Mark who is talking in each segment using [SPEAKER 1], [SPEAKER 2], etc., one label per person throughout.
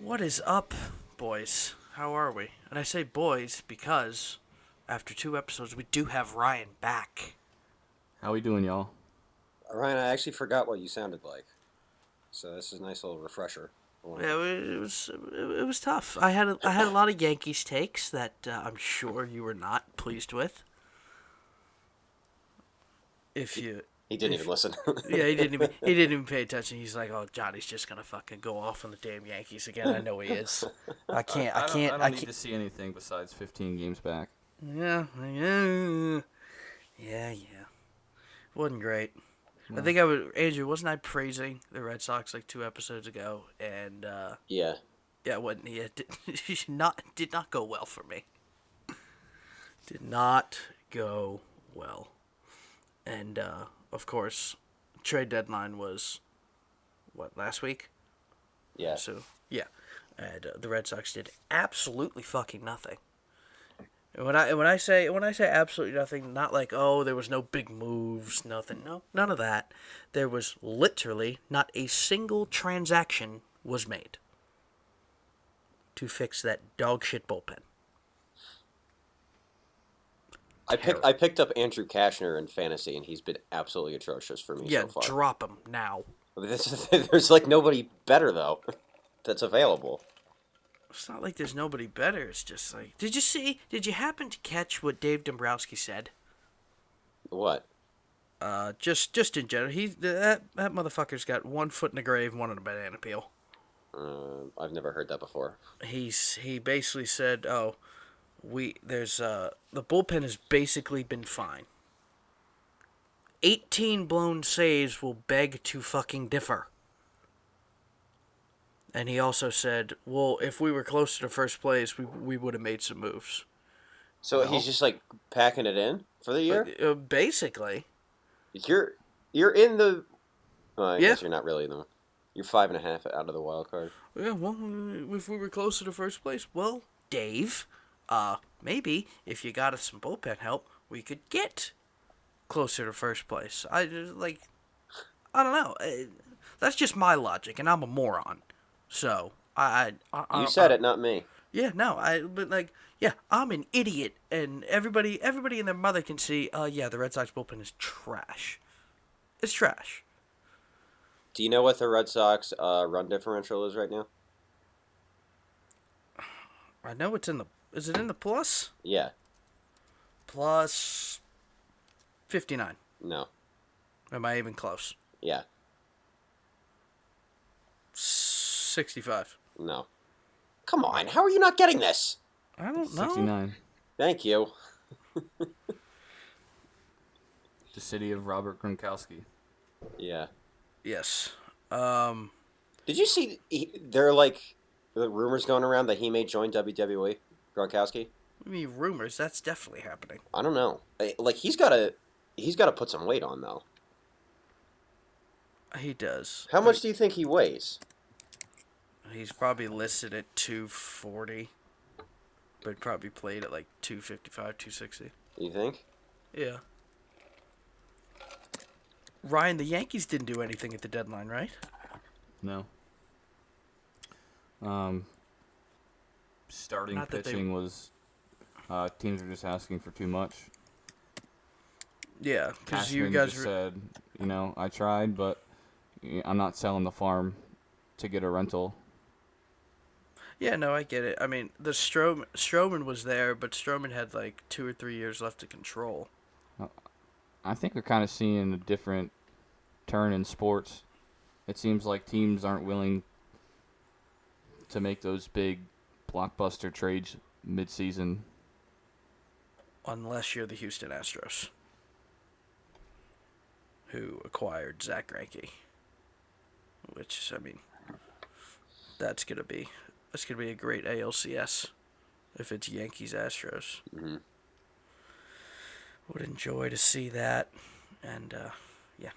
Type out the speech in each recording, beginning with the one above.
[SPEAKER 1] What is up, boys? How are we? And I say boys because after two episodes, we do have Ryan back.
[SPEAKER 2] How we doing, y'all?
[SPEAKER 3] Ryan, I actually forgot what you sounded like. So this is a nice little refresher.
[SPEAKER 1] Yeah, it was it was tough. I had a, I had a lot of Yankees takes that uh, I'm sure you were not pleased with. If you
[SPEAKER 3] He didn't even listen.
[SPEAKER 1] yeah, he didn't even he didn't even pay attention. He's like, "Oh, Johnny's just gonna fucking go off on the damn Yankees again." I know he is. I can't. I,
[SPEAKER 2] don't-
[SPEAKER 1] can't.
[SPEAKER 2] I don't
[SPEAKER 1] I
[SPEAKER 2] need
[SPEAKER 1] can't.
[SPEAKER 2] to see anything besides 15 games back.
[SPEAKER 1] Yeah, yeah, yeah, yeah. Wasn't great. I think I would, Andrew. Wasn't I praising the Red Sox like two episodes ago? And uh,
[SPEAKER 3] yeah.
[SPEAKER 1] yeah, wasn't yeah, did, not did not go well for me. Did not go well, and uh, of course, trade deadline was what last week.
[SPEAKER 3] Yeah.
[SPEAKER 1] So yeah, and uh, the Red Sox did absolutely fucking nothing. And when I and when I say when I say absolutely nothing, not like oh there was no big moves, nothing, no, none of that. There was literally not a single transaction was made to fix that dog shit bullpen.
[SPEAKER 3] I picked I picked up Andrew Kashner in fantasy and he's been absolutely atrocious for me
[SPEAKER 1] Yeah,
[SPEAKER 3] so far.
[SPEAKER 1] drop him now.
[SPEAKER 3] This- There's like nobody better though that's available.
[SPEAKER 1] It's not like there's nobody better. It's just like, did you see? Did you happen to catch what Dave Dombrowski said?
[SPEAKER 3] What?
[SPEAKER 1] Uh, just just in general, he that that motherfucker's got one foot in the grave, one in a banana peel.
[SPEAKER 3] Um, I've never heard that before.
[SPEAKER 1] He's he basically said, "Oh, we there's uh the bullpen has basically been fine. Eighteen blown saves will beg to fucking differ." And he also said, "Well, if we were closer to first place, we we would have made some moves."
[SPEAKER 3] So he's just like packing it in for the year.
[SPEAKER 1] Uh, basically,
[SPEAKER 3] You're you're in the. Well, I
[SPEAKER 1] Yeah.
[SPEAKER 3] guess you're not really in the. You're five and a half out of the wild card.
[SPEAKER 1] Yeah, well, if we were closer to first place, well, Dave, uh, maybe if you got us some bullpen help, we could get closer to first place. I just, like, I don't know. Uh, That's just my logic, and I'm a moron. So I, I, I- I
[SPEAKER 3] You
[SPEAKER 1] don't-
[SPEAKER 3] said
[SPEAKER 1] I-
[SPEAKER 3] it, not me.
[SPEAKER 1] Yeah, no, I, but like, yeah, I'm an idiot, and everybody, everybody and their mother can see. Uh, yeah, the Red Sox bullpen is trash. It's trash.
[SPEAKER 3] Do you know what the Red Sox uh, run differential is right now?
[SPEAKER 1] I know it's in the. Is it in the plus?
[SPEAKER 3] Yeah.
[SPEAKER 1] plus 59.
[SPEAKER 3] No.
[SPEAKER 1] Am I even close?
[SPEAKER 3] Yeah.
[SPEAKER 1] 65.
[SPEAKER 3] No. Come on. How are you not getting this?
[SPEAKER 1] I don't know.
[SPEAKER 2] 69.
[SPEAKER 3] Thank you.
[SPEAKER 2] The city of Robert Gronkowski.
[SPEAKER 3] Yeah.
[SPEAKER 1] Yes. Um,
[SPEAKER 3] Did you see? He, they're like the rumors going around that he may join WWE. Gronkowski.
[SPEAKER 1] I mean, rumors. That's definitely happening.
[SPEAKER 3] I don't know. I- Like he's got to. He's got to put some weight on though.
[SPEAKER 1] He does.
[SPEAKER 3] How much do you think he weighs?
[SPEAKER 1] He's probably listed at 240, but probably played at like 255, 260.
[SPEAKER 3] You think?
[SPEAKER 1] Yeah. Ryan, the Yankees didn't do anything at the deadline, right?
[SPEAKER 2] No. Um, starting
[SPEAKER 1] Not that they-
[SPEAKER 2] pitching was. Uh, teams were just asking for too much.
[SPEAKER 1] Yeah, because you
[SPEAKER 2] Cashman
[SPEAKER 1] guys
[SPEAKER 2] just
[SPEAKER 1] were.
[SPEAKER 2] said, you know, I tried, but y- I'm not selling the farm to get a rental.
[SPEAKER 1] Yeah, no, I get it. I mean, the Strom Stroman was there, but Stroman had like two or three years left to control.
[SPEAKER 2] I think we're kind of seeing a different turn in sports. It seems like teams aren't willing to make those big blockbuster trades midseason.
[SPEAKER 1] unless you're the Houston Astros, who acquired Zach Greinke. Which I mean, that's gonna be that's gonna be a great ALCS if it's Yankees Astros.
[SPEAKER 3] Mhm.
[SPEAKER 1] Would enjoy to see that, and uh, yeah,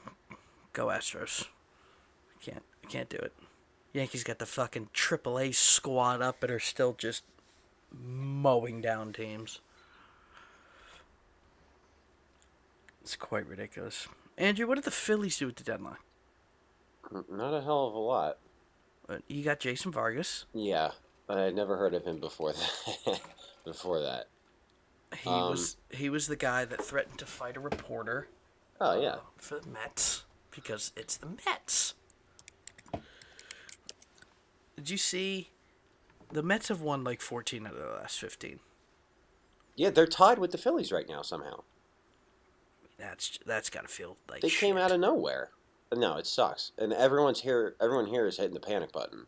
[SPEAKER 1] go Astros. Can't can't do it. Yankees got the fucking AAA squad up, but are still just mowing down teams. It's quite ridiculous. Andrew, what did the Phillies do at the deadline?
[SPEAKER 3] Not a hell of a lot.
[SPEAKER 1] But Uh, you got Jason Vargas.
[SPEAKER 3] Yeah, I had never heard of him before that. before that.
[SPEAKER 1] He
[SPEAKER 3] Um,
[SPEAKER 1] was he was the guy that threatened to fight a reporter
[SPEAKER 3] Oh yeah.
[SPEAKER 1] for the Mets because it's the Mets. Did you see? The Mets have won like 14 out of the last 15.
[SPEAKER 3] Yeah, they're tied with the Phillies right now somehow.
[SPEAKER 1] That's that's gotta feel like
[SPEAKER 3] They came
[SPEAKER 1] shit.
[SPEAKER 3] out of nowhere. No, it sucks. And everyone's here. Everyone here is hitting the panic button.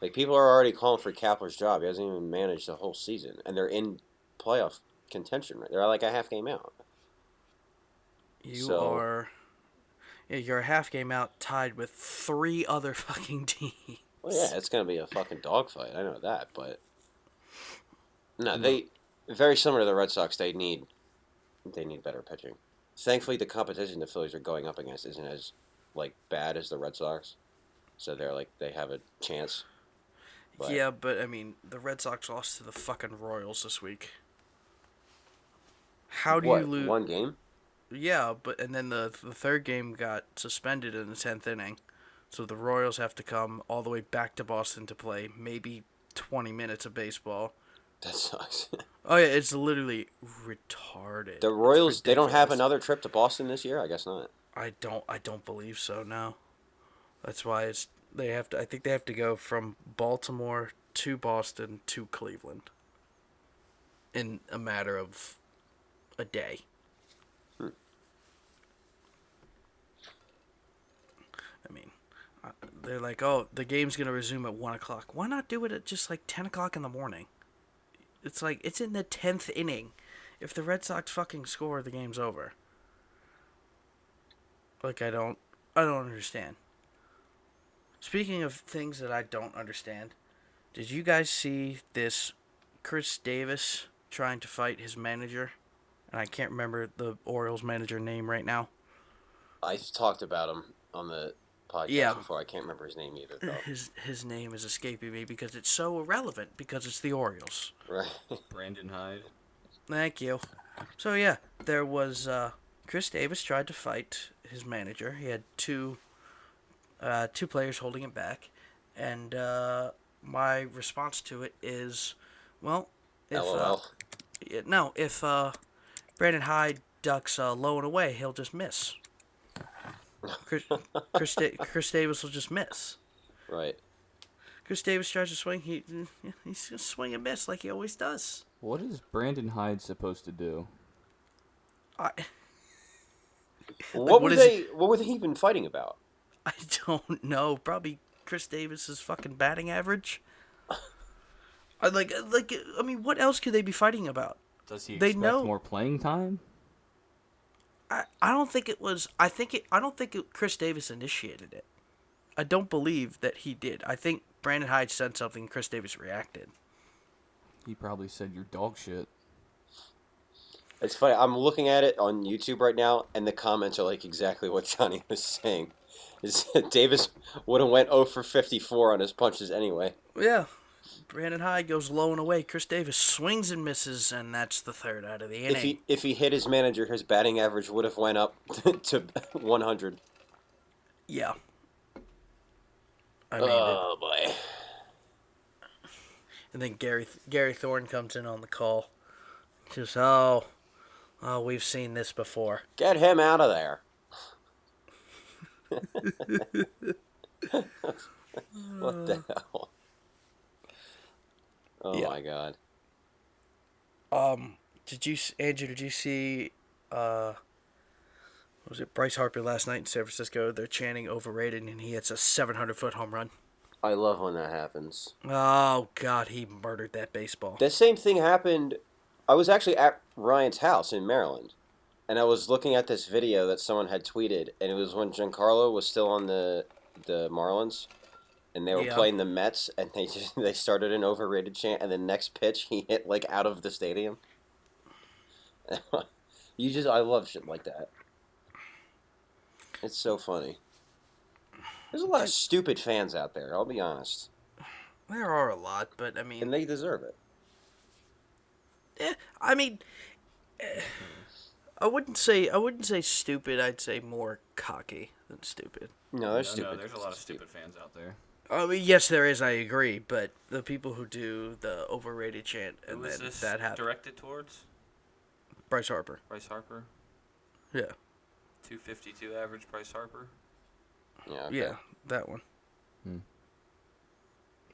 [SPEAKER 3] Like people are already calling for Kapler's job. He hasn't even managed the whole season, and they're in playoff contention. Right? They're like a half game out.
[SPEAKER 1] You
[SPEAKER 3] So-
[SPEAKER 1] are. yeah, You're a half game out, tied with three other fucking teams.
[SPEAKER 3] Well, yeah, it's gonna be a fucking dogfight. I know that, but no, they very similar to the Red Sox. They need they need better pitching. Thankfully, the competition the Phillies are going up against isn't as like bad as the Red Sox, so they're like they have a chance. But-
[SPEAKER 1] Yeah, but I mean, the Red Sox lost to the fucking Royals this week. How do
[SPEAKER 3] what,
[SPEAKER 1] you lose?
[SPEAKER 3] one game?
[SPEAKER 1] Yeah, but and then the the third game got suspended in the tenth inning, so the Royals have to come all the way back to Boston to play maybe twenty minutes of baseball.
[SPEAKER 3] That sucks.
[SPEAKER 1] Oh yeah, it's literally retarded.
[SPEAKER 3] the
[SPEAKER 1] It's
[SPEAKER 3] Royals they don't have
[SPEAKER 1] ridiculous.
[SPEAKER 3] another trip to Boston this year. I guess not.
[SPEAKER 1] I don't. I don't believe so. No, that's why it's. They have to. I think they have to go from Baltimore to Boston to Cleveland. In a matter of a day. Hmm. I mean, uh, they're like, oh, the game's gonna resume at one o'clock. Why not do it at just like ten o'clock in the morning? It's like it's in the tenth inning. If the Red Sox fucking score, the game's over. Like I don't I don't understand. Speaking of things that I don't understand, did you guys see this Chris Davis trying to fight his manager? And I can't remember the Orioles manager name right now.
[SPEAKER 3] I talked about him on the podcast
[SPEAKER 1] Yeah.
[SPEAKER 3] before. I can't remember his name either. Though.
[SPEAKER 1] His his name is escaping me because it's so irrelevant because it's the Orioles.
[SPEAKER 3] right?
[SPEAKER 2] Brandon Hyde.
[SPEAKER 1] Thank you. So yeah, there was uh, Chris Davis tried to fight his manager. He had two uh, two players holding him back, and uh, my response to it is, well, if uh,
[SPEAKER 3] LOL.
[SPEAKER 1] yeah, no, if uh, Brandon Hyde ducks uh, low and away, he'll just miss. Chris Chris, da- Chris Davis will just miss.
[SPEAKER 3] Right.
[SPEAKER 1] Chris Davis tries to swing. He he's gonna swing and miss like he always does.
[SPEAKER 2] What is Brandon Hyde supposed to do?
[SPEAKER 1] I
[SPEAKER 3] What,
[SPEAKER 1] what
[SPEAKER 3] were
[SPEAKER 1] is
[SPEAKER 3] they? What were they even fighting about?
[SPEAKER 1] I don't know. Probably Chris Davis's fucking batting average. I like uh, like I mean, what else could they be fighting about?
[SPEAKER 2] Does he
[SPEAKER 1] They
[SPEAKER 2] expect
[SPEAKER 1] know-
[SPEAKER 2] more playing time?
[SPEAKER 1] I, I don't think it was. I think it. I don't think it, Chris Davis initiated it. I don't believe that he did. I think Brandon Hyde said something. Chris Davis reacted.
[SPEAKER 2] He probably said you're dog shit.
[SPEAKER 3] It's funny. I'm looking at it on YouTube right now, and the comments are like exactly what Johnny was saying. Is Davis would have went 0 for 54 on his punches anyway.
[SPEAKER 1] Yeah. Brandon Hyde goes low and away. Chris Davis swings and misses, and that's the third out of the inning.
[SPEAKER 3] If he if he hit his manager, his batting average would have went up to 100.
[SPEAKER 1] Yeah. I mean, it-
[SPEAKER 3] Oh boy.
[SPEAKER 1] And then Gary Gary Thorne comes in on the call. Just oh, oh, we've seen this before.
[SPEAKER 3] Get him out of there. what the hell? Oh
[SPEAKER 1] Yeah.
[SPEAKER 3] my god.
[SPEAKER 1] Um, did you s- Andrew? Did you see? Uh, what was it Bryce Harper last night in San Francisco? They're chanting overrated, and he hits a 700 foot home run.
[SPEAKER 3] I love when that happens.
[SPEAKER 1] Oh God, he murdered that baseball.
[SPEAKER 3] The same thing happened. I was actually at Ryan's house in Maryland, and I was looking at this video that someone had tweeted, and it was when Giancarlo was still on the the Marlins, and they were
[SPEAKER 1] Yeah.
[SPEAKER 3] playing the Mets, and they just they started an overrated chant, and the next pitch he hit like out of the stadium. you just, I love shit like that. It's so funny. There's a lot of stupid fans out there. I'll be honest,
[SPEAKER 1] There are a lot, but I
[SPEAKER 3] and
[SPEAKER 1] mean,
[SPEAKER 3] they deserve it.
[SPEAKER 1] eh, I mean, eh, I wouldn't say I wouldn't say stupid. I'd say more cocky than stupid.
[SPEAKER 3] No, Oh, they're stupid.
[SPEAKER 2] there's a lot of stupid fans out there.
[SPEAKER 1] I mean, yes, there is. I agree, but the people who do the overrated chant
[SPEAKER 4] Who
[SPEAKER 1] and
[SPEAKER 4] was
[SPEAKER 1] then
[SPEAKER 4] this
[SPEAKER 1] that happened.
[SPEAKER 4] directed towards?
[SPEAKER 1] Bryce Harper.
[SPEAKER 4] Bryce Harper,
[SPEAKER 1] Yeah,
[SPEAKER 4] two fifty two average. Bryce Harper.
[SPEAKER 3] Yeah. okay.
[SPEAKER 1] yeah, that one.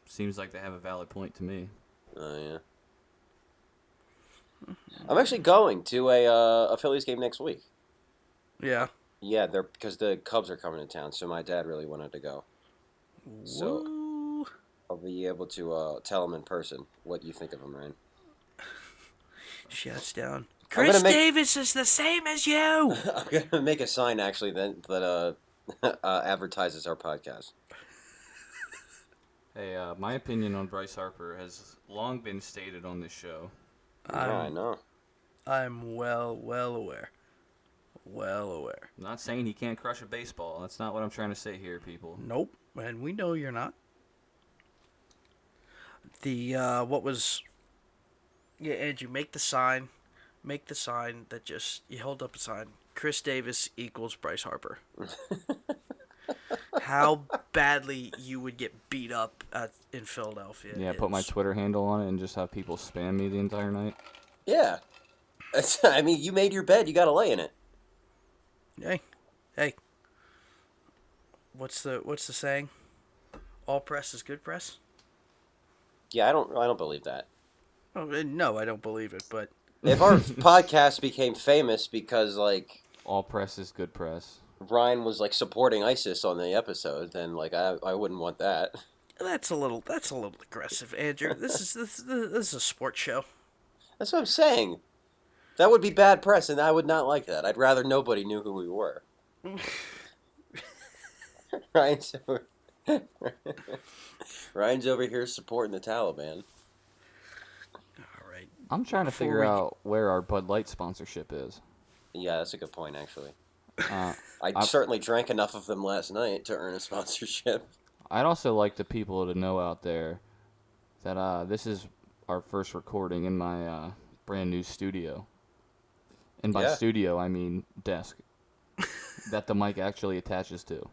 [SPEAKER 2] Seems like they have a valid point to me.
[SPEAKER 3] Oh yeah. I'm actually going to a uh, a Phillies game next week.
[SPEAKER 1] Yeah.
[SPEAKER 3] Yeah, they're because the Cubs are coming to town, so my dad really wanted to go. So-
[SPEAKER 1] Woo.
[SPEAKER 3] I'll be able to uh, tell him in person what you think of him, Ryan.
[SPEAKER 1] Shuts down.
[SPEAKER 3] I'm gonna
[SPEAKER 1] Chris
[SPEAKER 3] make-
[SPEAKER 1] Davis is the same as you.
[SPEAKER 3] I'm gonna make a sign actually then that uh, uh, advertises our podcast.
[SPEAKER 2] Hey, uh, my opinion on Bryce Harper has long been stated on this show.
[SPEAKER 3] yeah, I
[SPEAKER 1] I'm,
[SPEAKER 3] know.
[SPEAKER 1] I'm well, well aware. Well aware.
[SPEAKER 2] I'm not saying he can't crush a baseball. That's not what I'm trying to say here, people.
[SPEAKER 1] Nope, and we know you're not. The uh, what was? Yeah, Andrew, make the sign, make the sign that just you hold up a sign. Chris Davis equals Bryce Harper. How badly you would get beat up at, in Philadelphia?
[SPEAKER 2] Yeah, put my
[SPEAKER 1] is-
[SPEAKER 2] Twitter handle on it and just have people spam me the entire night.
[SPEAKER 3] Yeah, It's- I mean, you made your bed, you gotta lay in it.
[SPEAKER 1] hey, hey. What's the what's the saying? All press is good press.
[SPEAKER 3] Yeah, I don't, I don't believe that.
[SPEAKER 1] Oh, eh, no, I don't believe it, but
[SPEAKER 3] If our podcast became famous because like
[SPEAKER 2] All press is good press.
[SPEAKER 3] Ryan was like supporting ISIS on the episode, then like I, I wouldn't want that.
[SPEAKER 1] That's a little. That's a little aggressive, Andrew. This is this, this is a sports show.
[SPEAKER 3] That's what I'm saying. That would be bad press, and I would not like that. I'd rather nobody knew who we were. Ryan's over, Ryan's over here supporting the Taliban.
[SPEAKER 1] All right.
[SPEAKER 2] I'm trying to
[SPEAKER 1] Before
[SPEAKER 2] figure
[SPEAKER 1] we-
[SPEAKER 2] out where our Bud Light sponsorship is.
[SPEAKER 3] Yeah, that's a good point, actually.
[SPEAKER 2] Uh,
[SPEAKER 3] I
[SPEAKER 2] I've-
[SPEAKER 3] certainly drank enough of them last night to earn a sponsorship.
[SPEAKER 2] I'd also like the people to know out there that uh, this is our first recording in my uh, brand new studio. And by
[SPEAKER 3] Yeah.
[SPEAKER 2] studio, I mean desk that the mic actually attaches to.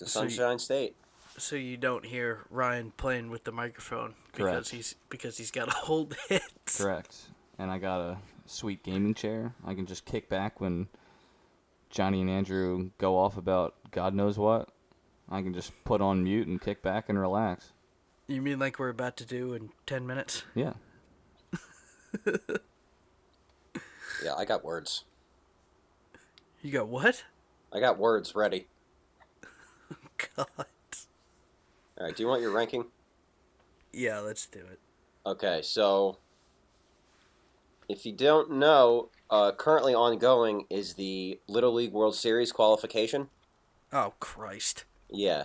[SPEAKER 3] The
[SPEAKER 1] So you-
[SPEAKER 3] Sunshine State.
[SPEAKER 1] So you don't hear Ryan playing with the microphone
[SPEAKER 2] Correct.
[SPEAKER 1] because he's because he's got to hold it.
[SPEAKER 2] Correct. And I got a sweet gaming chair. I can just kick back when Johnny and Andrew go off about God knows what. I can just put on mute and kick back and relax.
[SPEAKER 1] You mean like we're about to do in ten minutes?
[SPEAKER 2] Yeah.
[SPEAKER 3] Yeah, I got words.
[SPEAKER 1] You go what?
[SPEAKER 3] I got words ready.
[SPEAKER 1] God.
[SPEAKER 3] All right, do you want your ranking?
[SPEAKER 1] Yeah, let's do it.
[SPEAKER 3] Okay, so if you don't know, uh, currently ongoing is the Little League World Series qualification.
[SPEAKER 1] Oh Christ.
[SPEAKER 3] Yeah.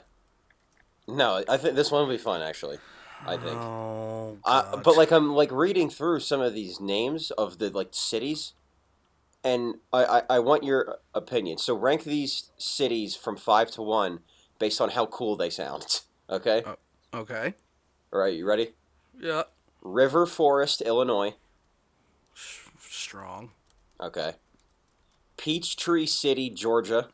[SPEAKER 3] No, I think this one will be fun actually. I think.
[SPEAKER 1] Oh.
[SPEAKER 3] Uh,
[SPEAKER 1] God.
[SPEAKER 3] but like I'm like reading through some of these names of the like cities, and I, I I want your opinion. So rank these cities from five to one based on how cool they sound. Okay.
[SPEAKER 1] Oh. Okay.
[SPEAKER 3] All right. You ready?
[SPEAKER 1] Yeah.
[SPEAKER 3] River Forest, Illinois.
[SPEAKER 1] S- Strong.
[SPEAKER 3] Okay. Peachtree City, Georgia.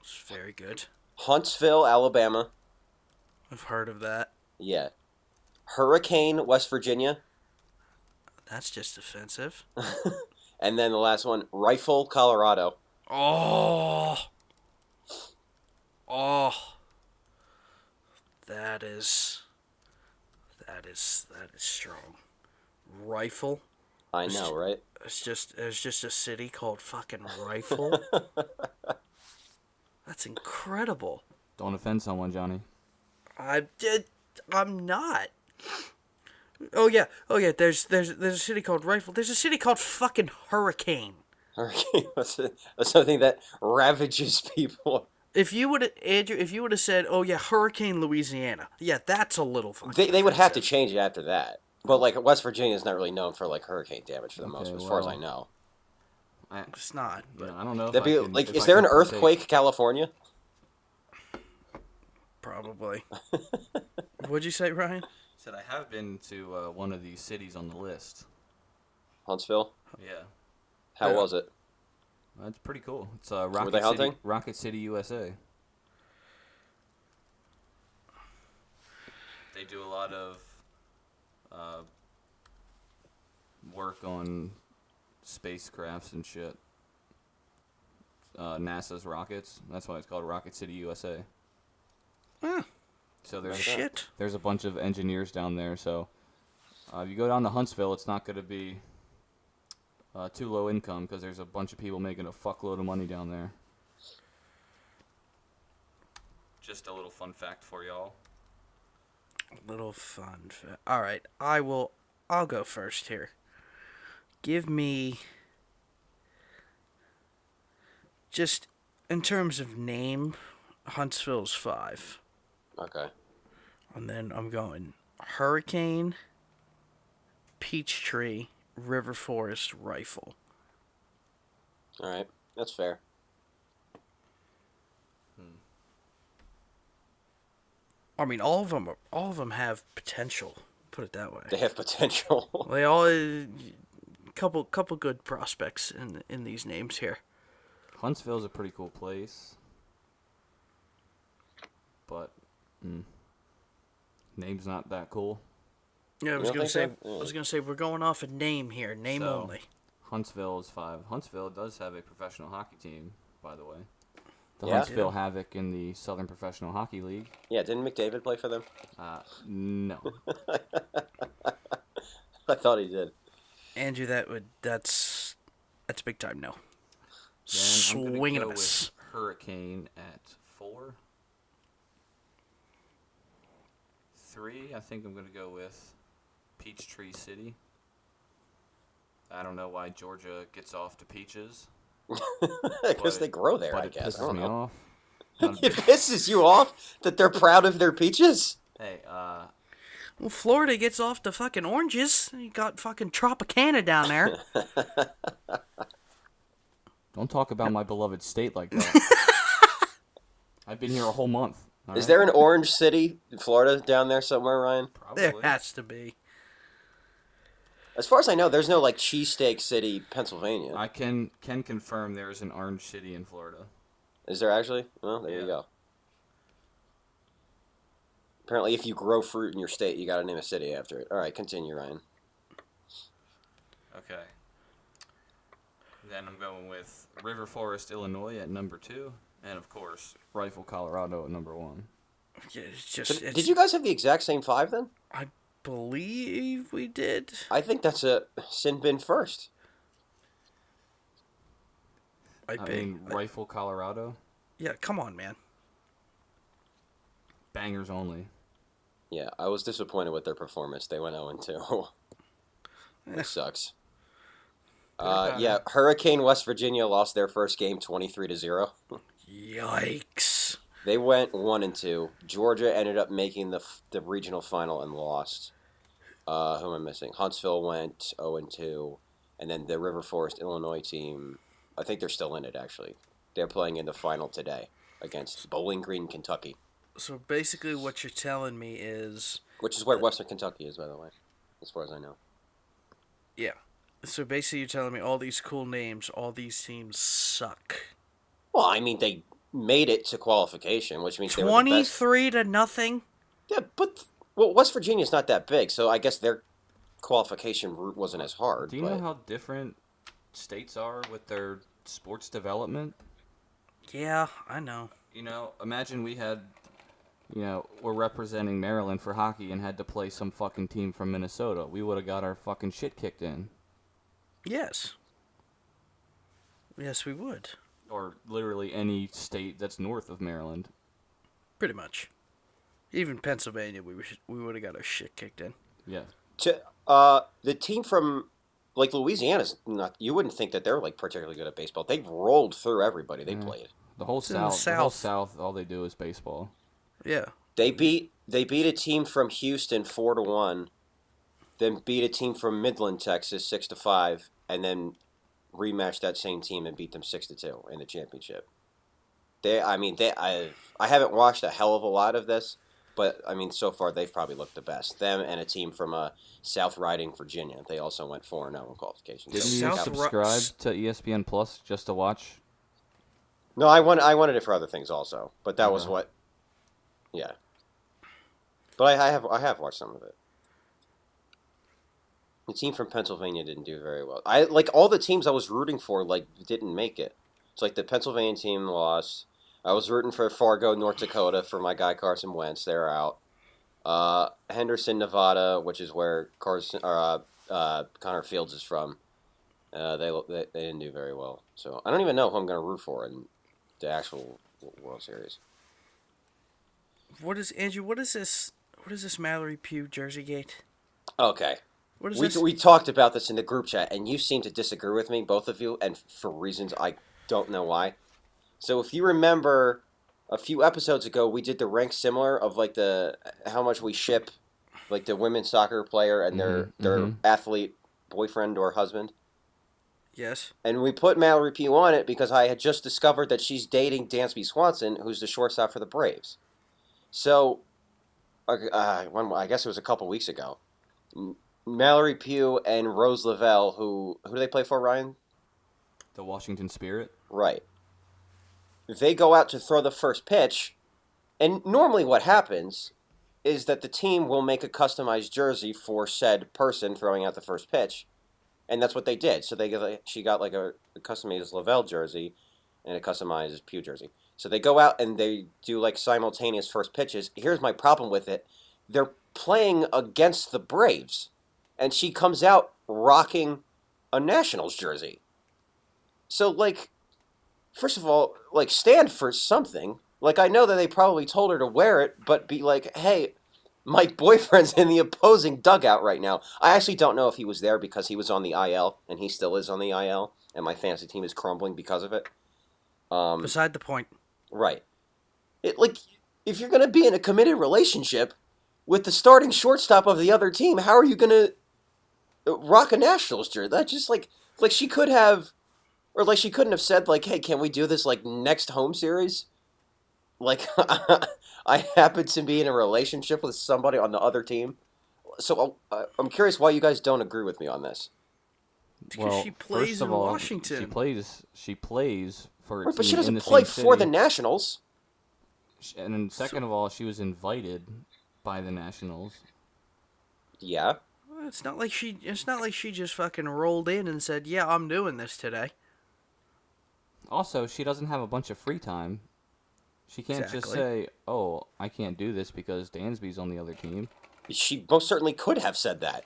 [SPEAKER 1] It's very good.
[SPEAKER 3] Huntsville, Alabama.
[SPEAKER 1] I've heard of that.
[SPEAKER 3] Yeah. Hurricane, West Virginia.
[SPEAKER 1] That's just offensive.
[SPEAKER 3] And then the last one, Rifle, Colorado.
[SPEAKER 1] Oh. Oh. That is that is that is strong. Rifle.
[SPEAKER 3] I know, right?
[SPEAKER 1] It's just it's just a city called fucking Rifle. That's incredible.
[SPEAKER 2] Don't offend someone, Johnny.
[SPEAKER 1] I did I'm not. Oh yeah. Oh yeah, there's there's there's a city called Rifle. There's a city called fucking Hurricane.
[SPEAKER 3] Hurricane was was something that ravages people.
[SPEAKER 1] If you would Andrew, if you would have said, "Oh yeah, Hurricane Louisiana," yeah, that's a little fucking.
[SPEAKER 3] They, they would have to
[SPEAKER 1] offensive.
[SPEAKER 3] change it after that. But like West Virginia is not really known for like hurricane damage for the most,
[SPEAKER 2] Okay,
[SPEAKER 3] as far as
[SPEAKER 2] well,
[SPEAKER 3] I know.
[SPEAKER 2] I,
[SPEAKER 1] It's not.
[SPEAKER 2] you
[SPEAKER 1] But
[SPEAKER 2] know, I don't know. if
[SPEAKER 3] That'd
[SPEAKER 2] I
[SPEAKER 3] be
[SPEAKER 2] can-
[SPEAKER 3] like,
[SPEAKER 2] if
[SPEAKER 3] is
[SPEAKER 2] I
[SPEAKER 3] there an
[SPEAKER 2] can partake.
[SPEAKER 3] earthquake, California?
[SPEAKER 1] probably. What'd you say, Ryan?
[SPEAKER 2] Said I have been to uh, one of these cities on the list.
[SPEAKER 3] Huntsville.
[SPEAKER 2] Yeah,
[SPEAKER 3] How
[SPEAKER 1] Yeah.
[SPEAKER 3] was it?
[SPEAKER 2] that's pretty cool. It's uh, Rocket
[SPEAKER 3] they
[SPEAKER 2] City,
[SPEAKER 3] hunting?
[SPEAKER 2] Rocket City, USA.
[SPEAKER 4] They do a lot of uh,
[SPEAKER 2] work on spacecrafts and shit. Uh, NASA's rockets. That's why it's called Rocket City USA. So there's
[SPEAKER 1] Shit.
[SPEAKER 2] there's a bunch of engineers down there. So uh, if you go down to Huntsville, it's not going to be uh, too low income because there's a bunch of people making a fuckload of money down there.
[SPEAKER 4] just a little fun fact for y'all.
[SPEAKER 1] Little fun. fa- All right, I will. I'll go first here. Give me. Just in terms of name, Huntsville's five,
[SPEAKER 3] Okay.
[SPEAKER 1] and then I'm going Hurricane, Peachtree, River Forest, Rifle.
[SPEAKER 3] All right. That's fair.
[SPEAKER 1] I mean, all of them. Are, all of them have potential. Put it that way.
[SPEAKER 3] They have potential.
[SPEAKER 1] They all uh, couple couple good prospects in in these names here.
[SPEAKER 2] Huntsville's a pretty cool place, but mm, name's not that cool.
[SPEAKER 1] Yeah, I was
[SPEAKER 3] don't
[SPEAKER 1] gonna say
[SPEAKER 3] think so?
[SPEAKER 1] I was gonna say we're going off a name here, name
[SPEAKER 2] So-
[SPEAKER 1] only.
[SPEAKER 2] Huntsville is five. Huntsville does have a professional hockey team, by the way. The
[SPEAKER 3] Yeah?
[SPEAKER 2] Huntsville Havoc in the Southern Professional Hockey League.
[SPEAKER 3] yeah, didn't McDavid play for them?
[SPEAKER 2] Uh, no,
[SPEAKER 3] I thought he did.
[SPEAKER 1] Andrew, that would that's that's big time. No,
[SPEAKER 2] Then I'm gonna
[SPEAKER 1] swing and a
[SPEAKER 2] go with
[SPEAKER 1] miss.
[SPEAKER 2] Hurricane at four. Three, I think I'm going to go with Peachtree City. I don't know why Georgia gets off to peaches,
[SPEAKER 3] Because
[SPEAKER 2] But-
[SPEAKER 3] they grow there,
[SPEAKER 2] but
[SPEAKER 3] I
[SPEAKER 2] it
[SPEAKER 3] guess. I
[SPEAKER 2] pisses
[SPEAKER 3] don't
[SPEAKER 2] me
[SPEAKER 3] know.
[SPEAKER 2] off.
[SPEAKER 3] It pisses you off that they're proud of their peaches?
[SPEAKER 2] Hey, uh,
[SPEAKER 1] Well, Florida gets off the fucking oranges. You got fucking Tropicana down there.
[SPEAKER 2] don't talk about my beloved state like that. I've been here a whole month. all
[SPEAKER 3] Is
[SPEAKER 2] right?
[SPEAKER 3] there an orange city in Florida down there somewhere, Ryan?
[SPEAKER 4] Probably.
[SPEAKER 1] there has to be.
[SPEAKER 3] As far as I know, there's no like cheesesteak city, Pennsylvania.
[SPEAKER 2] I can can confirm there is an orange city in Florida.
[SPEAKER 3] Is there actually? Well, there you
[SPEAKER 4] Yeah.
[SPEAKER 3] go. Apparently, if you grow fruit in your state, you got to name a city after it. All right, continue, Ryan.
[SPEAKER 4] Okay. Then I'm going with River Forest, Illinois at number two. And of course,
[SPEAKER 2] Rifle, Colorado at number one.
[SPEAKER 1] Yeah, It's just.
[SPEAKER 3] Did,
[SPEAKER 1] It's,
[SPEAKER 3] did you guys have the exact same five then?
[SPEAKER 1] I believe we did.
[SPEAKER 3] I think that's a sin bin first.
[SPEAKER 1] I,
[SPEAKER 2] I
[SPEAKER 1] big.
[SPEAKER 2] mean, Rifle, Colorado,
[SPEAKER 1] yeah, come on, man.
[SPEAKER 2] bangers only.
[SPEAKER 3] Yeah, I was disappointed with their performance. They went 0
[SPEAKER 1] Eh.
[SPEAKER 3] 2. It sucks. Uh, yeah, Hurricane West Virginia lost their first game 23 to 0.
[SPEAKER 1] Yikes.
[SPEAKER 3] They went 1 and 2. Georgia ended up making the, f- the regional final and lost. Uh, who am I missing? Huntsville went 0 and 2. And then the River Forest, Illinois team, I think they're still in it, actually. They're playing in the final today against Bowling Green, Kentucky,
[SPEAKER 1] So basically, what you're telling me is
[SPEAKER 3] which is where Western Kentucky is, by the way, as far as I know.
[SPEAKER 1] Yeah. So basically, you're telling me all these cool names, all these teams suck.
[SPEAKER 3] Well, I mean, they made it to qualification, which means they were the best.
[SPEAKER 1] Twenty-three to nothing.
[SPEAKER 3] Yeah, but well, West Virginia's not that big, so I guess their qualification route wasn't as hard.
[SPEAKER 2] Do you
[SPEAKER 3] but
[SPEAKER 2] know how different states are with their sports development?
[SPEAKER 1] Yeah, I know.
[SPEAKER 2] You know, imagine we had, you know, we're representing Maryland for hockey and had to play some fucking team from Minnesota. We would have got our fucking shit kicked in,
[SPEAKER 1] Yes. Yes, we would.
[SPEAKER 2] or literally any state that's north of Maryland.
[SPEAKER 1] Pretty much. Even Pennsylvania, we wish- we would have got our shit kicked in.
[SPEAKER 2] Yeah,
[SPEAKER 3] to, uh, the team from like Louisiana's not. You wouldn't think that they're like particularly good at baseball. They rolled through everybody
[SPEAKER 2] Mm.
[SPEAKER 3] they played.
[SPEAKER 2] the whole
[SPEAKER 1] in
[SPEAKER 2] south,
[SPEAKER 1] the
[SPEAKER 2] the whole
[SPEAKER 1] South.
[SPEAKER 2] south, all they do is baseball.
[SPEAKER 1] Yeah.
[SPEAKER 3] They beat they beat a team from Houston four to one, then beat a team from Midland, Texas six to five, and then rematched that same team and beat them six to two in the championship. They, I mean, they I I haven't watched a hell of a lot of this, but I mean, so far they've probably looked the best. Them and a team from uh, South Riding, Virginia. They also went four and zero in qualification.
[SPEAKER 2] Didn't
[SPEAKER 3] So-
[SPEAKER 2] you
[SPEAKER 1] South Ru-
[SPEAKER 2] subscribe to E ESPN Plus just to watch?
[SPEAKER 3] no, I want I wanted it for other things also, but that was what. Yeah, But I, I have I have watched some of it. The team from Pennsylvania didn't do very well. I like all the teams I was rooting for like didn't make it. It's like the Pennsylvania team lost. I was rooting for Fargo, North Dakota for my guy Carson Wentz. They're out. Uh, Henderson, Nevada, which is where Carson or uh, uh, Connor Fields is from. Uh, they, they they didn't do very well. So I don't even know who I'm going to root for in the actual World Series.
[SPEAKER 1] What is Andrew? What is this? What is this Mallory Pugh Jersey Gate?
[SPEAKER 3] Okay.
[SPEAKER 1] What is
[SPEAKER 3] We,
[SPEAKER 1] this?
[SPEAKER 3] we talked about this in the group chat, and you seem to disagree with me, both of you, and for reasons I don't know why. So, if you remember, a few episodes ago, we did the rank similar of like the how much we ship, like the women's soccer player and their
[SPEAKER 2] Mhm,
[SPEAKER 3] their
[SPEAKER 2] mhm.
[SPEAKER 3] athlete boyfriend or husband,
[SPEAKER 1] yes.
[SPEAKER 3] and we put Mallory Pugh on it because I had just discovered that she's dating Dansby Swanson, who's the shortstop for the Braves. So, okay, uh, when, I guess it was a couple weeks ago. M- Mallory Pugh and Rose Lavelle, who who do they play for, Ryan?
[SPEAKER 2] The Washington Spirit.
[SPEAKER 3] Right. They go out to throw the first pitch, and normally what happens is that the team will make a customized jersey for said person throwing out the first pitch, and that's what they did. So they got like- she got like a, a customized Lavelle jersey and a customized Pew jersey. So they go out and they do like simultaneous first pitches. Here's my problem with it: they're playing against the Braves, and she comes out rocking a Nationals jersey. So like first of all, like stand for something. Like I know that they probably told her to wear it, but be like, hey, my boyfriend's in the opposing dugout right now. I actually don't know if he was there because he was on the IL and he still is on the IL, and my fantasy team is crumbling because of it. Um,
[SPEAKER 1] Beside the point.
[SPEAKER 3] right. It, like, if you're gonna be in a committed relationship with the starting shortstop of the other team, how are you gonna uh, rock a Nationals jersey? That just like like she could have, or like she couldn't have said like, "Hey, can we do this like next home series?" Like, I happen to be in a relationship with somebody on the other team, so uh, I'm curious why you guys don't agree with me on this.
[SPEAKER 1] Because she plays
[SPEAKER 2] first of
[SPEAKER 1] in
[SPEAKER 2] all,
[SPEAKER 1] Washington.
[SPEAKER 2] She plays. She plays for. a
[SPEAKER 3] Right, but she
[SPEAKER 2] team in
[SPEAKER 3] doesn't
[SPEAKER 2] the
[SPEAKER 3] play
[SPEAKER 2] same
[SPEAKER 3] for the
[SPEAKER 2] city.
[SPEAKER 3] Nationals.
[SPEAKER 2] Sh- And then second of all, she was invited by the Nationals.
[SPEAKER 3] Yeah,
[SPEAKER 1] Well, It's not like she. It's not like she just fucking rolled in and said, "Yeah, I'm doing this today."
[SPEAKER 2] Also, she doesn't have a bunch of free time. She can't just
[SPEAKER 1] Exactly.
[SPEAKER 2] say, "Oh, I can't do this because Dansby's on the other team."
[SPEAKER 3] she most certainly could have said that.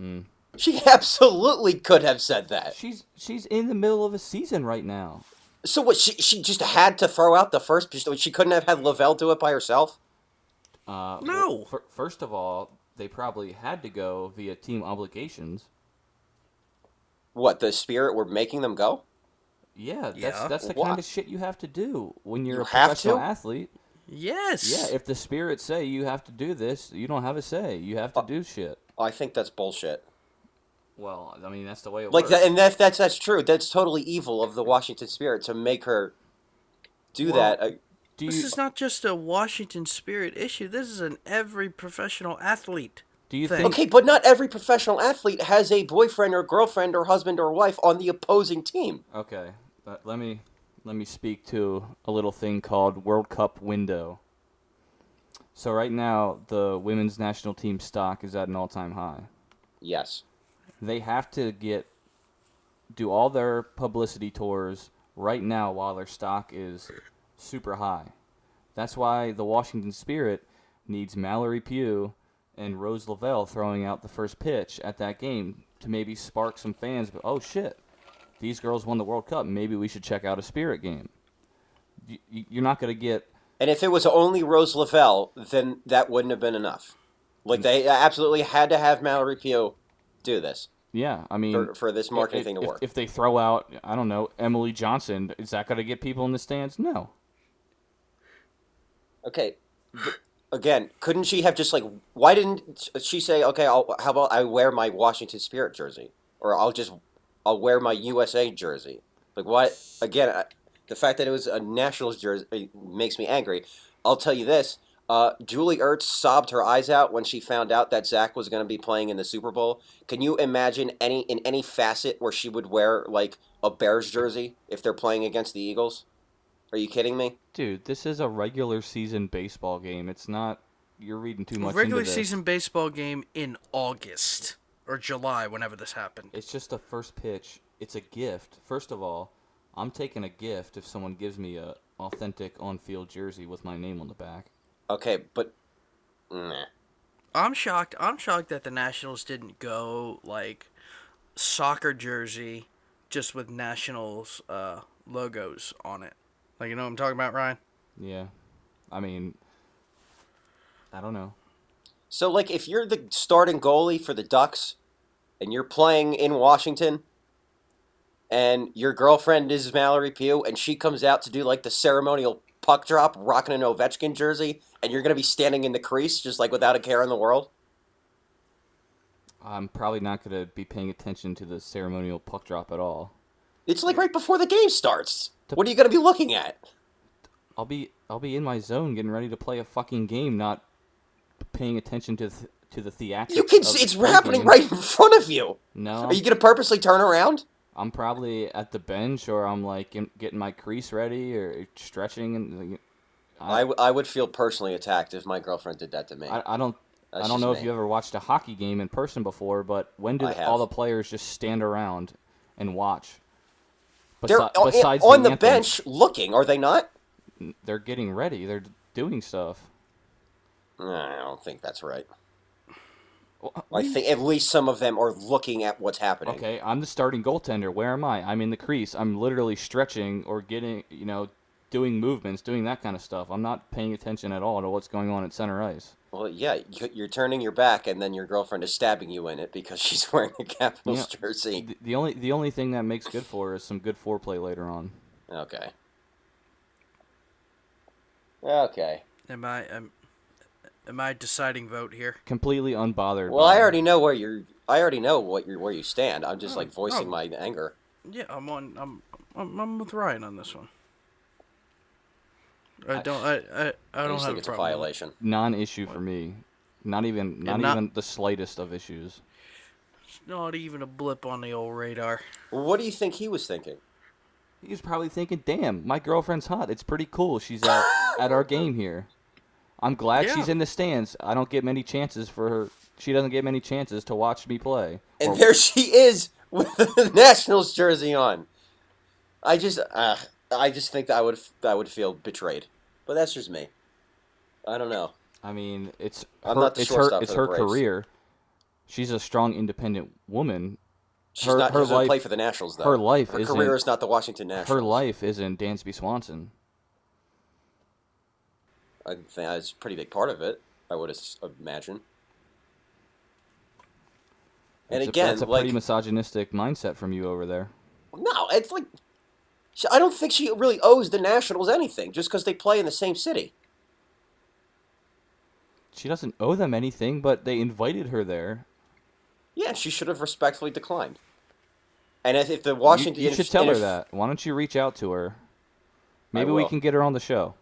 [SPEAKER 2] Mm.
[SPEAKER 3] She absolutely could have said that.
[SPEAKER 2] She's she's in the middle of a season right now.
[SPEAKER 3] So what? She she just had to throw out the first. pitch? She couldn't have had Lavelle do it by herself.
[SPEAKER 2] Uh,
[SPEAKER 1] No.
[SPEAKER 2] well, fir- first of all, they probably had to go via team obligations.
[SPEAKER 3] What the spirit were making them go?
[SPEAKER 2] Yeah, that's
[SPEAKER 1] Yeah.
[SPEAKER 2] that's the
[SPEAKER 3] Why?
[SPEAKER 2] kind of shit you have to do when you're
[SPEAKER 3] You
[SPEAKER 2] a
[SPEAKER 3] have
[SPEAKER 2] professional
[SPEAKER 3] to?
[SPEAKER 2] athlete.
[SPEAKER 1] Yes.
[SPEAKER 2] Yeah, if the spirits say you have to do this, you don't have a say. You have to do shit.
[SPEAKER 3] I think that's bullshit.
[SPEAKER 2] Well, I mean that's the way it
[SPEAKER 3] Like
[SPEAKER 2] works.
[SPEAKER 3] that, and that, that's that's true. That's totally evil of the Washington Spirit to make her do that. I,
[SPEAKER 2] do
[SPEAKER 1] This
[SPEAKER 2] you
[SPEAKER 1] is not just a Washington Spirit issue. This is an every professional athlete.
[SPEAKER 2] do you
[SPEAKER 1] thing.
[SPEAKER 2] think
[SPEAKER 3] Uh, okay, but not every professional athlete has a boyfriend or girlfriend or husband or wife on the opposing team.
[SPEAKER 2] Okay, but let me let me speak to a little thing called World Cup window. So right now, the women's national team stock is at an all-time high.
[SPEAKER 3] Yes,
[SPEAKER 2] They have to get do all their publicity tours right now while their stock is super high. That's why the Washington Spirit needs Mallory Pugh and Rose Lavelle throwing out the first pitch at that game to maybe spark some fans. But oh shit, these girls won the World Cup. Maybe we should check out a Spirit game. Y- y- You're not gonna get
[SPEAKER 3] and if it was only Rose Lavelle, then that wouldn't have been enough. Like
[SPEAKER 2] Mm.
[SPEAKER 3] they absolutely had to have Mallory Pugh do this
[SPEAKER 2] yeah. I mean,
[SPEAKER 3] for, for this marketing
[SPEAKER 2] Mm. if,
[SPEAKER 3] thing to
[SPEAKER 2] if-
[SPEAKER 3] work.
[SPEAKER 2] If they throw out, I don't know, Emily Johnson, is that gonna get people in the stands? No.
[SPEAKER 3] Okay. but Again, couldn't she have just like? Why didn't she say, "Okay, I'll, how about I wear my Washington Spirit jersey, or I'll just I'll wear my USA jersey"? Like, why? Again, I, the fact that it was a Nationals jersey uh, makes me angry. I'll tell you this: uh, Julie Ertz sobbed her eyes out when she found out that Zach was going to be playing in the Super Bowl. Can you imagine any in any facet where she would wear like a Bears jersey if they're playing against the Eagles? Are you kidding me?
[SPEAKER 2] Dude, this is a regular season baseball game. It's not you're reading too much.
[SPEAKER 1] regular
[SPEAKER 2] into this.
[SPEAKER 1] season baseball game in August or July, whenever this happened.
[SPEAKER 2] It's just the first pitch. It's a gift. First of all, I'm taking a gift if someone gives me a authentic on-field jersey with my name on the back.
[SPEAKER 3] Okay, but nah.
[SPEAKER 1] I'm shocked. I'm shocked that the Nationals didn't go like soccer jersey, just with Nationals uh, logos on it. Like you know what I'm talking about, Ryan?
[SPEAKER 2] Yeah, I mean, I don't know.
[SPEAKER 3] So like, if you're the starting goalie for the Ducks, and you're playing in Washington, and your girlfriend is Mallory Pugh, and she comes out to do like the ceremonial puck drop, rocking an Ovechkin jersey, and you're gonna be standing in the crease just like without a care in the world.
[SPEAKER 2] I'm probably not going to be paying attention to the ceremonial puck drop at all.
[SPEAKER 3] It's like right before the game starts. What are you gonna be looking at?
[SPEAKER 2] I'll be I'll be in my zone getting ready to play a fucking game, not paying attention to th- to the theatrics.
[SPEAKER 3] You can.
[SPEAKER 2] of
[SPEAKER 3] See, it's
[SPEAKER 2] the
[SPEAKER 3] happening
[SPEAKER 2] game.
[SPEAKER 3] right in front of you.
[SPEAKER 2] No,
[SPEAKER 3] Are you gonna purposely turn around?
[SPEAKER 2] I'm probably at the bench or I'm like in- getting my crease ready or stretching and like,
[SPEAKER 3] I, w- I would feel personally attacked if my girlfriend did that to me.
[SPEAKER 2] I, I don't
[SPEAKER 3] That's
[SPEAKER 2] I don't
[SPEAKER 3] just
[SPEAKER 2] know if
[SPEAKER 3] me.
[SPEAKER 2] you ever watched a hockey game in person before, but when do
[SPEAKER 3] I have.
[SPEAKER 2] all the players just stand around and watch?
[SPEAKER 3] They're
[SPEAKER 2] Besi-
[SPEAKER 3] on,
[SPEAKER 2] besides
[SPEAKER 3] on the,
[SPEAKER 2] anthem,
[SPEAKER 3] bench looking, are they not?
[SPEAKER 2] they're getting ready. They're doing stuff.
[SPEAKER 3] No, I don't think that's right. I think at least some of them are looking at what's happening.
[SPEAKER 2] Okay, I'm the starting goaltender. Where am I? I'm in the crease. I'm literally stretching or getting, you know, doing movements, doing that kind of stuff. I'm not paying attention at all to what's going on at center ice.
[SPEAKER 3] Well, yeah, you- you're turning your back, and then your girlfriend is stabbing you in it because she's wearing a Capitals
[SPEAKER 2] Yeah.
[SPEAKER 3] jersey.
[SPEAKER 2] The, the only the only thing that makes good for is some good foreplay later on.
[SPEAKER 3] Okay. Okay.
[SPEAKER 1] Am I am, am I deciding vote here?
[SPEAKER 2] Completely unbothered.
[SPEAKER 3] Well, I
[SPEAKER 2] by-
[SPEAKER 3] already know where you're. I already know what you where you stand. I'm just like voicing
[SPEAKER 1] oh.
[SPEAKER 3] my anger.
[SPEAKER 1] Yeah, I'm on. I'm I'm, I'm with Ryan on this one. I don't. I I, I
[SPEAKER 3] I
[SPEAKER 1] don't
[SPEAKER 3] just
[SPEAKER 1] have
[SPEAKER 3] think it's
[SPEAKER 1] a
[SPEAKER 3] a
[SPEAKER 1] problem.
[SPEAKER 3] violation.
[SPEAKER 2] non-issue for me. Not even not,
[SPEAKER 1] not-
[SPEAKER 2] even the slightest of issues.
[SPEAKER 1] Not even a blip on the old radar.
[SPEAKER 3] What do you think he was thinking?
[SPEAKER 2] He's probably thinking, "Damn, my girlfriend's hot. It's pretty cool. She's at at our game here. I'm glad
[SPEAKER 1] Yeah.
[SPEAKER 2] she's in the stands. I don't get many chances for her. She doesn't get many chances to watch me play.
[SPEAKER 3] And
[SPEAKER 2] Or-
[SPEAKER 3] there she is with the Nationals jersey on. I just, uh, I just think that I would, I would feel betrayed. But that's just me. I don't know.
[SPEAKER 2] I mean, it's
[SPEAKER 3] I'm
[SPEAKER 2] her,
[SPEAKER 3] not the
[SPEAKER 2] it's her
[SPEAKER 3] shortstop
[SPEAKER 2] it's
[SPEAKER 3] for the
[SPEAKER 2] her
[SPEAKER 3] Braves.
[SPEAKER 2] career. She's a strong, independent woman.
[SPEAKER 3] She's
[SPEAKER 2] Her-
[SPEAKER 3] not
[SPEAKER 2] her
[SPEAKER 3] her
[SPEAKER 2] life-
[SPEAKER 3] play for the Nationals though.
[SPEAKER 2] her life
[SPEAKER 3] her
[SPEAKER 2] isn't-
[SPEAKER 3] career is not the Washington
[SPEAKER 2] Her
[SPEAKER 3] Nationals.
[SPEAKER 2] life is in Dansby Swanson.
[SPEAKER 3] I think that's a pretty big part of it. I would as- imagine. And
[SPEAKER 2] That's a-
[SPEAKER 3] again,
[SPEAKER 2] that's a
[SPEAKER 3] like
[SPEAKER 2] pretty misogynistic mindset from you over there.
[SPEAKER 3] no, it's like she- I don't think she really owes the Nationals anything just because they play in the same city.
[SPEAKER 2] She doesn't owe them anything, but they invited her there.
[SPEAKER 3] Yeah, she should have respectfully declined. And if, if the Washington,
[SPEAKER 2] you, you
[SPEAKER 3] and
[SPEAKER 2] should
[SPEAKER 3] if-
[SPEAKER 2] tell
[SPEAKER 3] and
[SPEAKER 2] her
[SPEAKER 3] if-
[SPEAKER 2] that. Why don't you reach out to her?
[SPEAKER 3] I
[SPEAKER 2] Maybe we
[SPEAKER 3] will.
[SPEAKER 2] can get her on the show.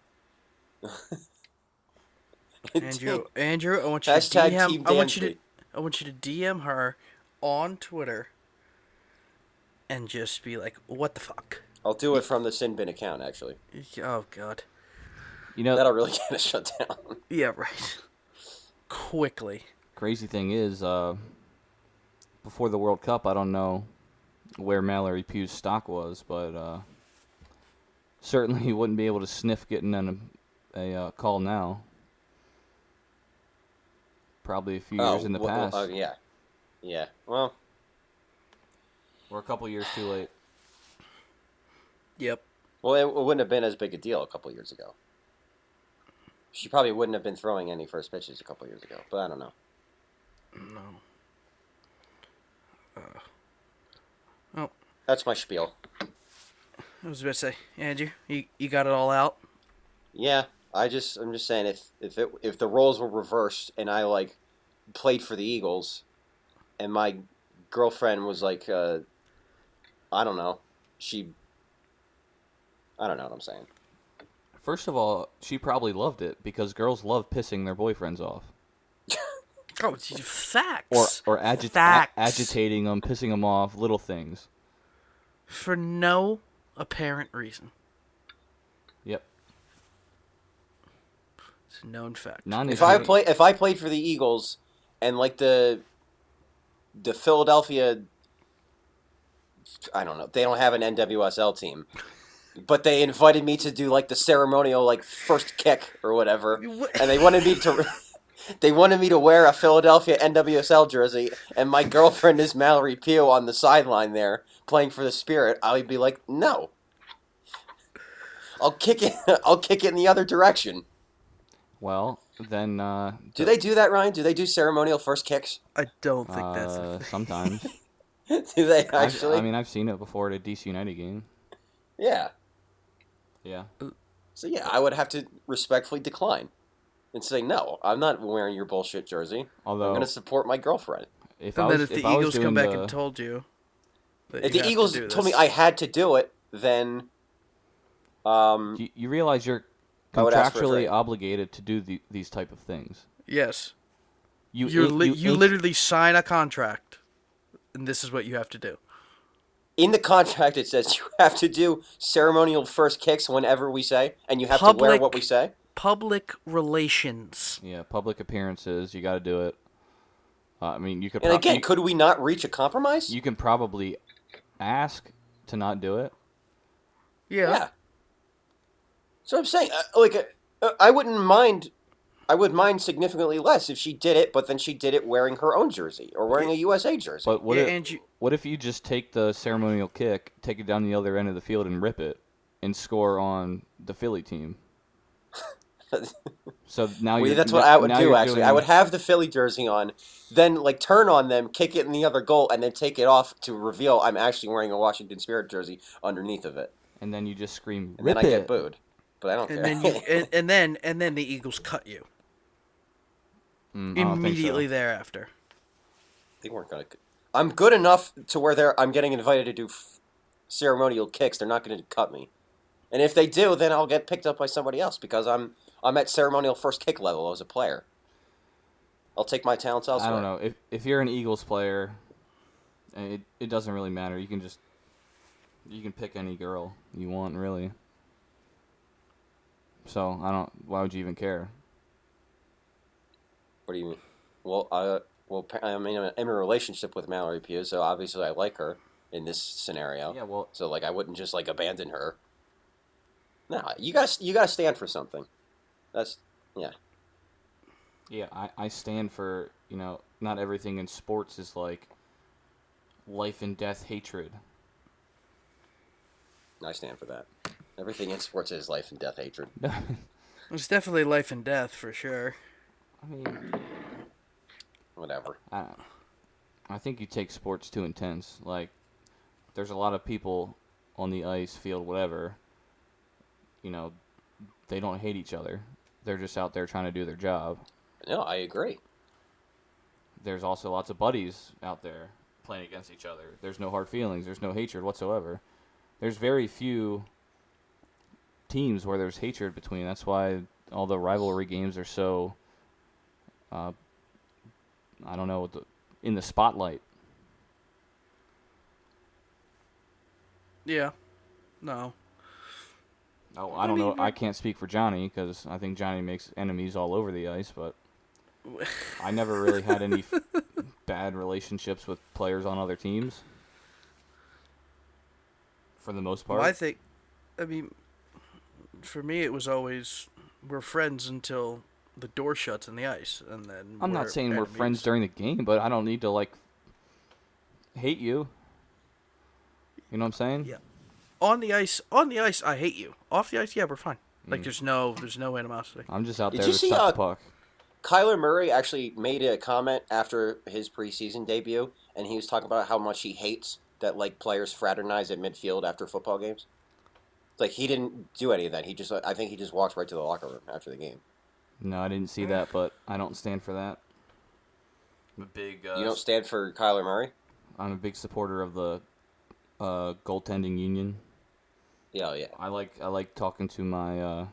[SPEAKER 1] Andrew, Andrew, I want you
[SPEAKER 3] Hashtag
[SPEAKER 1] to DM.
[SPEAKER 3] Team
[SPEAKER 1] I want you to.
[SPEAKER 3] Dansby.
[SPEAKER 1] I want you to DM her on Twitter. And just be like, what the fuck?
[SPEAKER 3] I'll do it from the Sin Bin account, actually.
[SPEAKER 1] Oh God.
[SPEAKER 2] You know,
[SPEAKER 3] That'll really get us shut down.
[SPEAKER 1] Yeah. Right. Quickly.
[SPEAKER 2] crazy thing is, uh, before the World Cup, I don't know where Mallory Pugh's stock was, but uh, certainly he wouldn't be able to sniff getting an, a uh, call now. Probably a few years in the
[SPEAKER 3] well, well,
[SPEAKER 2] past,
[SPEAKER 3] oh, yeah. Yeah. Well,
[SPEAKER 2] or a couple years too late.
[SPEAKER 1] Yep.
[SPEAKER 3] well, it wouldn't have been as big a deal a couple years ago. She probably wouldn't have been throwing any first pitches a couple years ago, but I don't know.
[SPEAKER 1] No. Uh, oh,
[SPEAKER 3] That's my spiel.
[SPEAKER 1] I was about to say, Andrew, you, you got it all out.
[SPEAKER 3] Yeah, I just I'm just saying if if it if the roles were reversed and I like played for the Eagles, and my girlfriend was like, uh, I don't know, she, I don't know what I'm saying.
[SPEAKER 2] First of all, she probably loved it because girls love pissing their boyfriends off.
[SPEAKER 1] Oh, it's facts.
[SPEAKER 2] or or agit- a-
[SPEAKER 1] Facts.
[SPEAKER 2] agitating them, pissing them off, little things.
[SPEAKER 1] For no apparent reason.
[SPEAKER 2] Yep.
[SPEAKER 1] It's a known fact.
[SPEAKER 2] Non
[SPEAKER 3] If I play, if I played for the Eagles and like the the Philadelphia, I don't know, they don't have an NWSL team, but they invited me to do like the ceremonial like first kick or whatever, and they wanted me to. They wanted me to wear a Philadelphia NWSL jersey, and my girlfriend is Mallory Pugh on the sideline there playing for the Spirit. I would be like, no, I'll kick it. I'll kick it in the other direction.
[SPEAKER 2] well, then uh,
[SPEAKER 3] Do they do that, Ryan? Do they do ceremonial first kicks?
[SPEAKER 1] I don't think that's a
[SPEAKER 2] uh,
[SPEAKER 1] thing.
[SPEAKER 2] sometimes.
[SPEAKER 3] do they
[SPEAKER 2] I've-
[SPEAKER 3] actually?
[SPEAKER 2] I mean, I've seen it before at a DC United game.
[SPEAKER 3] yeah.
[SPEAKER 2] Yeah.
[SPEAKER 3] So yeah, I would have to respectfully decline and say no. I'm not wearing your bullshit jersey. I'm
[SPEAKER 2] Although,
[SPEAKER 1] Oh.
[SPEAKER 3] going to support my girlfriend.
[SPEAKER 2] if I
[SPEAKER 1] And
[SPEAKER 2] was,
[SPEAKER 1] then if the
[SPEAKER 2] I was
[SPEAKER 1] Eagles come
[SPEAKER 2] doing
[SPEAKER 1] back
[SPEAKER 2] the-
[SPEAKER 1] and told you, that
[SPEAKER 3] If
[SPEAKER 1] you
[SPEAKER 3] the
[SPEAKER 1] have to
[SPEAKER 3] Eagles
[SPEAKER 1] do
[SPEAKER 3] told me
[SPEAKER 1] this-
[SPEAKER 3] I had to do it, then um,
[SPEAKER 2] you, you realize you're
[SPEAKER 3] I would ask for a
[SPEAKER 2] contractually
[SPEAKER 3] trade.
[SPEAKER 2] obligated to do the, these type of things.
[SPEAKER 1] yes,
[SPEAKER 2] You
[SPEAKER 1] you
[SPEAKER 2] ink-
[SPEAKER 1] li-
[SPEAKER 2] you,
[SPEAKER 1] you
[SPEAKER 2] ink-
[SPEAKER 1] literally sign a contract, and this is what you have to do.
[SPEAKER 3] in the contract it says you have to do ceremonial first kicks whenever we say, and you have to wear
[SPEAKER 1] Public-
[SPEAKER 3] what we say.
[SPEAKER 1] Public relations.
[SPEAKER 2] yeah public appearances. You got to do it. Uh, I mean, you could.
[SPEAKER 3] And
[SPEAKER 2] prob-
[SPEAKER 3] again,
[SPEAKER 2] you,
[SPEAKER 3] could we not reach a compromise?
[SPEAKER 2] you can probably ask to not do it.
[SPEAKER 1] Yeah.
[SPEAKER 3] Yeah. So I'm saying, uh, like, uh, I wouldn't mind. I would mind significantly less if she did it, but then she did it wearing her own jersey or wearing a USA jersey.
[SPEAKER 2] But what
[SPEAKER 1] Yeah,
[SPEAKER 2] if
[SPEAKER 1] and you-
[SPEAKER 2] what if you just take the ceremonial kick, take it down the other end of the field, and rip it, and score on the Philly team? So now
[SPEAKER 3] Well,
[SPEAKER 2] you're-
[SPEAKER 3] that's what
[SPEAKER 2] now-
[SPEAKER 3] I would
[SPEAKER 2] now
[SPEAKER 3] do.
[SPEAKER 2] you're
[SPEAKER 3] Actually, I
[SPEAKER 2] doing-
[SPEAKER 3] would have the Philly jersey on, then like turn on them, kick it in the other goal, and then take it off to reveal I'm actually wearing a Washington Spirit jersey underneath of it,
[SPEAKER 2] and then you just scream,
[SPEAKER 3] and
[SPEAKER 2] "Rip
[SPEAKER 3] then I
[SPEAKER 2] it!"
[SPEAKER 3] get booed. But I don't
[SPEAKER 1] And
[SPEAKER 3] care.
[SPEAKER 1] then you and, and then and then the Eagles cut you
[SPEAKER 2] Mm, I don't think so.
[SPEAKER 1] immediately thereafter.
[SPEAKER 3] they weren't gonna. I'm good enough to where they're. I'm getting invited to do f- ceremonial kicks. They're not gonna cut me, and if they do, then I'll get picked up by somebody else because I'm I'm at ceremonial first kick level as a player. I'll take my talents elsewhere.
[SPEAKER 2] I don't know. If if you're an Eagles player, uh, it it doesn't really matter. You can just you can pick any girl you want, really. So I don't. Why would you even care?
[SPEAKER 3] What do you mean? Well, I well pa- I mean I'm in a relationship with Mallory Pugh, so obviously I like her in this scenario.
[SPEAKER 2] Yeah. Well,
[SPEAKER 3] So like I wouldn't just like abandon her. Nah, you got to you got to stand for something. That's
[SPEAKER 2] yeah. I I stand for you know not everything in sports is like life and death hatred.
[SPEAKER 3] I stand for that. Everything in sports is life and death hatred.
[SPEAKER 2] I
[SPEAKER 1] It's definitely life and death for sure.
[SPEAKER 2] mean,
[SPEAKER 3] Whatever.
[SPEAKER 2] I, I think you take sports too intense. Like, there's a lot of people on the ice, field, whatever. You know, they don't hate each other. They're just out there trying to do their job.
[SPEAKER 3] No, I agree.
[SPEAKER 2] There's also lots of buddies out there playing against each other. There's no hard feelings. There's no hatred whatsoever. There's very few teams where there's hatred between. That's why all the rivalry games are so, uh, I don't know, what the- in the spotlight.
[SPEAKER 1] Yeah. No.
[SPEAKER 2] Oh, I don't know. I can't speak for Johnny because I think Johnny makes enemies all over the ice, but I never really had any f- bad relationships with players on other teams. For the most part.
[SPEAKER 1] Well, I think, I mean, for me, it was always we're friends until the door shuts on the ice, and then
[SPEAKER 2] I'm not saying we're friends during the game, but I don't need to, like, hate you. You know what I'm saying?
[SPEAKER 1] Yeah. on the ice. On the ice, I hate you. Off the ice, yeah, we're fine.
[SPEAKER 2] Mm.
[SPEAKER 1] Like there's no there's no animosity.
[SPEAKER 2] I'm just out
[SPEAKER 3] Did
[SPEAKER 2] there
[SPEAKER 3] you
[SPEAKER 2] to
[SPEAKER 3] see,
[SPEAKER 2] suck
[SPEAKER 3] uh,
[SPEAKER 2] the puck.
[SPEAKER 3] Kyler Murray actually made a comment after his preseason debut, and he was talking about how much he hates that like players fraternize at midfield after football games. Like he didn't do any of that. He just I think he just walked right to the locker room after the game.
[SPEAKER 2] No, I didn't see that, but I don't stand for that.
[SPEAKER 4] I'm a big uh,
[SPEAKER 3] You don't stand for Kyler Murray?
[SPEAKER 2] I'm a big supporter of the uh, goaltending union.
[SPEAKER 3] Yeah, oh, yeah.
[SPEAKER 2] I like I like talking to my uh,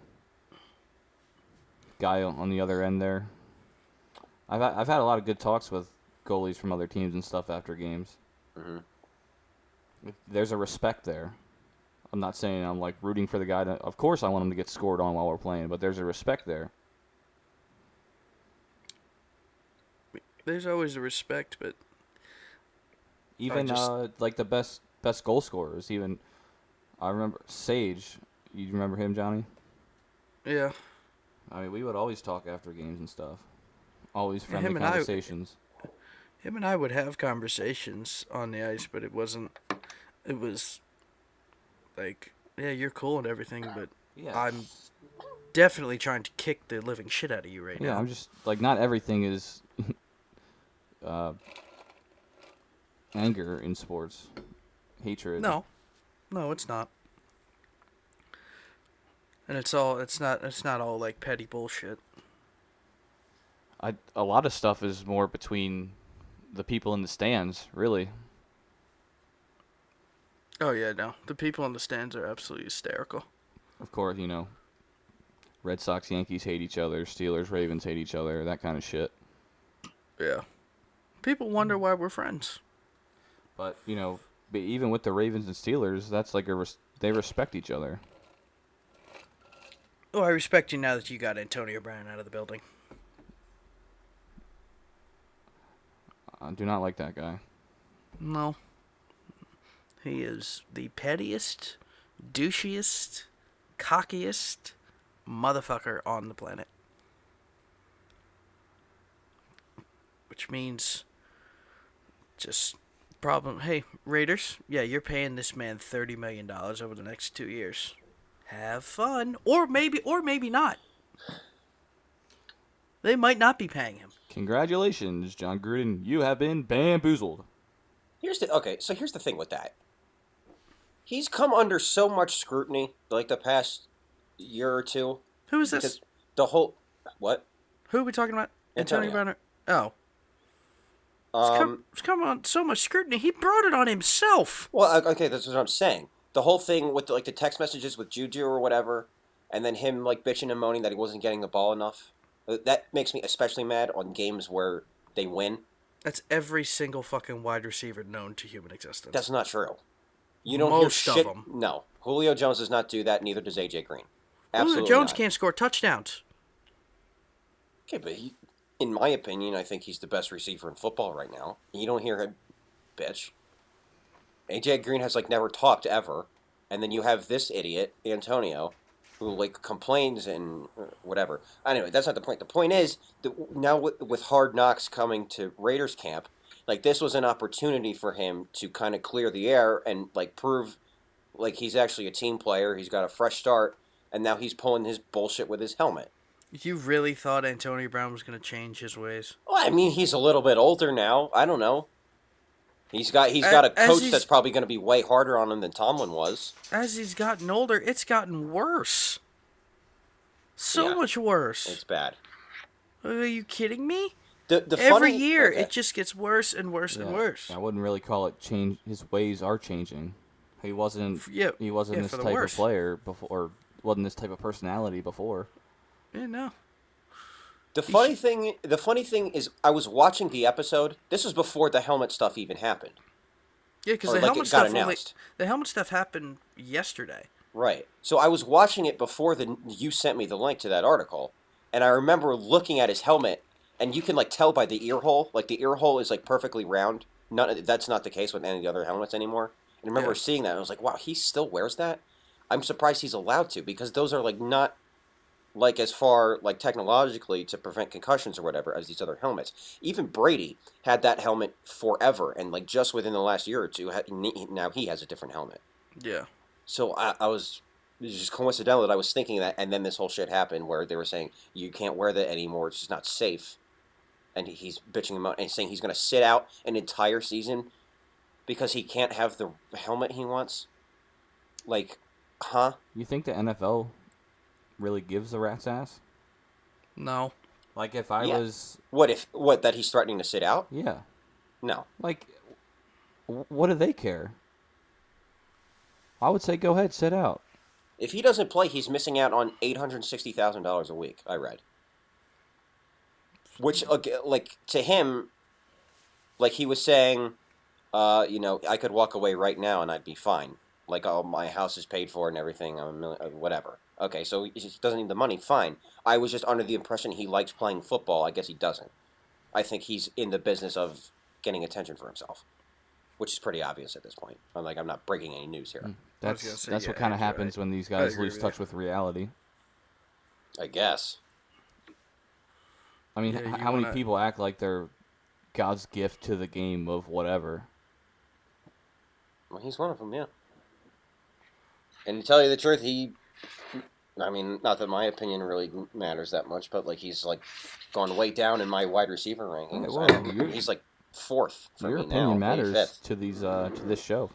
[SPEAKER 2] guy on the other end there. I've I've had a lot of good talks with goalies from other teams and stuff after games.
[SPEAKER 3] Mhm.
[SPEAKER 2] There's a respect there. I'm not saying I'm like rooting for the guy. To, of course, I want him to get scored on while we're playing, but there's a respect there.
[SPEAKER 1] There's always the respect, but
[SPEAKER 2] Even
[SPEAKER 1] just-
[SPEAKER 2] uh, like the best best goal scorers. Even I remember Sage. You remember him, Johnny?
[SPEAKER 1] yeah,
[SPEAKER 2] I mean, we would always talk after games and stuff. Always
[SPEAKER 1] Yeah, him
[SPEAKER 2] friendly
[SPEAKER 1] and I-
[SPEAKER 2] conversations.
[SPEAKER 1] him and I would have conversations on the ice, but it wasn't. It was like, yeah, you're cool and everything, but
[SPEAKER 2] yeah.
[SPEAKER 1] I'm definitely trying to kick the living shit out of you right
[SPEAKER 2] Yeah,
[SPEAKER 1] now.
[SPEAKER 2] I'm just like not everything is uh, anger in sports, hatred.
[SPEAKER 1] No, no, it's not. And it's all. It's not. It's not all like petty bullshit.
[SPEAKER 2] I, a lot of stuff is more between the people in the stands, really.
[SPEAKER 1] Oh yeah, no. The people in the stands are absolutely hysterical.
[SPEAKER 2] Of course, you know, Red Sox, Yankees hate each other, Steelers, Ravens hate each other, that kind of shit.
[SPEAKER 1] Yeah. Hmm. People wonder why we're friends.
[SPEAKER 2] But you know, but even with the Ravens and Steelers, that's like a res- they respect each other.
[SPEAKER 1] Oh, I respect you now that you got Antonio Brown out of the building.
[SPEAKER 2] I do not like that guy.
[SPEAKER 1] No. He is the pettiest, douchiest, cockiest motherfucker on the planet. Which means just problem. Hey, Raiders, yeah, you're paying this man $30 million over the next two years. Have fun. Or maybe, or maybe not. They might not be paying him.
[SPEAKER 2] Congratulations, John Gruden, you have been bamboozled.
[SPEAKER 3] Here's the okay. So here's the thing with that. He's come under so much scrutiny, like the past year or two.
[SPEAKER 1] Who is
[SPEAKER 3] Because
[SPEAKER 1] this?
[SPEAKER 3] the whole what?
[SPEAKER 1] Who are we talking about? Antonio,
[SPEAKER 3] Antonio.
[SPEAKER 1] Brown. Oh, It's come,
[SPEAKER 3] Um,
[SPEAKER 1] it's come on so much scrutiny. He brought it on himself.
[SPEAKER 3] well, o- okay, that's what I'm saying. The whole thing with like the text messages with Juju or whatever, and then him like bitching and moaning that he wasn't getting the ball enough. Uh, That makes me especially mad on games where they win.
[SPEAKER 1] That's every single fucking wide receiver known to human existence.
[SPEAKER 3] That's not true. You don't
[SPEAKER 1] Most
[SPEAKER 3] hear
[SPEAKER 1] of
[SPEAKER 3] shit.
[SPEAKER 1] them.
[SPEAKER 3] No, Julio Jones does not do that. Neither does AJ Green.
[SPEAKER 1] Julio
[SPEAKER 3] Absolutely
[SPEAKER 1] Jones
[SPEAKER 3] not.
[SPEAKER 1] can't score touchdowns.
[SPEAKER 3] Okay, but he, in my opinion, I think he's the best receiver in football right now. You don't hear him, bitch. AJ Green has like never talked ever, and then you have this idiot Antonio, who like complains and uh, whatever. Anyway, that's not the point. The point is that now with, with Hard Knocks coming to Raiders camp, like this was an opportunity for him to kind of clear the air and like prove like he's actually a team player. He's got a fresh start, and now he's pulling his bullshit with his helmet.
[SPEAKER 1] You really thought Antonio Brown was going to change his ways?
[SPEAKER 3] Well, I mean, he's a little bit older now. I don't know. He's got he's got a
[SPEAKER 1] As
[SPEAKER 3] coach
[SPEAKER 1] he's-
[SPEAKER 3] that's probably going to be way harder on him than Tomlin was.
[SPEAKER 1] As he's gotten older, it's gotten worse. So
[SPEAKER 3] Yeah.
[SPEAKER 1] much worse.
[SPEAKER 3] It's bad.
[SPEAKER 1] Are you kidding me?
[SPEAKER 3] The, the
[SPEAKER 1] Every
[SPEAKER 3] funny-
[SPEAKER 1] year,
[SPEAKER 3] okay.
[SPEAKER 1] it just gets worse and worse and
[SPEAKER 2] Yeah,
[SPEAKER 1] worse.
[SPEAKER 2] I wouldn't really call it change. His ways are changing. He wasn't.
[SPEAKER 1] yeah,
[SPEAKER 2] He wasn't
[SPEAKER 1] yeah,
[SPEAKER 2] this
[SPEAKER 1] for the
[SPEAKER 2] type
[SPEAKER 1] worse.
[SPEAKER 2] of player before. Or wasn't this type of personality before.
[SPEAKER 1] Yeah, no.
[SPEAKER 3] the funny thing the funny thing is I was watching the episode. This was before the helmet stuff even happened.
[SPEAKER 1] Yeah, because
[SPEAKER 3] Or
[SPEAKER 1] the
[SPEAKER 3] like it
[SPEAKER 1] helmet
[SPEAKER 3] got
[SPEAKER 1] stuff. only-
[SPEAKER 3] announced.
[SPEAKER 1] the helmet stuff happened yesterday.
[SPEAKER 3] Right. So I was watching it before the you sent me the link to that article, and I remember looking at his helmet, and you can like tell by the ear hole, like the ear hole is like perfectly round. Not that's not the case with any of the other helmets anymore. And I remember
[SPEAKER 1] Yeah.
[SPEAKER 3] seeing that, and I was like, wow, he still wears that. I'm surprised he's allowed to because those are like not like as far like technologically to prevent concussions or whatever as these other helmets. Even Brady had that helmet forever, and like just within the last year or two, ha- now he has a different helmet.
[SPEAKER 1] Yeah.
[SPEAKER 3] So I, I was it was just coincidental that I was thinking that, and then this whole shit happened where they were saying you can't wear that anymore; it's just not safe. And he's bitching him out and saying he's going to sit out an entire season because he can't have the helmet he wants. Like, huh?
[SPEAKER 2] You think the NFL really gives a rat's ass?
[SPEAKER 1] No.
[SPEAKER 2] Like if I
[SPEAKER 3] Yeah.
[SPEAKER 2] was,
[SPEAKER 3] What if what that he's threatening to sit out?
[SPEAKER 2] yeah.
[SPEAKER 3] No,
[SPEAKER 2] Like, w- what do they care? I would say go ahead, sit out.
[SPEAKER 3] if he doesn't play, he's missing out on eight hundred sixty thousand dollars a week. I read, which ag- like to him, like he was saying, uh, you know, I could walk away right now and I'd be fine. Like, oh, my house is paid for and everything. I'm a million, uh, whatever. Okay, so he just doesn't need the money. Fine. I was just under the impression he likes playing football. I guess he doesn't. I think he's in the business of getting attention for himself, which is pretty obvious at this point. I'm like, I'm not breaking any news here.
[SPEAKER 1] gonna
[SPEAKER 2] That's
[SPEAKER 1] say,
[SPEAKER 2] that's
[SPEAKER 1] yeah,
[SPEAKER 2] what kind of
[SPEAKER 1] Andrew, I-
[SPEAKER 2] happens when these
[SPEAKER 1] I
[SPEAKER 2] guys
[SPEAKER 1] agree
[SPEAKER 2] lose
[SPEAKER 1] with
[SPEAKER 2] touch
[SPEAKER 1] you.
[SPEAKER 2] with reality.
[SPEAKER 3] I guess.
[SPEAKER 2] I mean,
[SPEAKER 1] Yeah,
[SPEAKER 2] h-
[SPEAKER 1] you
[SPEAKER 2] how many
[SPEAKER 1] wanna-
[SPEAKER 2] people act like they're God's gift to the game of whatever?
[SPEAKER 3] Well, he's one of them, yeah. And to tell you the truth, he. I mean, not that my opinion really matters that much, but like he's like gone way down in my wide receiver rankings.
[SPEAKER 2] well,
[SPEAKER 3] I mean,
[SPEAKER 2] your-
[SPEAKER 3] he's like fourth for
[SPEAKER 2] Your
[SPEAKER 3] me
[SPEAKER 2] opinion
[SPEAKER 3] now, maybe
[SPEAKER 2] matters
[SPEAKER 3] fifth.
[SPEAKER 2] to these uh, to this show.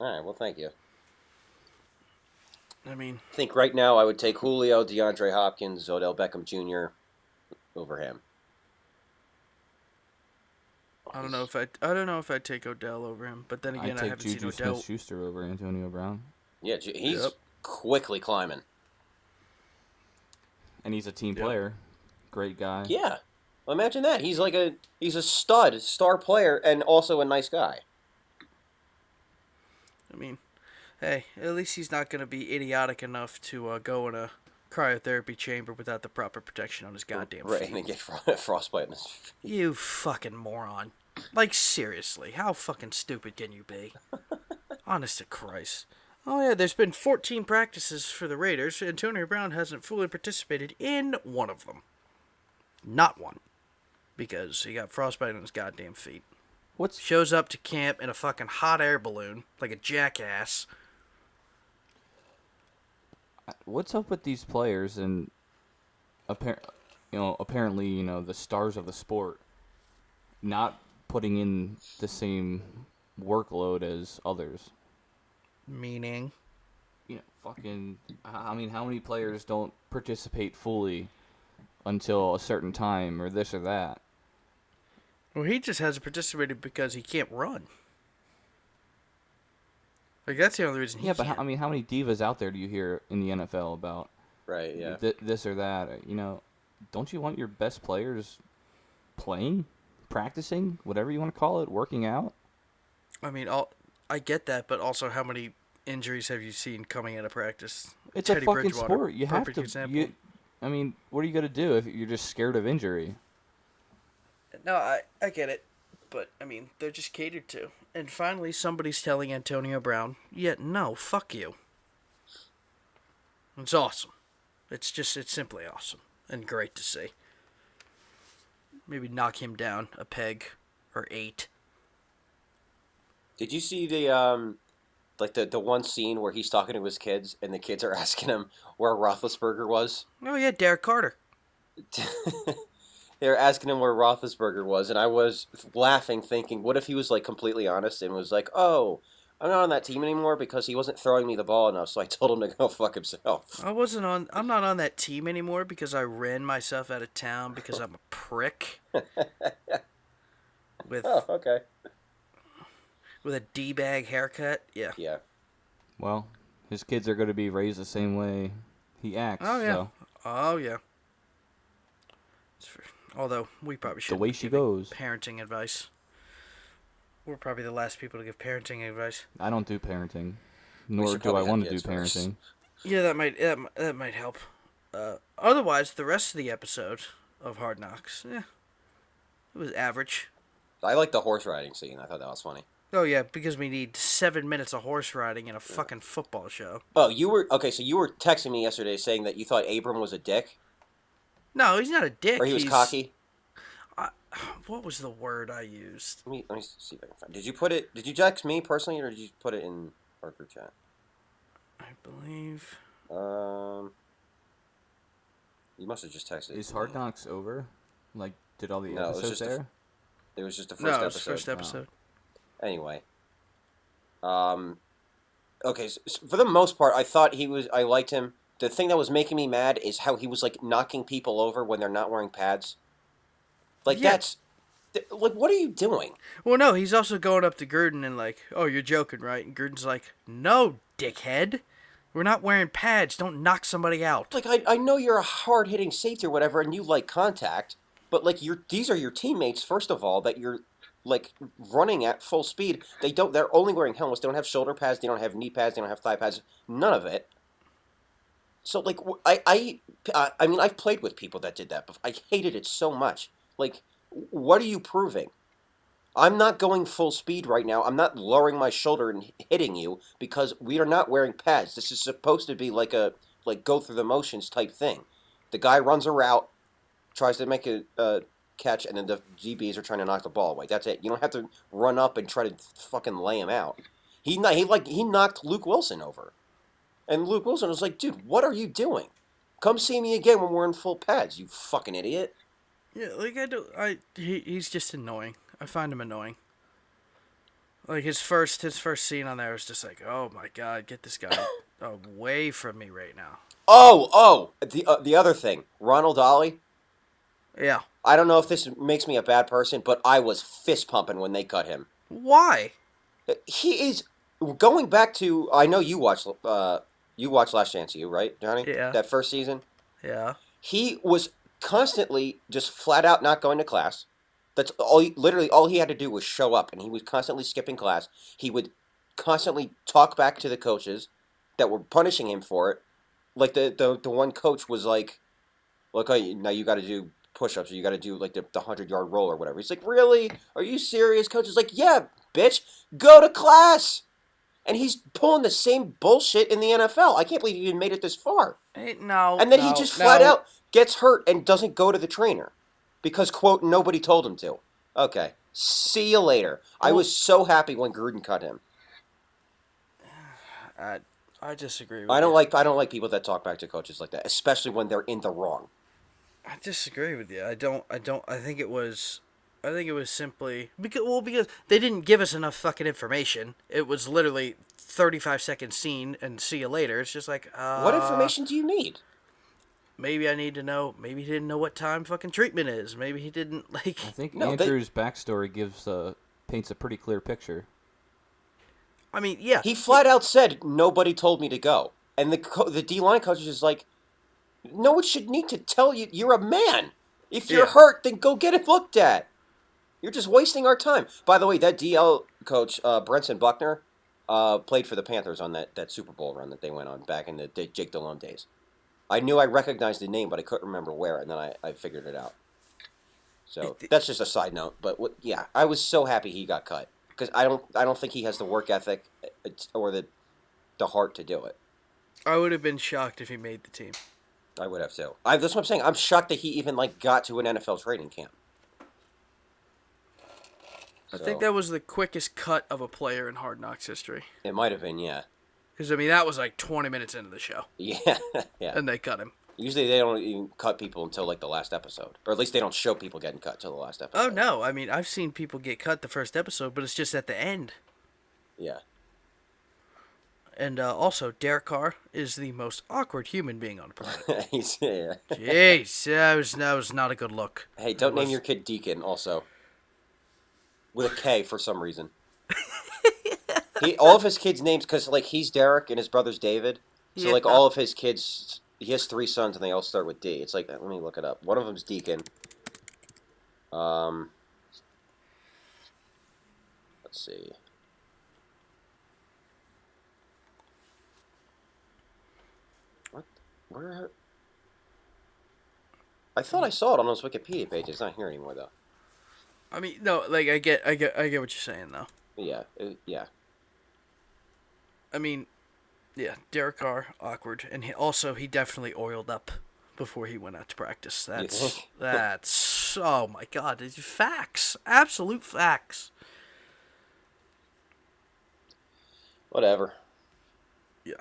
[SPEAKER 3] All right, well, thank you.
[SPEAKER 1] I mean,
[SPEAKER 3] I think right now I would take Julio, DeAndre Hopkins, Odell Beckham Jr. over him.
[SPEAKER 1] I don't know if I I don't know if I'd take Odell over him, but then
[SPEAKER 2] I
[SPEAKER 1] again, I,
[SPEAKER 2] take
[SPEAKER 1] haven't
[SPEAKER 2] Juju
[SPEAKER 1] seen Odell.
[SPEAKER 2] Smith-Schuster over Antonio Brown,
[SPEAKER 3] Yeah, j- he's
[SPEAKER 1] Yep.
[SPEAKER 3] quickly climbing.
[SPEAKER 2] and he's a team
[SPEAKER 1] Yep.
[SPEAKER 2] player, great guy.
[SPEAKER 3] Yeah, well, imagine that. He's like a he's a stud, star player, and also a nice guy.
[SPEAKER 1] I mean, hey, at least he's not going to be idiotic enough to uh, go in a cryotherapy chamber without the proper protection on his goddamn
[SPEAKER 3] Right, and
[SPEAKER 1] feet.
[SPEAKER 3] then get fro- frostbite in his
[SPEAKER 1] You fucking moron. Like, seriously, how fucking stupid can you be? Honest to Christ. Oh, yeah, there's been 14 practices for the Raiders. Antonio Brown hasn't fully participated in one of them. Not one. Because he got frostbite on his goddamn feet.
[SPEAKER 2] What's
[SPEAKER 1] Shows up to camp in a fucking hot air balloon, like a jackass.
[SPEAKER 2] what's up with these players and appar- you know apparently you know the stars of the sport not putting in the same workload as others.
[SPEAKER 1] Meaning.
[SPEAKER 2] you know, fucking. I I mean, how many players don't participate fully until a certain time or this or that?
[SPEAKER 1] Well, he just hasn't participated because he can't run. Like that's the only reason he
[SPEAKER 2] Yeah, but how,
[SPEAKER 1] can't.
[SPEAKER 2] I mean, how many divas out there do you hear in the NFL about
[SPEAKER 3] Right, yeah.
[SPEAKER 2] th- this or that? or, You know, don't you want your best players playing, practicing, whatever you want to call it, working out?
[SPEAKER 1] I mean, all I get that, but also, how many injuries have you seen coming out of practice?
[SPEAKER 2] It's
[SPEAKER 1] Teddy
[SPEAKER 2] a fucking
[SPEAKER 1] Bridgewater,
[SPEAKER 2] sport. You have
[SPEAKER 1] perfect
[SPEAKER 2] to.
[SPEAKER 1] example.
[SPEAKER 2] You, I mean, what are you gonna do if you're just scared of injury?
[SPEAKER 1] No, I I get it, but I mean, they're just catered to. And finally, somebody's telling Antonio Brown, "Yeah, no, fuck you." It's awesome. It's just it's simply awesome and great to see. Maybe knock him down a peg or eight.
[SPEAKER 3] Did you see the um, like the the one scene where he's talking to his kids and the kids are asking him where Roethlisberger was?
[SPEAKER 1] Oh yeah, Derek Carter.
[SPEAKER 3] They're asking him where Roethlisberger was, and I was laughing, thinking, what if he was like completely honest and was like, "Oh, I'm not on that team anymore because he wasn't throwing me the ball enough, so I told him to go fuck himself."
[SPEAKER 1] I wasn't on. I'm not on that team anymore because I ran myself out of town because I'm a prick. with
[SPEAKER 3] Oh, okay.
[SPEAKER 1] with a d bag haircut. Yeah.
[SPEAKER 3] Yeah,
[SPEAKER 2] Well, his kids are gonna be raised the same way he acts.
[SPEAKER 1] Oh yeah.
[SPEAKER 2] so
[SPEAKER 1] Oh yeah. It's for, although we probably should.
[SPEAKER 2] the way she goes.
[SPEAKER 1] Parenting advice. We're probably the last people to give parenting advice.
[SPEAKER 2] I don't do parenting, nor
[SPEAKER 3] should
[SPEAKER 2] do I
[SPEAKER 3] probably have
[SPEAKER 2] want to do
[SPEAKER 3] kids first.
[SPEAKER 2] parenting.
[SPEAKER 1] Yeah, that might that, m- that might help. Uh, otherwise, the rest of the episode of Hard Knocks, yeah, it was average.
[SPEAKER 3] I like the horse riding scene. I thought that was funny.
[SPEAKER 1] Oh yeah, because we need seven minutes of horse riding in a fucking football show.
[SPEAKER 3] Oh, you were okay. So you were texting me yesterday saying that you thought Abram was a dick,
[SPEAKER 1] No, he's not a dick.
[SPEAKER 3] or he was
[SPEAKER 1] he's-
[SPEAKER 3] cocky.
[SPEAKER 1] What was the word I used?
[SPEAKER 3] Let me let me see if I can find. Did you put it? Did you text me personally, or did you put it in our group chat?
[SPEAKER 1] I believe.
[SPEAKER 3] Um, you must have just texted. it
[SPEAKER 2] Is
[SPEAKER 3] to
[SPEAKER 2] Hard
[SPEAKER 3] me.
[SPEAKER 2] Knocks over? Like, did all the
[SPEAKER 3] No, it was
[SPEAKER 2] episodes
[SPEAKER 3] just the
[SPEAKER 2] there?
[SPEAKER 3] It was just the first
[SPEAKER 1] no, it was
[SPEAKER 3] episode.
[SPEAKER 1] the first episode.
[SPEAKER 3] Anyway, um, okay. So, so for the most part, I thought he was. I liked him. The thing that was making me mad is how he was like knocking people over when they're not wearing pads. Like
[SPEAKER 1] Yeah.
[SPEAKER 3] that's, th- like, what are you doing?
[SPEAKER 1] Well, no, he's also going up to Gruden and like, "Oh, you're joking, right?" And Gruden's like, "No, dickhead, we're not wearing pads. Don't knock somebody out."
[SPEAKER 3] like I, I know you're a hard hitting safety or whatever and you like contact, but like you're these are your teammates first of all that you're like running at full speed. They don't they're only wearing helmets, they don't have shoulder pads, they don't have knee pads, they don't have thigh pads, none of it. So like wh- I I I- I mean I've played with people that did that before. I hated it so much. Like what are you proving? I'm not going full speed right now. I'm not lowering my shoulder and hitting you because we are not wearing pads. This is supposed to be like a like go through the motions type thing. The guy runs a route, tries to make a, a catch, and then the GBs are trying to knock the ball away. That's it. You don't have to run up and try to fucking lay him out. He kno- he like he knocked Luke Wilson over, and Luke Wilson was like, "Dude, what are you doing? Come see me again when we're in full pads. You fucking idiot."
[SPEAKER 1] Yeah, like I do. I he, he's just annoying. I find him annoying. Like his first his first scene on there was just like, oh my god, get this guy away from me right now.
[SPEAKER 3] Oh, oh, the uh, the other thing, Ronald Ollie.
[SPEAKER 1] Yeah.
[SPEAKER 3] I don't know if this makes me a bad person, but I was fist pumping when they cut him.
[SPEAKER 1] Why?
[SPEAKER 3] He is going back to. I know you watched. Uh, you watched Last Chance, you right, Johnny?
[SPEAKER 1] Yeah.
[SPEAKER 3] That first season,
[SPEAKER 1] Yeah.
[SPEAKER 3] he was constantly just flat out not going to class. That's all. he- Literally, all he had to do was show up, and he was constantly skipping class. He would constantly talk back to the coaches that were punishing him for it. Like the the, the one coach was like, "Look, I- now you got to do push-ups, or you got to do like the the hundred yard roll or whatever." He's like, "Really? Are you serious?" Coach is like, "Yeah, bitch, go to class." And he's pulling the same bullshit in the NFL. I can't believe he even made it this far.
[SPEAKER 1] Hey, no.
[SPEAKER 3] And then he
[SPEAKER 1] Oh, no,
[SPEAKER 3] just flat
[SPEAKER 1] no.
[SPEAKER 3] out gets hurt and doesn't go to the trainer because, quote, nobody told him to. Okay. See you later. I was so happy when Gruden cut him.
[SPEAKER 1] I, I disagree. With
[SPEAKER 3] I don't
[SPEAKER 1] you.
[SPEAKER 3] like I don't like people that talk back to coaches like that, especially when they're in the wrong.
[SPEAKER 1] I disagree with you. I don't. I don't. I think it was. I think it was simply because well because they didn't give us enough fucking information. It was literally thirty five second scene and see you later. It's just like uh,
[SPEAKER 3] What information do you need?
[SPEAKER 1] Maybe I need to know. Maybe he didn't know what time fucking treatment is. Maybe he didn't like.
[SPEAKER 2] I think
[SPEAKER 3] No, they-
[SPEAKER 2] Andrew's backstory gives uh, paints a pretty clear picture.
[SPEAKER 1] I mean, yeah.
[SPEAKER 3] He flat out said nobody told me to go, and the co- the D line coach is just like, no one should need to tell you you're a man. If you're
[SPEAKER 1] Yeah.
[SPEAKER 3] hurt, then go get it looked at. You're just wasting our time. By the way, that DL coach uh, Brenton Buckner uh, played for the Panthers on that, that Super Bowl run that they went on back in the D- Jake Delhomme days. I knew I recognized the name, but I couldn't remember where, and then I, I figured it out. So that's just a side note, but what, yeah, I was so happy he got cut because I don't I don't think he has the work ethic uh, or the the heart to do it.
[SPEAKER 1] I would have been shocked if he made the team.
[SPEAKER 3] I would have too. I, that's what I'm saying. I'm shocked that he even like got to an NFL training camp.
[SPEAKER 1] I think
[SPEAKER 3] So,
[SPEAKER 1] that was the quickest cut of a player in Hard Knocks history.
[SPEAKER 3] it might have been, yeah,
[SPEAKER 1] Because I mean, that was like twenty minutes into the show,
[SPEAKER 3] yeah, yeah.
[SPEAKER 1] and they cut him.
[SPEAKER 3] Usually they don't even cut people until like the last episode, or at least they don't show people getting cut till the last episode.
[SPEAKER 1] Oh no! I mean, I've seen people get cut the first episode, but it's just at the end. Oh.
[SPEAKER 3] Yeah,
[SPEAKER 1] And uh, also, Derek Carr is the most awkward human being on the planet.
[SPEAKER 3] He's- yeah.
[SPEAKER 1] Jeez, that was that was not a good look.
[SPEAKER 3] Hey, don't
[SPEAKER 1] was-
[SPEAKER 3] name your kid Deacon also. With a K for some reason. he, all of his kids' names, because like he's Derek and his brother's David. So
[SPEAKER 1] Yeah.
[SPEAKER 3] like all of his kids, he has three sons and they all start with D. It's like let me look it up. One of them's Deacon. Um, let's see. What? Where? I thought I saw it on those Wikipedia pages. It's not here anymore though.
[SPEAKER 1] I mean, no, like I get, I get, I get what you're saying though.
[SPEAKER 3] Yeah, it- yeah.
[SPEAKER 1] I mean, yeah, Derek Carr awkward, and he, also he definitely oiled up before he went out to practice. That's
[SPEAKER 3] think?
[SPEAKER 1] that's oh my god, it's facts, absolute facts.
[SPEAKER 3] Whatever.
[SPEAKER 1] Yeah,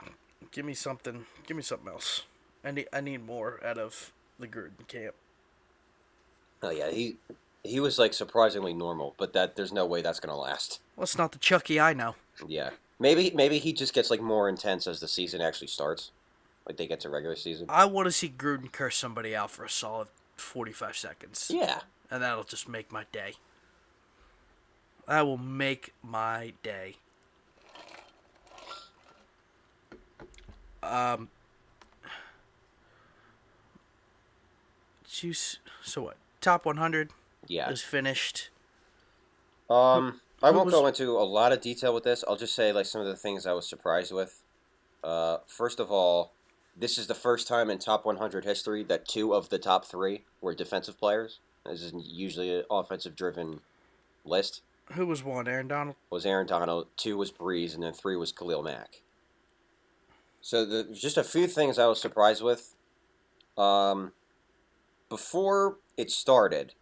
[SPEAKER 1] give me something, give me something else. I need, I need more out of the Gruden camp.
[SPEAKER 3] Oh yeah, he he was like surprisingly normal, but that there's no way that's gonna last.
[SPEAKER 1] Well, it's not the Chucky I know.
[SPEAKER 3] Yeah, maybe maybe he just gets like more intense as the season actually starts, like they get to regular season.
[SPEAKER 1] I want to see Gruden curse somebody out for a solid 45 seconds.
[SPEAKER 3] Yeah,
[SPEAKER 1] And that'll just make my day. That will make my day. Um. Juice. So what? Top 100
[SPEAKER 3] yeah.
[SPEAKER 1] is finished.
[SPEAKER 3] Um, I
[SPEAKER 1] who
[SPEAKER 3] won't
[SPEAKER 1] was-
[SPEAKER 3] go into a lot of detail with this. I'll just say like some of the things I was surprised with. Uh, first of all, this is the first time in top 100 history that two of the top three were defensive players. This is usually an offensive driven list.
[SPEAKER 1] Who was one? Aaron Donald.
[SPEAKER 3] was Aaron Donald, two was Breeze, and then three was Khalil Mack. So the, just a few things I was surprised with. Um, before it started,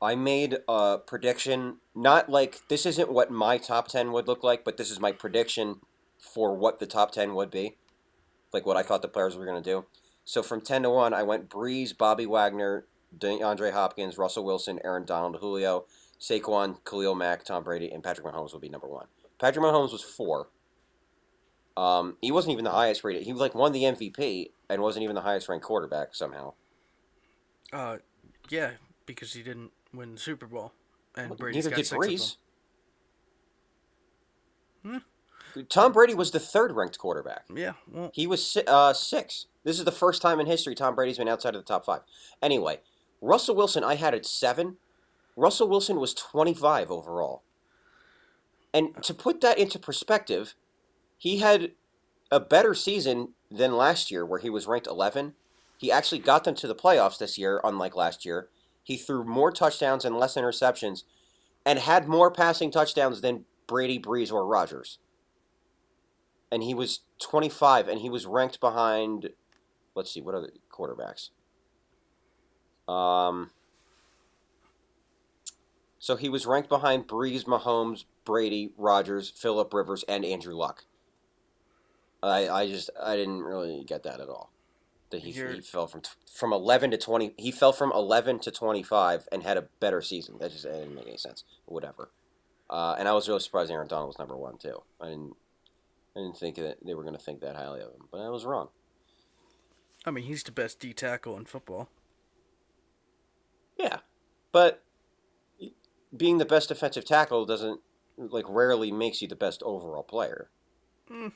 [SPEAKER 3] I made a prediction, not like this isn't what my top 10 would look like, but this is my prediction for what the top 10 would be, like what I thought the players were going to do. So from 10 to 1, I went Breeze, Bobby Wagner, DeAndre Hopkins, Russell Wilson, Aaron Donald, Julio, Saquon, Khalil Mack, Tom Brady, and Patrick Mahomes will be number one. Patrick Mahomes was four. Um, he wasn't even the highest rated. He like won the MVP and wasn't even the highest ranked quarterback somehow.
[SPEAKER 1] Uh, yeah, because he didn't win the Super Bowl, and Brady's
[SPEAKER 3] Neither
[SPEAKER 1] got
[SPEAKER 3] did
[SPEAKER 1] six of
[SPEAKER 3] Breeze.
[SPEAKER 1] Hmm.
[SPEAKER 3] Tom Brady was the third ranked quarterback.
[SPEAKER 1] them. Yeah, well,
[SPEAKER 3] He was si- uh, six. This is the first time in history Tom Brady's been outside of the top five. Anyway, Russell Wilson, I had at seven. Russell Wilson was 25 overall. And to put that into perspective, he had a better season than last year, where he was ranked 11. He actually got them to the playoffs this year, unlike last year. He threw more touchdowns and less interceptions and had more passing touchdowns than Brady, Breeze, or Rodgers and he was 25 and he was ranked behind let's see what other quarterbacks um so he was ranked behind Breeze, Mahomes, Brady, Rogers, Philip Rivers, and Andrew Luck. I, I just I didn't really get that at all. That he,
[SPEAKER 1] You're-
[SPEAKER 3] he fell from t- from eleven to twenty. He fell from eleven to twenty five and had a better season. That just that didn't make any sense. Whatever. Uh, and I was really surprised Aaron Donald was number one too. I didn't I didn't think that they were going to think that highly of him, but I was wrong.
[SPEAKER 1] I mean, he's the best D tackle in football.
[SPEAKER 3] Yeah, but being the best defensive tackle doesn't like rarely makes you the best overall player.
[SPEAKER 1] Hmm.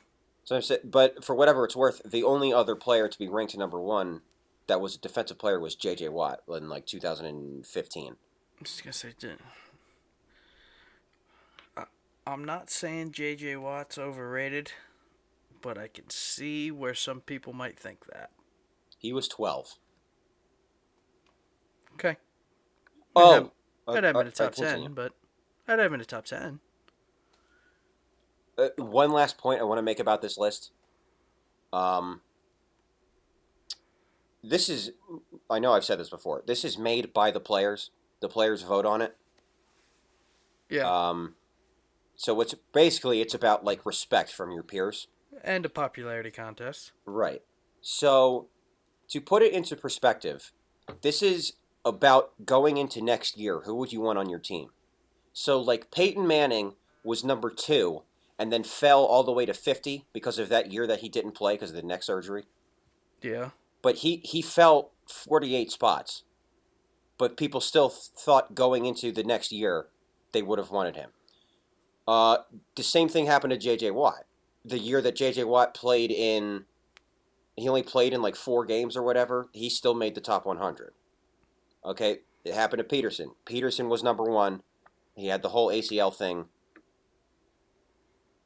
[SPEAKER 3] So I'm saying, but for whatever it's worth, the only other player to be ranked number one that was a defensive player was J.J. Watt in like 2015.
[SPEAKER 1] I'm just gonna say, dude, I- I'm not saying J.J. Watt's overrated, but I can see where some people might think that.
[SPEAKER 3] He was 12.
[SPEAKER 1] Okay,
[SPEAKER 3] oh,
[SPEAKER 1] have- I'd have him in the
[SPEAKER 3] uh,
[SPEAKER 1] top
[SPEAKER 3] uh, continue.
[SPEAKER 1] ten, but I'd have him in the top ten.
[SPEAKER 3] uh, one last point I want to make about this list. Um, this is, I know I've said this before. This is made by the players. The players vote on it.
[SPEAKER 1] Yeah,
[SPEAKER 3] Um, so it's basically it's about like respect from your peers.
[SPEAKER 1] and a popularity contest.
[SPEAKER 3] Right. So, to put it into perspective, this is about going into next year. Who would you want on your team? So, like Peyton Manning was number two and then fell all the way to 50 because of that year that he didn't play because of the neck surgery.
[SPEAKER 1] Yeah,
[SPEAKER 3] But he, he fell 48 spots. But people still th- thought going into the next year they would have wanted him. Uh, the same thing happened to J.J. Watt. The year that J.J. Watt played in he only played in like four games or whatever. He still made the top 100. Okay, it happened to Peterson. Peterson was number one. He had the whole ACL thing.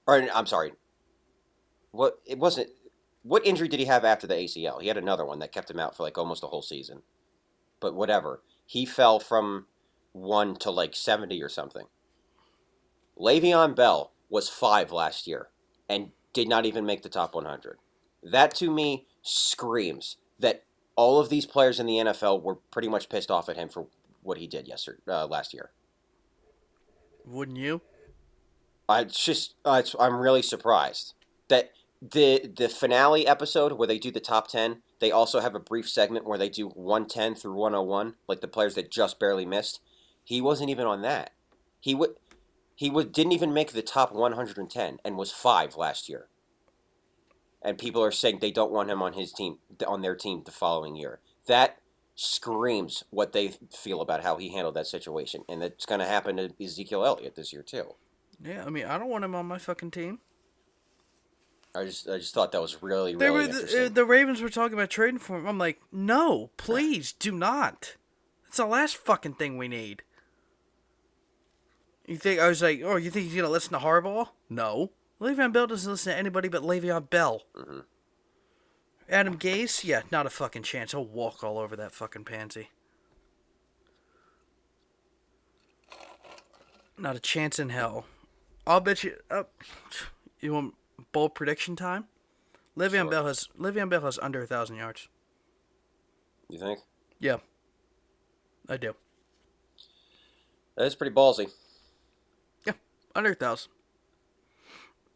[SPEAKER 3] Or I'm sorry. What it wasn't. What injury did he have after the ACL? He had another one that kept him out for like almost a whole season. But whatever, he fell from one to like 70 or something. Le'Veon Bell was five last year and did not even make the top 100 that to me screams that all of these players in the NFL were pretty much pissed off at him for what he did yesterday uh, last year.
[SPEAKER 1] wouldn't you?
[SPEAKER 3] I it's just uh, it's, I'm really surprised that the the finale episode where they do the top 10, they also have a brief segment where they do 110 through 101, like the players that just barely missed. He wasn't even on that. He would he would didn't even make the top 110 and was 5 last year. And people are saying they don't want him on his team on their team the following year. That screams what they feel about how he handled that situation and that's going to happen to Ezekiel Elliott this year too.
[SPEAKER 1] Yeah, I mean, I don't want him on my fucking team.
[SPEAKER 3] I just I just thought that was really
[SPEAKER 1] They
[SPEAKER 3] really
[SPEAKER 1] were the, uh,
[SPEAKER 3] interesting.
[SPEAKER 1] the Ravens were talking about trading for him. I'm like, no, please do not. That's the last fucking thing we need. You think I was like, oh, you think he's gonna listen to Harbaugh? No, Le'Veon Bell doesn't listen to anybody but Le'Veon Bell. Adam Gase, yeah, not a fucking chance. He'll walk all over that fucking pansy. Not a chance in hell. I'll bet you. Uh, you want bold prediction time? Le'Veon
[SPEAKER 3] Sure.
[SPEAKER 1] Bell has Le'Veon Bell has under a thousand yards.
[SPEAKER 3] You think
[SPEAKER 1] Yeah, I do.
[SPEAKER 3] that is pretty ballsy?
[SPEAKER 1] Yeah, under a thousand.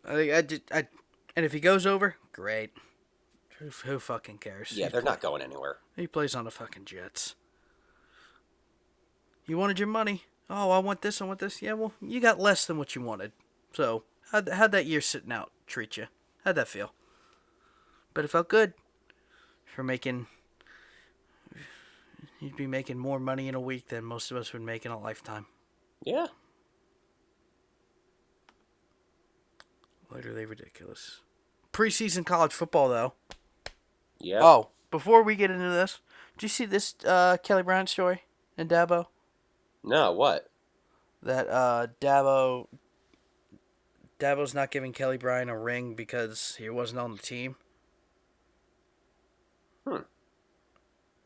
[SPEAKER 1] I think I did. I and if he goes over, great. Who, who fucking cares?
[SPEAKER 3] Yeah,
[SPEAKER 1] He-
[SPEAKER 3] they're not going anywhere.
[SPEAKER 1] He plays on the fucking Jets. You wanted your money. Oh, I want this. I want this. Yeah, well, you got less than what you wanted. So, how'd, how'd that year sitting out treat you? How'd that feel? But it felt good for making. You'd be making more money in a week than most of us would make in a lifetime.
[SPEAKER 3] Yeah,
[SPEAKER 1] Literally ridiculous. Preseason college football, though.
[SPEAKER 3] yeah.
[SPEAKER 1] Oh, before we get into this, do you see this uh, Kelly Bryant story in Dabo?
[SPEAKER 3] no, what?
[SPEAKER 1] that uh Dabo Dabo's not giving Kelly Bryan a ring because he wasn't on the team.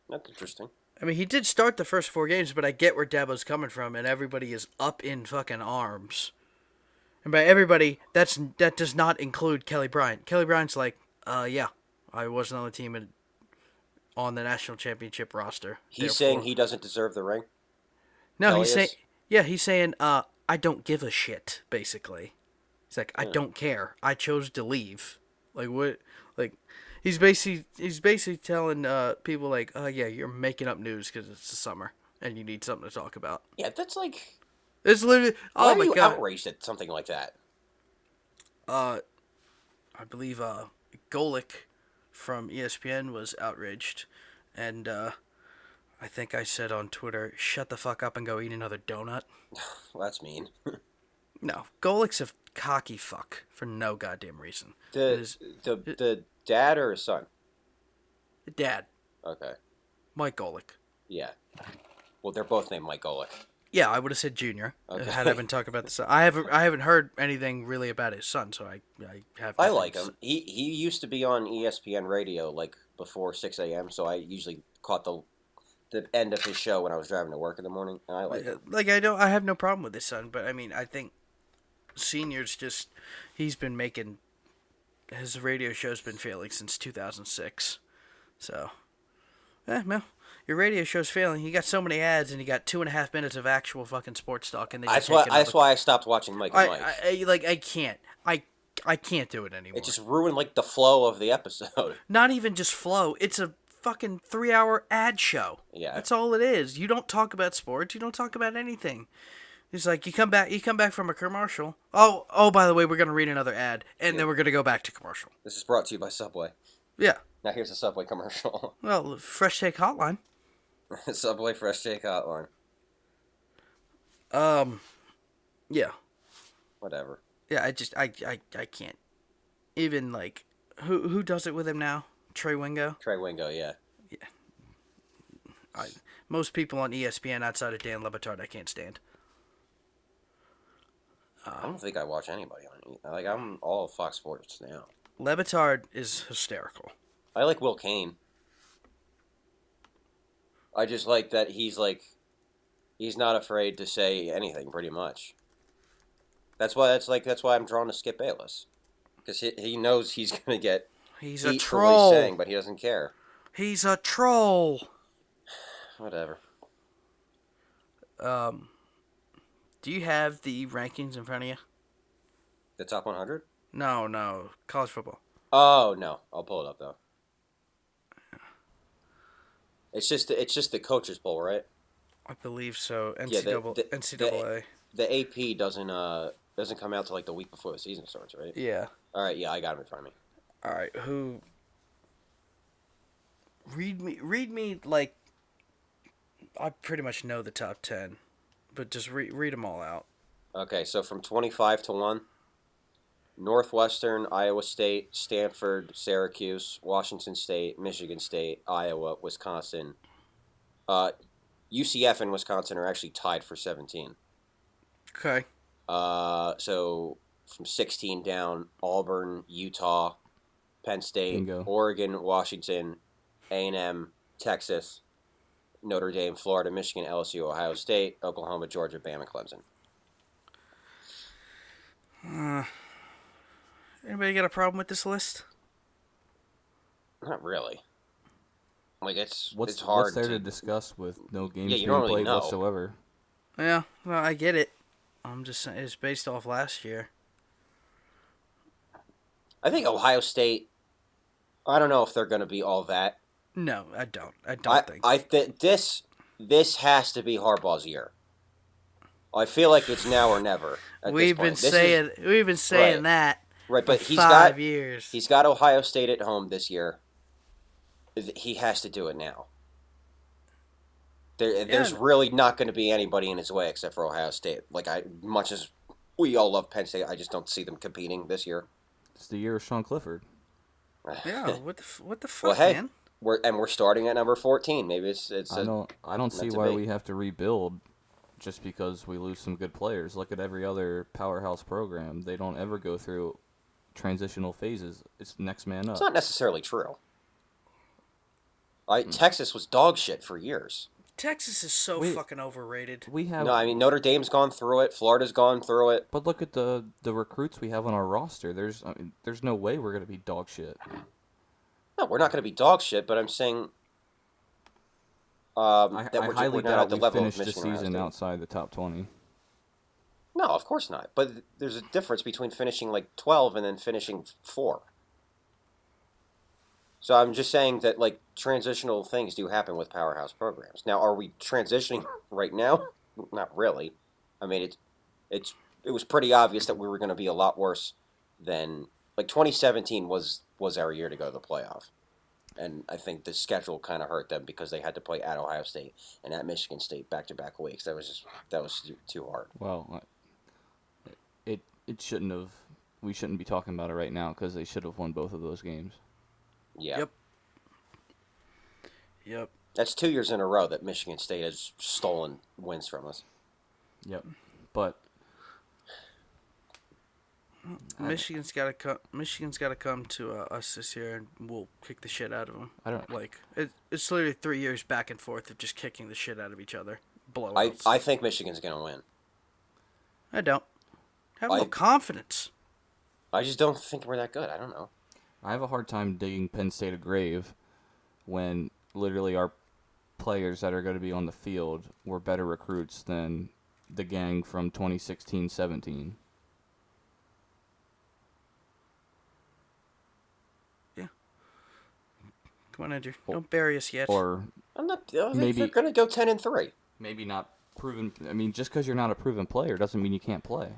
[SPEAKER 3] That's interesting.
[SPEAKER 1] I mean, he did start the first four games, but I get where Dabo's coming from, and everybody is up in fucking arms. And by everybody, that's that does not include Kelly Bryant. Kelly Bryant's like, uh, yeah, I wasn't on the team and on the national championship roster.
[SPEAKER 3] He's saying
[SPEAKER 1] therefore-
[SPEAKER 3] he doesn't deserve the ring.
[SPEAKER 1] No,
[SPEAKER 3] Kelly
[SPEAKER 1] he's saying
[SPEAKER 3] is?
[SPEAKER 1] yeah, he's saying uh I don't give a shit basically. He's like I don't care. I chose to leave. Like what like he's basically he's basically telling uh people like oh yeah, you're making up news cuz it's the summer and you need something to talk about.
[SPEAKER 3] Yeah, that's like.
[SPEAKER 1] It's literally
[SPEAKER 3] Why
[SPEAKER 1] oh
[SPEAKER 3] are
[SPEAKER 1] my
[SPEAKER 3] you
[SPEAKER 1] god.
[SPEAKER 3] outraged at something like that?
[SPEAKER 1] Uh I believe uh Golick from E ESPN was outraged and uh I think I said on Twitter, shut the fuck up and go eat another donut.
[SPEAKER 3] Well, that's mean.
[SPEAKER 1] No, Golick's a cocky fuck for no goddamn reason.
[SPEAKER 3] The
[SPEAKER 1] His
[SPEAKER 3] the the dad or his son?
[SPEAKER 1] dad,
[SPEAKER 3] Okay,
[SPEAKER 1] Mike Golick.
[SPEAKER 3] yeah. Well, they're both named Mike Golick.
[SPEAKER 1] Yeah, I would have said junior uh,
[SPEAKER 3] Okay.
[SPEAKER 1] had I been talking about the son. I haven't, I haven't heard anything really about his son, so I, I have.
[SPEAKER 3] I
[SPEAKER 1] nothing
[SPEAKER 3] like
[SPEAKER 1] to
[SPEAKER 3] him.
[SPEAKER 1] s-
[SPEAKER 3] He he used to be on E ESPN radio like before six a.m. So I usually caught the the end of his show when I was driving to work in the morning. And I like him.
[SPEAKER 1] uh, Like I don't, I have no problem with his son, but I mean, I think seniors just he's been making his radio show's been failing since 2006. So, eh, well, your radio show's failing. You got so many ads, and you got two and a half minutes of actual fucking sports talk, and then you
[SPEAKER 3] That's
[SPEAKER 1] take
[SPEAKER 3] why
[SPEAKER 1] it up
[SPEAKER 3] that's
[SPEAKER 1] a-
[SPEAKER 3] why I stopped watching Mike and
[SPEAKER 1] I,
[SPEAKER 3] Mike.
[SPEAKER 1] I, I like I can't. I I can't do it anymore.
[SPEAKER 3] it just ruined like the flow of the episode.
[SPEAKER 1] Not even just flow. It's a fucking three hour ad show.
[SPEAKER 3] Yeah.
[SPEAKER 1] That's all it is. You don't talk about sports. You don't talk about anything. It's like you come back you come back from a commercial. Oh oh by the way, we're gonna read another ad and then we're gonna go back to commercial.
[SPEAKER 3] This is brought to you by Subway.
[SPEAKER 1] Yeah.
[SPEAKER 3] Now here's a Subway commercial.
[SPEAKER 1] Well, fresh take hotline.
[SPEAKER 3] Subway Fresh Take Hotline.
[SPEAKER 1] Um Yeah.
[SPEAKER 3] Whatever.
[SPEAKER 1] Yeah, I just I I, I can't even like who who does it with him now? Trey Wingo?
[SPEAKER 3] Trey Wingo, yeah.
[SPEAKER 1] I, most people on E ESPN outside of Dan Lebatard, I can't stand. Uh.
[SPEAKER 3] I don't think I watch anybody on E- like I'm all Fox Sports now.
[SPEAKER 1] Lebatard is hysterical.
[SPEAKER 3] I like Will Kane. I just like that he's like he's not afraid to say anything pretty much. That's why that's like that's why I'm drawn to Skip Bayless. Cuz he, he knows he's going to get
[SPEAKER 1] He's a
[SPEAKER 3] heat for what
[SPEAKER 1] troll.
[SPEAKER 3] he's saying, but he doesn't care.
[SPEAKER 1] He's a troll.
[SPEAKER 3] Whatever.
[SPEAKER 1] Um, do you have the rankings in front of you?
[SPEAKER 3] The top 100?
[SPEAKER 1] No, no, college football.
[SPEAKER 3] Oh no, I'll pull it up though. It's just it's just the coaches bowl, right?
[SPEAKER 1] I believe so.
[SPEAKER 3] Yeah, the-
[SPEAKER 1] NCAA.
[SPEAKER 3] the- the-
[SPEAKER 1] NCAA.
[SPEAKER 3] The AP doesn't uh doesn't come out till like the week before the season starts, right?
[SPEAKER 1] yeah.
[SPEAKER 3] All right, yeah, I got him in front of me.
[SPEAKER 1] All right. Who? Read me. Read me like. I pretty much know the top ten, but just re- read them all out.
[SPEAKER 3] Okay, so from 25 to 1, Northwestern, Iowa State, Stanford, Syracuse, Washington State, Michigan State, Iowa, Wisconsin. Uh, UCF and Wisconsin are actually tied for 17.
[SPEAKER 1] Okay.
[SPEAKER 3] Uh, so from 16 down, Auburn, Utah, Penn State,
[SPEAKER 2] Bingo.
[SPEAKER 3] Oregon, Washington, A&M, Texas, Notre Dame, Florida, Michigan, LSU, Ohio State, Oklahoma, Georgia, Bama, Clemson.
[SPEAKER 1] Anybody got a problem with this list?
[SPEAKER 3] Not really. Like it's
[SPEAKER 2] What's
[SPEAKER 3] it's hard
[SPEAKER 2] what's there to...
[SPEAKER 3] to
[SPEAKER 2] discuss with no games
[SPEAKER 3] Yeah, you
[SPEAKER 2] being
[SPEAKER 3] don't really
[SPEAKER 2] played
[SPEAKER 3] know.
[SPEAKER 2] whatsoever?
[SPEAKER 1] Yeah, well, I get it. I'm just saying it's based off last year.
[SPEAKER 3] I think Ohio State. I don't know if they're going to be all that.
[SPEAKER 1] No, I don't. I don't
[SPEAKER 3] I
[SPEAKER 1] think.
[SPEAKER 3] I think this this has to be Harbaugh's year. I feel like it's now or never. at this
[SPEAKER 1] we've been
[SPEAKER 3] point. This is-
[SPEAKER 1] saying we've been saying
[SPEAKER 3] Right.
[SPEAKER 1] that
[SPEAKER 3] right, but
[SPEAKER 1] for
[SPEAKER 3] he's
[SPEAKER 1] five
[SPEAKER 3] got
[SPEAKER 1] years.
[SPEAKER 3] he's got Ohio State at home this year. Th- He has to do it now. There, there's
[SPEAKER 1] Yeah.
[SPEAKER 3] really not going to be anybody in his way except for Ohio State. Like I, much as we all love Penn State, I just don't see them competing this year.
[SPEAKER 2] It's the year of Sean Clifford.
[SPEAKER 1] yeah, what the f- what the fuck,
[SPEAKER 3] Well, hey,
[SPEAKER 1] man?
[SPEAKER 3] we're and we're starting at number fourteen. Maybe it's it's
[SPEAKER 2] I
[SPEAKER 3] a-
[SPEAKER 2] don't I don't see
[SPEAKER 3] that's a
[SPEAKER 2] why
[SPEAKER 3] big-
[SPEAKER 2] we have to rebuild just because we lose some good players. Look at every other powerhouse program; they don't ever go through transitional phases. It's next man up.
[SPEAKER 3] It's not necessarily true. I, Texas was dog shit for years.
[SPEAKER 1] Texas is so
[SPEAKER 2] Wait.
[SPEAKER 1] fucking overrated.
[SPEAKER 2] We have,
[SPEAKER 3] No, I mean Notre Dame's gone through it. Florida's gone through it.
[SPEAKER 2] but look at the the recruits we have on our roster. There's I mean, there's no way we're gonna be dog shit.
[SPEAKER 3] No, we're not going to be dog shit, but I'm saying um,
[SPEAKER 2] I,
[SPEAKER 3] that
[SPEAKER 2] I
[SPEAKER 3] we're, ju-
[SPEAKER 2] highly
[SPEAKER 3] we're not
[SPEAKER 2] doubt
[SPEAKER 3] at the
[SPEAKER 2] we
[SPEAKER 3] level
[SPEAKER 2] finish
[SPEAKER 3] of
[SPEAKER 2] the
[SPEAKER 3] Michigan. or Ohio
[SPEAKER 2] season
[SPEAKER 3] State.
[SPEAKER 2] outside the top twenty.
[SPEAKER 3] No, of course not. But th- there's a difference between finishing like 12 and then finishing f- four. So I'm just saying that like transitional things do happen with powerhouse programs. Now, are we transitioning right now? Not really. I mean, it's it's it was pretty obvious that we were going to be a lot worse than like 2017 was was our year to go to the playoff. And I think the schedule kind of hurt them because they had to play at Ohio State and at Michigan State back to back weeks. That was just that was too- too hard.
[SPEAKER 2] Well, I- it it shouldn't have. We shouldn't be talking about it right now because they should have won both of those games.
[SPEAKER 3] Yeah.
[SPEAKER 1] Yep. Yep.
[SPEAKER 3] That's two years in a row that Michigan State has stolen wins from us.
[SPEAKER 2] Yep. But
[SPEAKER 1] Michigan's got to come. Michigan's got to come to uh, us this year, and we'll kick the shit out of them.
[SPEAKER 2] I don't.
[SPEAKER 1] Like it, it's literally three years back and forth of just kicking the shit out of each other.
[SPEAKER 3] I,
[SPEAKER 1] Blowouts.
[SPEAKER 3] I think Michigan's going to win.
[SPEAKER 1] I don't have no
[SPEAKER 3] I-
[SPEAKER 1] confidence.
[SPEAKER 3] I just don't think we're that good. I don't know.
[SPEAKER 2] I have a hard time digging Penn State a grave when literally our players that are going to be on the field were better recruits than the gang from 2016-17.
[SPEAKER 1] Come on, Andrew. Don't bury us yet.
[SPEAKER 2] Or
[SPEAKER 3] I'm not. I think
[SPEAKER 2] Maybe-
[SPEAKER 3] they're going to go ten and three.
[SPEAKER 2] maybe not proven. I mean, just because you're not a proven player doesn't mean you can't play.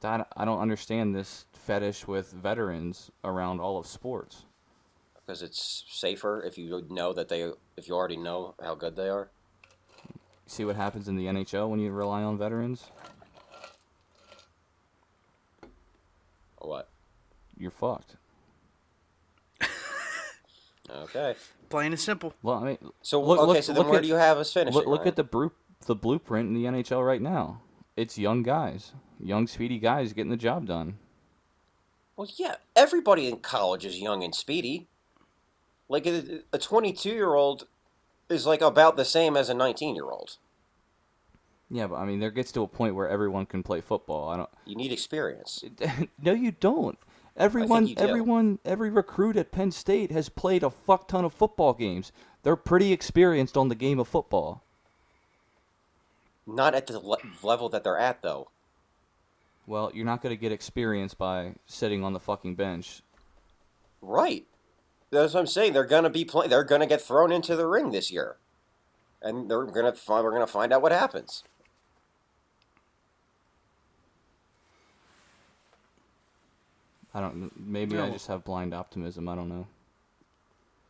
[SPEAKER 2] That I don't understand this fetish with veterans around all of sports.
[SPEAKER 3] because it's safer if you know that they if you already know how good they are.
[SPEAKER 2] See what happens in the NHL when you rely on veterans?
[SPEAKER 3] What?
[SPEAKER 2] You're fucked.
[SPEAKER 3] Okay.
[SPEAKER 1] Plain and simple.
[SPEAKER 2] Well, I mean,
[SPEAKER 3] So
[SPEAKER 2] Look-
[SPEAKER 3] okay.
[SPEAKER 2] look-
[SPEAKER 3] so then
[SPEAKER 2] look
[SPEAKER 3] where
[SPEAKER 2] at-
[SPEAKER 3] do you have us finishing?
[SPEAKER 2] look, look at the bru- the blueprint in the NHL right now. It's young guys, young speedy guys getting the job done.
[SPEAKER 3] Well, yeah. Everybody in college is young and speedy. Like a a twenty-two year old is like about the same as a nineteen year old.
[SPEAKER 2] Yeah, but I mean, there gets to a point where everyone can play football. I don't.
[SPEAKER 3] You need experience.
[SPEAKER 2] no, you don't. Everyone,
[SPEAKER 3] you do.
[SPEAKER 2] everyone, every recruit at Penn State has played a fuck ton of football games. They're pretty experienced on the game of football.
[SPEAKER 3] Not at the le- level that they're at, though.
[SPEAKER 2] Well, you're not going to get experience by sitting on the fucking bench.
[SPEAKER 3] Right. That's what I'm saying. They're gonna be playing. They're gonna get thrown into the ring this year, and they're gonna find. We're gonna find out what happens.
[SPEAKER 2] I don't. Maybe I
[SPEAKER 1] No.
[SPEAKER 2] just have blind optimism. I don't know.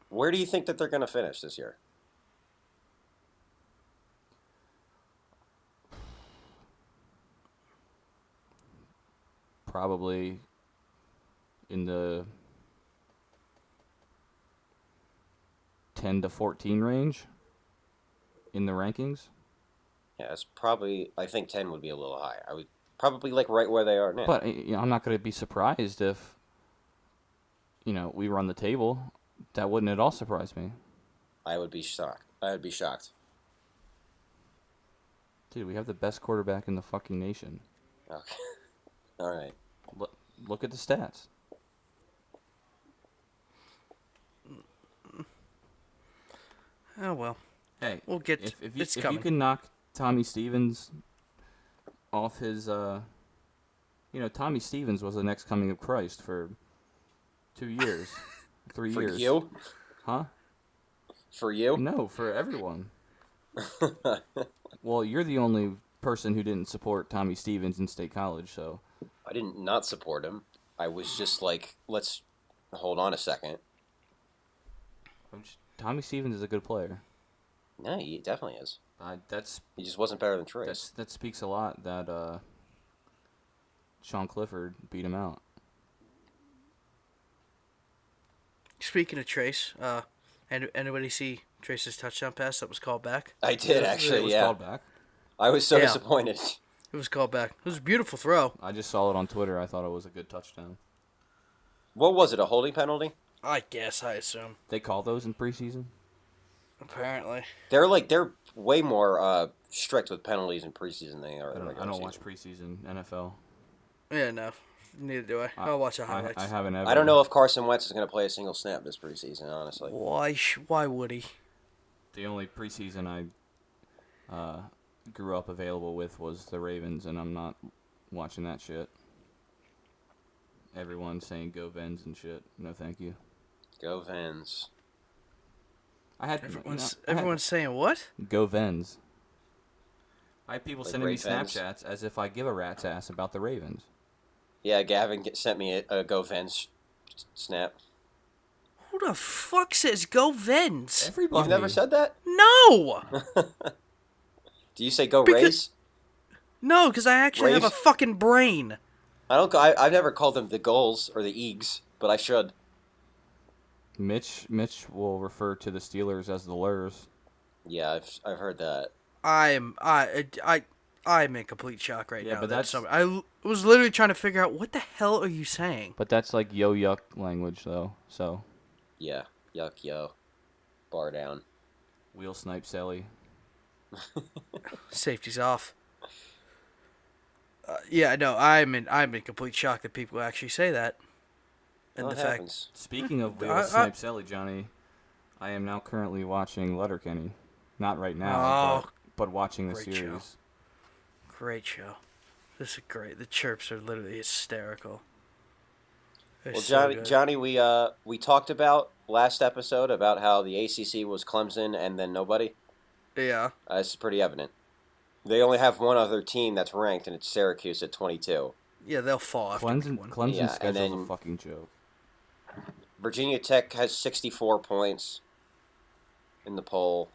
[SPEAKER 3] Where do you think that they're gonna finish this year?
[SPEAKER 2] Probably in the ten to fourteen range in the rankings.
[SPEAKER 3] Yeah, it's probably. I think ten would be a little high. I would probably like right where they are now.
[SPEAKER 2] But uh, you know, I'm not going to be surprised if you know we run the table. That wouldn't at all surprise me,
[SPEAKER 3] I would be shocked. I would be shocked.
[SPEAKER 2] dude. We have the best quarterback in the fucking nation.
[SPEAKER 3] Okay. All right.
[SPEAKER 2] Look, look at the stats.
[SPEAKER 1] Oh well,
[SPEAKER 2] Hey,
[SPEAKER 1] we'll get.
[SPEAKER 2] if, if, you,
[SPEAKER 1] it's
[SPEAKER 2] if
[SPEAKER 1] coming.
[SPEAKER 2] you can knock Tommy Stevens off his, uh, you know, Tommy Stevens was the next coming of Christ for two years, three
[SPEAKER 3] For
[SPEAKER 2] years.
[SPEAKER 3] you?
[SPEAKER 2] Huh?
[SPEAKER 3] For you?
[SPEAKER 2] No, for everyone. well, you're the only person who didn't support Tommy Stevens in state college, so
[SPEAKER 3] I didn't not support him. I was just like, let's hold on a second.
[SPEAKER 2] I'm just- Tommy Stevens is a good player.
[SPEAKER 3] No, he definitely is.
[SPEAKER 2] I, that's
[SPEAKER 3] He just wasn't better than Trace.
[SPEAKER 2] that's that speaks a lot that uh, Sean Clifford beat him out.
[SPEAKER 1] Speaking of Trace, uh, and anybody see Trace's touchdown pass that was called back?
[SPEAKER 3] I did
[SPEAKER 2] it
[SPEAKER 3] actually.
[SPEAKER 2] was
[SPEAKER 3] Yeah,
[SPEAKER 2] called back.
[SPEAKER 3] I was so
[SPEAKER 1] Yeah.
[SPEAKER 3] disappointed.
[SPEAKER 1] It was called back. It was a beautiful throw.
[SPEAKER 2] I just saw it on Twitter. I thought it was a good touchdown.
[SPEAKER 3] What was it? A holding penalty?
[SPEAKER 1] I guess I assume.
[SPEAKER 2] They call those in preseason.
[SPEAKER 1] Apparently,
[SPEAKER 3] They're like they're way more uh, strict with penalties in preseason than they
[SPEAKER 2] I
[SPEAKER 3] are. in
[SPEAKER 2] don't, I
[SPEAKER 3] regular
[SPEAKER 2] don't
[SPEAKER 3] season.
[SPEAKER 2] watch preseason NFL.
[SPEAKER 1] yeah, no, neither do I.
[SPEAKER 2] I,
[SPEAKER 1] I'll watch the
[SPEAKER 2] I,
[SPEAKER 1] highlights.
[SPEAKER 2] I haven't ever.
[SPEAKER 3] I don't know if Carson Wentz is going to play a single snap this preseason. Honestly,
[SPEAKER 1] Why? Sh- why would he?
[SPEAKER 2] The only preseason I uh, grew up available with was the Ravens, and I'm not watching that shit. Everyone saying go Vens and shit. No, thank you.
[SPEAKER 3] go Vens.
[SPEAKER 2] I had
[SPEAKER 1] Everyone's
[SPEAKER 2] I had-
[SPEAKER 1] everyone's saying what?
[SPEAKER 2] go Vens. I had people
[SPEAKER 3] Like
[SPEAKER 2] sending me
[SPEAKER 3] Ray Vens?
[SPEAKER 2] Snapchats as if I give a rat's ass about the Ravens.
[SPEAKER 3] Yeah, Gavin get, sent me a, a go Vens s- snap.
[SPEAKER 1] Who the fuck says go Vens?
[SPEAKER 2] Everybody.
[SPEAKER 3] You've never said that.
[SPEAKER 1] No,
[SPEAKER 3] Do you say go
[SPEAKER 1] Because-
[SPEAKER 3] Rays?
[SPEAKER 1] no, because I actually have a
[SPEAKER 3] Rafe?
[SPEAKER 1] fucking brain.
[SPEAKER 3] I don't. I, I've never called them the goals or the eags, but I should.
[SPEAKER 2] Mitch Mitch will refer to the Steelers as the Lurs.
[SPEAKER 3] Yeah, I've I've heard that.
[SPEAKER 1] I'm I I I'm in complete shock right
[SPEAKER 2] Yeah,
[SPEAKER 1] now.
[SPEAKER 2] but
[SPEAKER 1] that
[SPEAKER 2] that's-
[SPEAKER 1] some- I l- was literally trying to figure out what the hell are you saying?
[SPEAKER 2] But that's like yo yuck language though. So
[SPEAKER 3] Yeah, yuck, yo, bar down.
[SPEAKER 2] wheel snipe Sally.
[SPEAKER 1] Safety's off. Uh, yeah, no, I'm in I'm in complete shock that people actually say that. And
[SPEAKER 3] Well,
[SPEAKER 1] the
[SPEAKER 3] it
[SPEAKER 1] fact
[SPEAKER 3] happens.
[SPEAKER 2] Speaking of wheel
[SPEAKER 1] I- I-
[SPEAKER 2] snipe Sally, Johnny, I am now currently watching Letterkenny. Not right now,
[SPEAKER 1] Oh.
[SPEAKER 2] but, but watching the
[SPEAKER 1] Great show.
[SPEAKER 2] series.
[SPEAKER 1] great show. This is great. The chirps are literally hysterical. They're
[SPEAKER 3] Well,
[SPEAKER 1] so
[SPEAKER 3] Johnny,
[SPEAKER 1] good.
[SPEAKER 3] Johnny, we uh we talked about last episode about how the ACC was Clemson and then nobody.
[SPEAKER 1] Yeah.
[SPEAKER 3] Uh, it's pretty evident. They only have one other team that's ranked, and it's Syracuse at 22.
[SPEAKER 1] Yeah, they'll fall after
[SPEAKER 2] Clemson
[SPEAKER 1] week one.
[SPEAKER 2] Clemson's
[SPEAKER 3] Yeah, and
[SPEAKER 2] schedule's a
[SPEAKER 3] then-
[SPEAKER 2] fucking joke.
[SPEAKER 3] Virginia Tech has 64 points in the poll.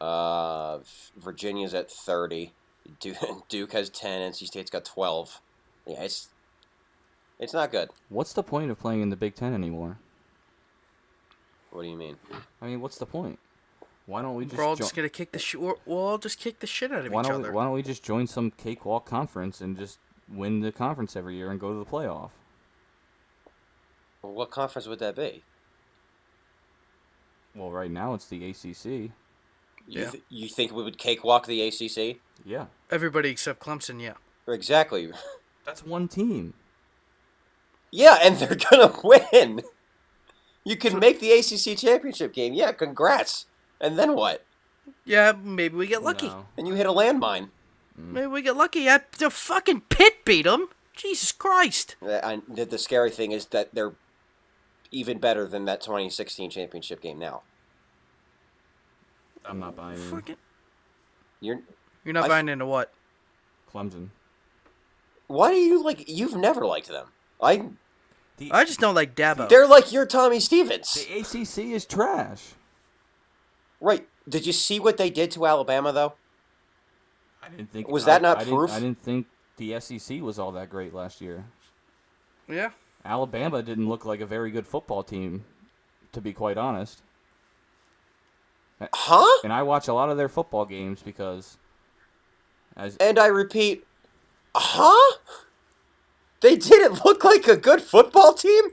[SPEAKER 3] Uh, Virginia's at 30. Duke, Duke has 10. NC State's got 12. Yeah, it's it's not good.
[SPEAKER 2] What's the point of playing in the Big Ten anymore?
[SPEAKER 3] What do you mean?
[SPEAKER 2] I mean, what's the point? Why don't we just
[SPEAKER 1] We're all
[SPEAKER 2] jo-
[SPEAKER 1] just gonna kick the sh- we're, we'll all just kick the shit out of
[SPEAKER 2] why
[SPEAKER 1] each
[SPEAKER 2] don't we,
[SPEAKER 1] other.
[SPEAKER 2] why don't we just join some cakewalk conference and just win the conference every year and go to the playoff?
[SPEAKER 3] Well, what conference would that be?
[SPEAKER 2] Well, right now it's the ACC.
[SPEAKER 3] You,
[SPEAKER 1] Yeah.
[SPEAKER 3] th- you think we would cakewalk the ACC?
[SPEAKER 2] Yeah,
[SPEAKER 1] Everybody except Clemson, yeah.
[SPEAKER 3] Exactly.
[SPEAKER 2] that's one team.
[SPEAKER 3] Yeah, and they're gonna win. You can make the ACC championship game. Yeah, congrats. And then what?
[SPEAKER 1] Yeah, maybe we get lucky.
[SPEAKER 2] No.
[SPEAKER 3] And you hit a landmine.
[SPEAKER 1] Maybe we get lucky. I, the fucking pit beat them. Jesus Christ.
[SPEAKER 3] Uh, And the, the scary thing is that they're even better than that 2016 championship game. Now
[SPEAKER 2] I'm not buying in.
[SPEAKER 1] Fucking.
[SPEAKER 3] you're.
[SPEAKER 1] You're not
[SPEAKER 3] I-
[SPEAKER 1] buying into what?
[SPEAKER 2] Clemson.
[SPEAKER 3] Why do you like? You've never liked them. I.
[SPEAKER 2] The,
[SPEAKER 1] I just don't like Dabo.
[SPEAKER 3] They're like your Tommy Stevens.
[SPEAKER 2] the ACC is trash.
[SPEAKER 3] Right. Did you see what they did to Alabama though?
[SPEAKER 2] I didn't think
[SPEAKER 3] Was
[SPEAKER 2] I-
[SPEAKER 3] that not
[SPEAKER 2] I didn't-
[SPEAKER 3] proof?
[SPEAKER 2] I didn't think the SEC was all that great last year.
[SPEAKER 1] yeah.
[SPEAKER 2] Alabama didn't look like a very good football team, to be quite honest.
[SPEAKER 3] Huh?
[SPEAKER 2] And I watch a lot of their football games because, as
[SPEAKER 3] And I repeat, huh? They didn't look like a good football team.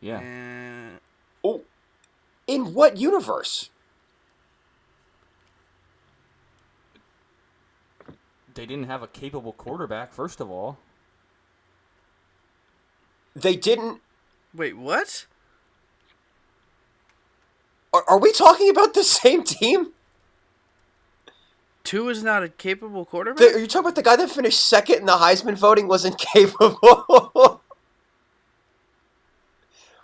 [SPEAKER 2] yeah,
[SPEAKER 1] Uh,
[SPEAKER 3] Oh, in what universe?
[SPEAKER 2] They didn't have a capable quarterback, first of all.
[SPEAKER 3] They didn't.
[SPEAKER 1] Wait, what?
[SPEAKER 3] Are, are we talking about the same team?
[SPEAKER 1] Two is not a capable quarterback.
[SPEAKER 3] The, are you talking about the guy that finished second in the Heisman voting was incapable?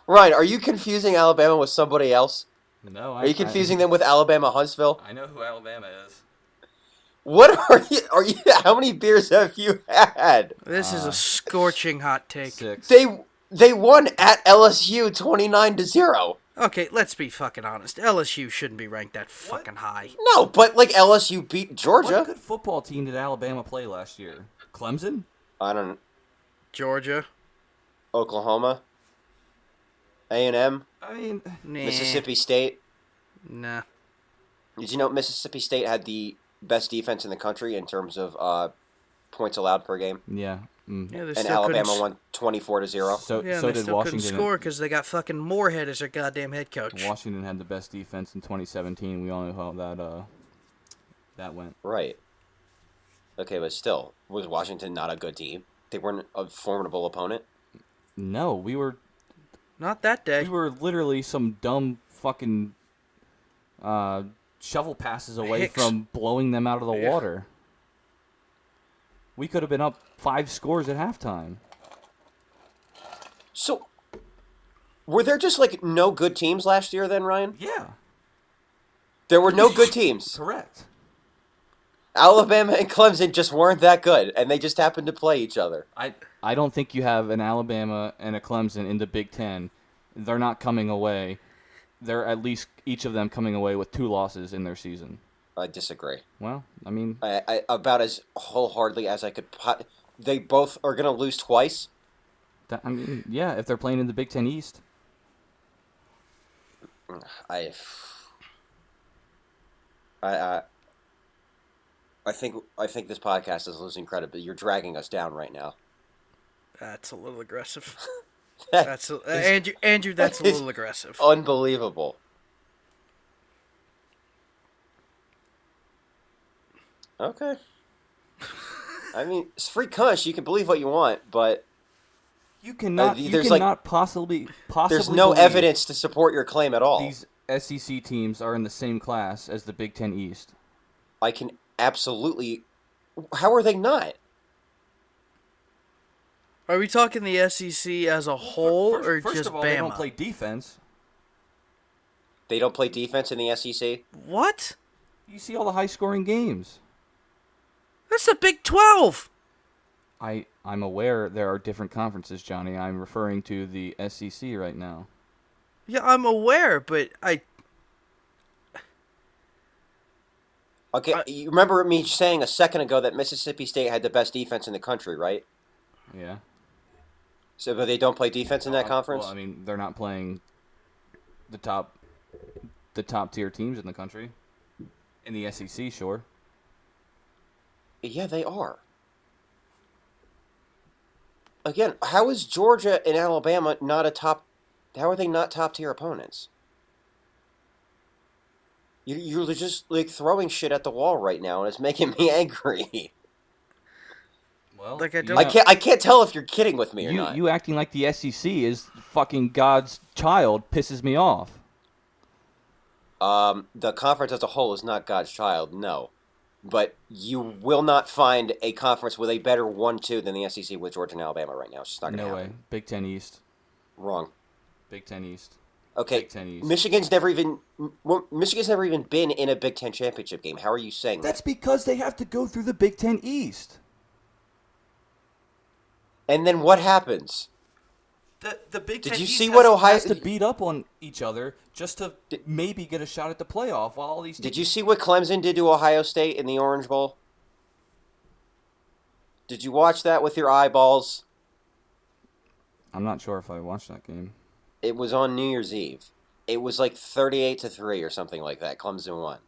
[SPEAKER 3] Ryan, are you confusing Alabama with somebody else?
[SPEAKER 2] No, I,
[SPEAKER 3] Are you confusing them with Alabama Huntsville?
[SPEAKER 4] I know who Alabama is.
[SPEAKER 3] What are you? Are you? How many beers have you had?
[SPEAKER 1] this is a scorching hot
[SPEAKER 2] I,
[SPEAKER 1] take.
[SPEAKER 2] six?
[SPEAKER 3] They they won at LSU twenty nine to zero.
[SPEAKER 1] Okay, let's be fucking honest. LSU shouldn't be ranked that fucking high.
[SPEAKER 3] No, but like LSU beat
[SPEAKER 2] What
[SPEAKER 3] Georgia.
[SPEAKER 2] good football team did Alabama play last year? Clemson?
[SPEAKER 3] I don't.
[SPEAKER 1] Georgia,
[SPEAKER 3] Oklahoma, A and M,
[SPEAKER 2] I mean,
[SPEAKER 1] nah,
[SPEAKER 3] Mississippi State.
[SPEAKER 1] nah.
[SPEAKER 3] Did you know Mississippi State had the best defense in the country in terms of uh, points allowed per game,
[SPEAKER 2] yeah. mm.
[SPEAKER 1] Yeah, they
[SPEAKER 3] and
[SPEAKER 1] still couldn't
[SPEAKER 3] Alabama
[SPEAKER 1] s-
[SPEAKER 3] won twenty four to zero.
[SPEAKER 2] So,
[SPEAKER 1] Yeah,
[SPEAKER 2] so
[SPEAKER 1] and they
[SPEAKER 2] did
[SPEAKER 1] still
[SPEAKER 2] Washington.
[SPEAKER 1] couldn't score because they got fucking Moorhead as their goddamn head coach.
[SPEAKER 2] Washington had the best defense in 2017. We all know how that uh that went.
[SPEAKER 3] Right. Okay, but still, was Washington not a good team? They weren't a formidable opponent.
[SPEAKER 2] No, we were
[SPEAKER 1] Not that day.
[SPEAKER 2] we were literally some dumb fucking uh shovel passes away
[SPEAKER 1] Hicks.
[SPEAKER 2] from blowing them out of the
[SPEAKER 1] Yeah.
[SPEAKER 2] water. We could have been up five scores at halftime.
[SPEAKER 3] So, were there just like no good teams last year? Then Ryan,
[SPEAKER 2] Yeah,
[SPEAKER 3] there were no good teams.
[SPEAKER 2] correct.
[SPEAKER 3] Alabama and Clemson just weren't that good, and they just happened to play each other.
[SPEAKER 2] I I don't think you have an Alabama and a Clemson in the Big Ten. They're not coming away. They're at least each of them coming away with two losses in their season.
[SPEAKER 3] I disagree.
[SPEAKER 2] Well, I mean,
[SPEAKER 3] I, I about as wholeheartedly as I could. Pot- they both are gonna lose twice.
[SPEAKER 2] that, I mean, yeah. If they're playing in the Big Ten East,
[SPEAKER 3] I, I, I, I think I think this podcast is losing credibility. You're dragging us down right now.
[SPEAKER 1] That's a little aggressive. That's a, uh, Andrew. Andrew, that's a
[SPEAKER 3] is-
[SPEAKER 1] little aggressive.
[SPEAKER 3] Oh. Unbelievable. Okay. I mean, it's free cush. You can believe what you want, but
[SPEAKER 2] you cannot.
[SPEAKER 3] the-
[SPEAKER 2] you
[SPEAKER 3] Uh, there's, like-
[SPEAKER 2] cannot possibly possibly.
[SPEAKER 3] there's no
[SPEAKER 2] believe
[SPEAKER 3] evidence to support your claim at all.
[SPEAKER 2] These SEC teams are in the same class as the Big Ten East.
[SPEAKER 3] I can absolutely. How are they not?
[SPEAKER 1] Are we talking the SEC as a whole
[SPEAKER 2] First-
[SPEAKER 1] or
[SPEAKER 2] first
[SPEAKER 1] just
[SPEAKER 2] of all,
[SPEAKER 1] Bama?
[SPEAKER 2] they don't play defense.
[SPEAKER 3] They don't play defense in the E SEC.
[SPEAKER 1] What?
[SPEAKER 2] You see all the high scoring games.
[SPEAKER 1] That's the Big Twelve.
[SPEAKER 2] I I'm aware there are different conferences, Johnny. I'm referring to the SEC right now.
[SPEAKER 1] Yeah, I'm aware, but I
[SPEAKER 3] Okay, you remember me saying a second ago that Mississippi State had the best defense in the country, right?
[SPEAKER 2] Yeah.
[SPEAKER 3] So, but they don't play defense in that conference.
[SPEAKER 2] Uh, Well, I mean, they're not playing the top the top tier teams in the country. In the SEC, sure.
[SPEAKER 3] yeah, they are. Again, how is Georgia and Alabama not a top? How are they not top tier opponents? You, you're just like throwing shit at the wall right now, and it's making me angry.
[SPEAKER 4] Well,
[SPEAKER 1] Like, I
[SPEAKER 4] you
[SPEAKER 1] don't-
[SPEAKER 3] I
[SPEAKER 1] No.
[SPEAKER 4] know-
[SPEAKER 3] can't. I can't tell if you're kidding with me or
[SPEAKER 2] You
[SPEAKER 3] not.
[SPEAKER 2] you acting like the SEC is fucking God's child pisses me off.
[SPEAKER 3] Um, the conference as a whole is not God's child, no. But you will not find a conference with a better one-two than the SEC with Georgia and Alabama right now. It's just not going to
[SPEAKER 2] No way.
[SPEAKER 3] happen.
[SPEAKER 2] Big Ten East.
[SPEAKER 3] Wrong.
[SPEAKER 2] Big Ten East.
[SPEAKER 3] Okay.
[SPEAKER 2] Big Ten East.
[SPEAKER 3] Michigan's never even well, Michigan's never even been in a Big Ten championship game. How are you saying
[SPEAKER 2] That's
[SPEAKER 3] that?
[SPEAKER 2] because they have to go through the Big Ten East.
[SPEAKER 3] And then what happens?
[SPEAKER 4] the, the Big
[SPEAKER 3] Did
[SPEAKER 4] Ten
[SPEAKER 3] you
[SPEAKER 4] East
[SPEAKER 3] see
[SPEAKER 4] has-
[SPEAKER 3] what Ohio?
[SPEAKER 2] Has to beat up on each other just to maybe get a shot at the playoff. While all these
[SPEAKER 3] Did
[SPEAKER 2] teams-
[SPEAKER 3] you see what Clemson did to Ohio State in the Orange Bowl? Did you watch that with your eyeballs?
[SPEAKER 2] I'm not sure if I watched that game.
[SPEAKER 3] It was on New Year's Eve. It was like thirty-eight to three or something like that. Clemson won.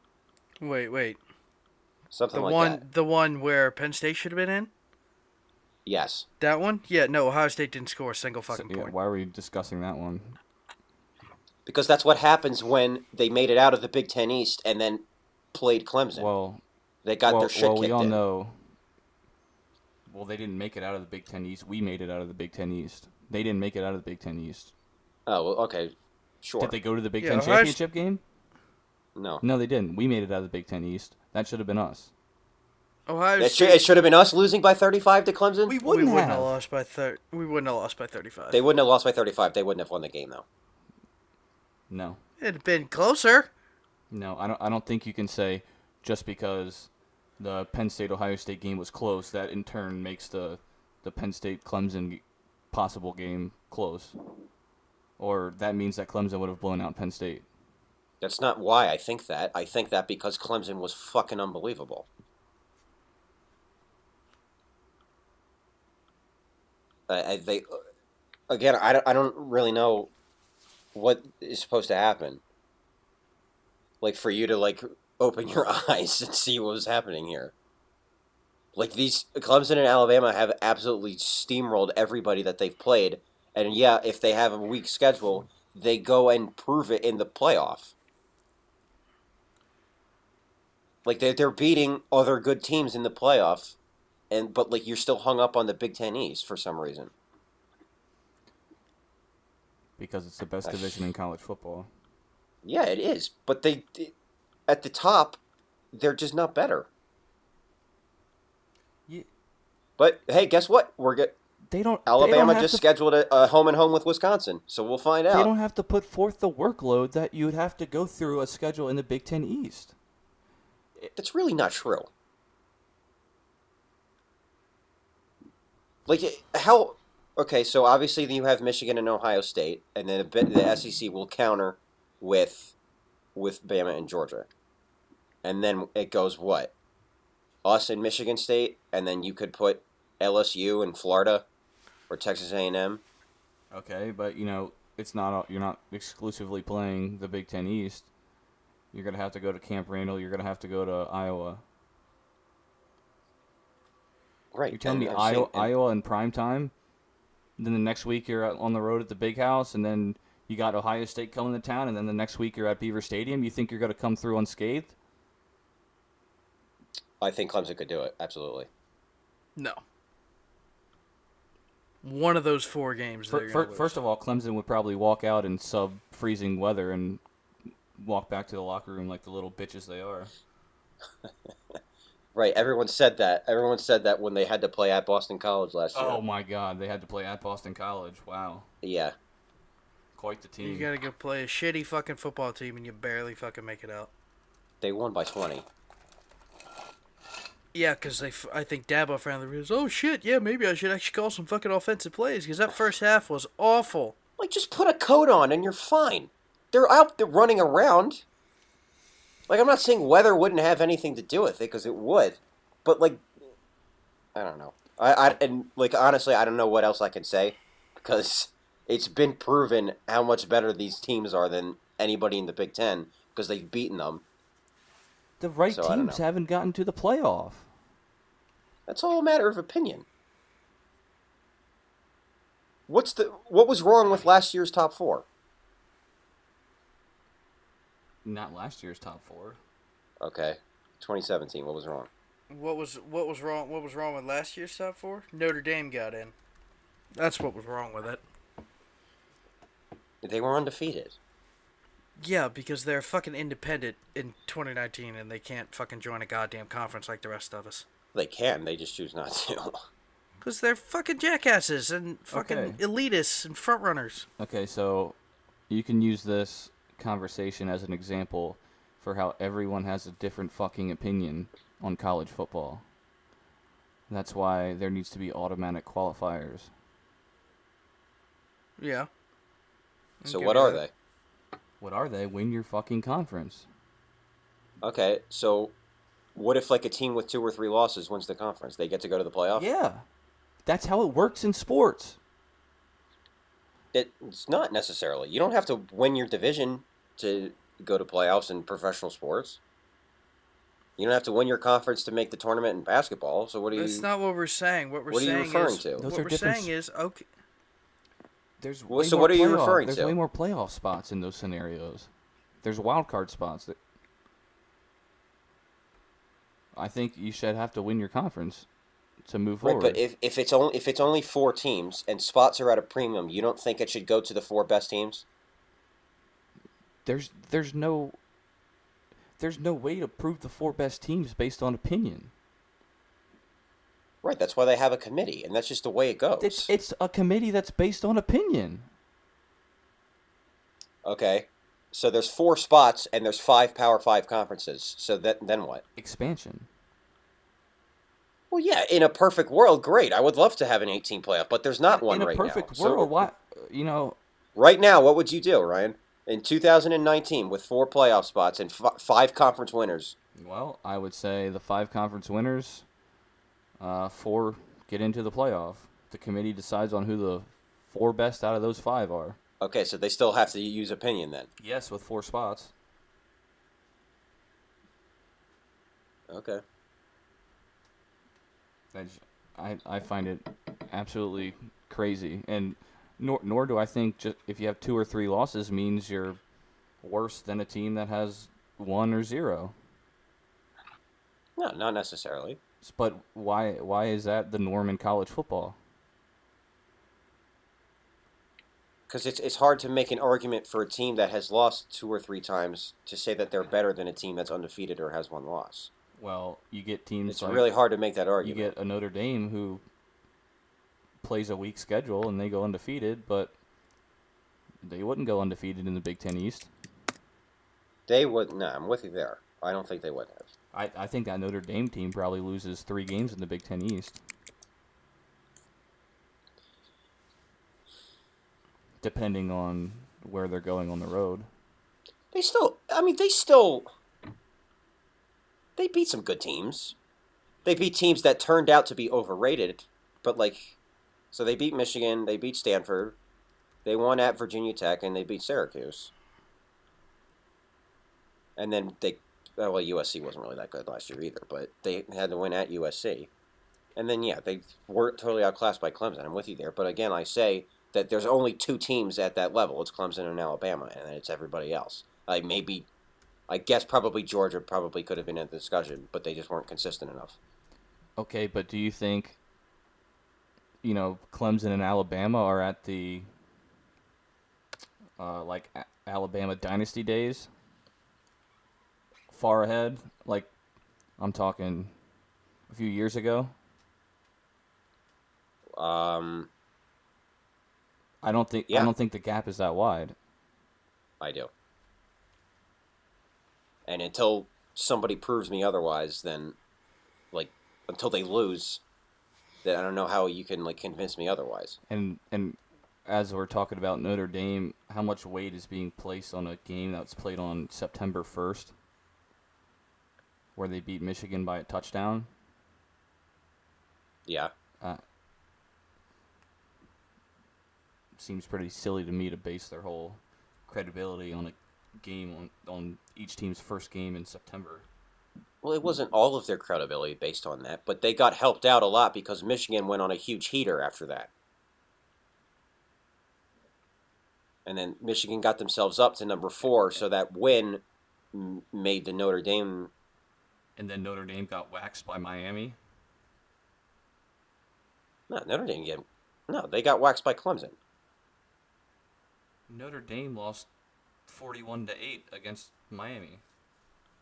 [SPEAKER 1] wait, wait.
[SPEAKER 3] Something
[SPEAKER 1] The
[SPEAKER 3] like
[SPEAKER 1] one,
[SPEAKER 3] that.
[SPEAKER 1] the one where Penn State should have been in.
[SPEAKER 3] Yes.
[SPEAKER 1] That one? Yeah, no. Ohio State didn't score a single fucking
[SPEAKER 2] Yeah,
[SPEAKER 1] point.
[SPEAKER 2] why were you discussing that one?
[SPEAKER 3] Because that's what happens when they made it out of the Big Ten East and then played Clemson.
[SPEAKER 2] Well,
[SPEAKER 3] they got
[SPEAKER 2] well,
[SPEAKER 3] their shit
[SPEAKER 2] well,
[SPEAKER 3] kicked
[SPEAKER 2] we all
[SPEAKER 3] in.
[SPEAKER 2] know well, they didn't make it out of the Big Ten East. We made it out of the Big Ten East. They didn't make it out of the Big Ten East.
[SPEAKER 3] Oh, well, okay, sure.
[SPEAKER 2] Did they go to the Big
[SPEAKER 1] Yeah,
[SPEAKER 2] Ten
[SPEAKER 1] Ohio S-
[SPEAKER 2] championship game?
[SPEAKER 3] no,
[SPEAKER 2] No, they didn't. We made it out of the Big Ten East. That should have been us.
[SPEAKER 1] Ohio
[SPEAKER 3] it should,
[SPEAKER 1] State.
[SPEAKER 3] it should have been us losing by 35 to Clemson.
[SPEAKER 1] we wouldn't have. lost by thir- We wouldn't have lost by thirty-five.
[SPEAKER 3] They wouldn't have lost by 35. They wouldn't have won the game though.
[SPEAKER 2] No,
[SPEAKER 1] It'd have been closer.
[SPEAKER 2] no. I don't. I don't think you can say just because the Penn State Ohio State game was close that in turn makes the the Penn State Clemson possible game close, or that means that Clemson would have blown out Penn State.
[SPEAKER 3] That's not why I think that. I think that because Clemson was fucking unbelievable. I, I, they again. I don't. I don't really know what is supposed to happen. Like for you to like open your eyes and see what was happening here. Like these Clemson and Alabama have absolutely steamrolled everybody that they've played, and yeah, if they have a weak schedule, they go and prove it in the playoff. Like they're they're beating other good teams in the playoff, and but like you're still hung up on the Big Ten East for some reason.
[SPEAKER 2] because it's the best
[SPEAKER 3] I-
[SPEAKER 2] division in college football.
[SPEAKER 3] Yeah, it is, but they at the top, they're just not better.
[SPEAKER 2] Ye-
[SPEAKER 3] But hey, guess what? We're get,
[SPEAKER 2] They don't.
[SPEAKER 3] Alabama
[SPEAKER 2] have
[SPEAKER 3] just
[SPEAKER 2] to,
[SPEAKER 3] scheduled a, a home and home with Wisconsin, so we'll find
[SPEAKER 2] They
[SPEAKER 3] out.
[SPEAKER 2] don't have to put forth the workload that you'd have to go through a schedule in the Big Ten East.
[SPEAKER 3] That's really not true. Like it- how? Okay, so obviously you have Michigan and Ohio State, and then a bit, the SEC will counter with with Bama and Georgia, and then it goes what? Us and Michigan State, and then you could put LSU and Florida, or Texas A and M.
[SPEAKER 2] Okay, but you know it's not. all- You're not exclusively playing the Big Ten East. You're gonna have to go to Camp Randall. You're gonna have to go to Iowa.
[SPEAKER 3] Right.
[SPEAKER 2] You're telling
[SPEAKER 3] and
[SPEAKER 2] me
[SPEAKER 3] I'm saying-
[SPEAKER 2] Iowa, Iowa in prime time. Then the next week you're out on the road at the Big House, and then you got Ohio State coming to town, and then the next week you're at Beaver Stadium. You think you're gonna come through unscathed?
[SPEAKER 3] I think Clemson could do it. Absolutely.
[SPEAKER 1] No. One of those four games.
[SPEAKER 2] Fir
[SPEAKER 1] they're
[SPEAKER 2] fir-
[SPEAKER 1] gonna lose.
[SPEAKER 2] first of all, Clemson would probably walk out in sub freezing weather and walk back to the locker room like the little bitches they are.
[SPEAKER 3] Right. Everyone said that. Everyone said that when they had to play at Boston College last year.
[SPEAKER 2] Oh my God, they had to play at Boston College. Wow,
[SPEAKER 3] Yeah.
[SPEAKER 2] quite the
[SPEAKER 1] you
[SPEAKER 2] team.
[SPEAKER 1] gotta go play a shitty fucking football team, and you barely fucking make it out.
[SPEAKER 3] They won by 20.
[SPEAKER 1] Yeah, because they, f- I think Dabo finally realized, oh shit, yeah, maybe I should actually call some fucking offensive plays because that first half was awful.
[SPEAKER 3] Like, just put a coat on and you're fine. They're out there running around. Like, I'm not saying weather wouldn't have anything to do with it because it would, but like, I don't know. I, I and like honestly, I don't know what else I can say because it's been proven how much better these teams are than anybody in the Big Ten because they've beaten them.
[SPEAKER 2] the right
[SPEAKER 3] So, I don't
[SPEAKER 2] teams
[SPEAKER 3] know.
[SPEAKER 2] haven't gotten to the playoff.
[SPEAKER 3] That's all a matter of opinion. What's the what was wrong with last year's top four?
[SPEAKER 2] Not last year's top four.
[SPEAKER 3] Okay, 2017. What was wrong?
[SPEAKER 1] What was what was wrong? What was wrong with last year's top four? Notre Dame got in. That's what was wrong with it.
[SPEAKER 3] They were undefeated.
[SPEAKER 1] Yeah, because they're fucking independent in 2019 and they can't fucking join a goddamn conference like the rest of us.
[SPEAKER 3] They can. They just choose not to.
[SPEAKER 1] Because they're fucking jackasses and fucking
[SPEAKER 2] Okay.
[SPEAKER 1] elitists and front runners.
[SPEAKER 2] Okay, so you can use this conversation as an example for how everyone has a different fucking opinion on college football. That's why there needs to be automatic qualifiers.
[SPEAKER 1] Yeah.
[SPEAKER 3] so
[SPEAKER 1] Okay,
[SPEAKER 3] what are
[SPEAKER 1] yeah.
[SPEAKER 3] they?
[SPEAKER 2] What are they? Win your fucking conference.
[SPEAKER 3] Okay. So what if like a team with two or three losses wins the conference? They get to go to the playoff.
[SPEAKER 2] Yeah. That's how it works in sports.
[SPEAKER 3] It, it's not necessarily. You don't have to win your division to go to playoffs in professional sports. You don't have to win your conference to make the tournament in basketball. So what do you?
[SPEAKER 1] That's not what we're saying. What we're
[SPEAKER 3] What are you
[SPEAKER 1] saying
[SPEAKER 3] referring
[SPEAKER 1] is
[SPEAKER 3] to? Those
[SPEAKER 1] what
[SPEAKER 2] are
[SPEAKER 1] we're
[SPEAKER 2] different
[SPEAKER 1] saying is okay.
[SPEAKER 2] There's
[SPEAKER 3] Well,
[SPEAKER 2] way
[SPEAKER 3] so
[SPEAKER 2] more
[SPEAKER 3] what are you
[SPEAKER 2] playoff-
[SPEAKER 3] referring
[SPEAKER 2] There's
[SPEAKER 3] to?
[SPEAKER 2] way more playoff spots in those scenarios. There's wild card spots that I think you should have to win your conference. to move
[SPEAKER 3] Right,
[SPEAKER 2] forward.
[SPEAKER 3] but if, if it's only if it's only four teams and spots are at a premium, you don't think it should go to the four best teams?
[SPEAKER 2] there's there's no there's no way to prove the four best teams based on opinion.
[SPEAKER 3] Right, that's why they have a committee, and that's just the way it goes.
[SPEAKER 2] It's it's a committee that's based on opinion.
[SPEAKER 3] okay, so there's four spots and there's five Power Five conferences. So that then what?
[SPEAKER 2] Expansion.
[SPEAKER 3] Well, yeah, in a perfect world, great. I would love to have an 18 playoff, but there's not one
[SPEAKER 2] In a
[SPEAKER 3] right
[SPEAKER 2] perfect
[SPEAKER 3] now. So-
[SPEAKER 2] world, why you know
[SPEAKER 3] Right now, what would you do, Ryan? In 2019, with four playoff spots and f- five conference winners,
[SPEAKER 2] Well, I would say the five conference winners, uh, four get into the playoff. The committee decides on who the four best out of those five are.
[SPEAKER 3] okay, so they still have to use opinion then.
[SPEAKER 2] Yes, with four spots.
[SPEAKER 3] Okay.
[SPEAKER 2] I, j- I- I find it absolutely crazy, and nor nor do I think just if you have two or three losses means you're worse than a team that has one or zero.
[SPEAKER 3] No, not necessarily.
[SPEAKER 2] S- But why why is that the norm in college football?
[SPEAKER 3] Because it's, it's hard to make an argument for a team that has lost two or three times to say that they're better than a team that's undefeated or has one loss.
[SPEAKER 2] Well, you get teams
[SPEAKER 3] It's
[SPEAKER 2] like
[SPEAKER 3] really hard to make that
[SPEAKER 2] you
[SPEAKER 3] argument.
[SPEAKER 2] get a Notre Dame who plays a weak schedule and they go undefeated, but they wouldn't go undefeated in the Big Ten East.
[SPEAKER 3] They would. No, I'm with you there. I don't think they would have.
[SPEAKER 2] I, I think that Notre Dame team probably loses three games in the Big Ten East. Depending on where they're going on the road.
[SPEAKER 3] They still. I mean, they still. They beat some good teams. They beat teams that turned out to be overrated, but like, so they beat Michigan. They beat Stanford. They won at Virginia Tech, and they beat Syracuse. And then they, oh, well, USC wasn't really that good last year either, but they had to win at USC. And then yeah, they were totally outclassed by Clemson. I'm with you there, but again, I say that there's only two teams at that level. It's Clemson and Alabama, and then it's everybody else. Like maybe, I guess probably Georgia probably could have been in the discussion, but they just weren't consistent enough.
[SPEAKER 2] Okay, but do you think, you know, Clemson and Alabama are at the, uh, like, A- Alabama dynasty days? Far ahead? Like, I'm talking a few years ago?
[SPEAKER 3] Um,
[SPEAKER 2] I don't think I
[SPEAKER 3] Yeah.
[SPEAKER 2] don't think the gap is that wide.
[SPEAKER 3] I do. And until somebody proves me otherwise, then, like, until they lose, then I don't know how you can like convince me otherwise.
[SPEAKER 2] And and as we're talking about Notre Dame, how much weight is being placed on a game that's played on September first, where they beat Michigan by a touchdown?
[SPEAKER 3] Yeah.
[SPEAKER 2] Seems pretty silly to me to base their whole credibility on a game on, on each team's first game in September.
[SPEAKER 3] Well, it wasn't all of their credibility based on that, but they got helped out a lot because Michigan went on a huge heater after that. And then Michigan got themselves up to number four, so that win m- made the Notre Dame.
[SPEAKER 4] And then Notre Dame got waxed by Miami.
[SPEAKER 3] No, Notre Dame get. No, they got waxed by Clemson.
[SPEAKER 4] Notre Dame lost 41 to 8 against Miami.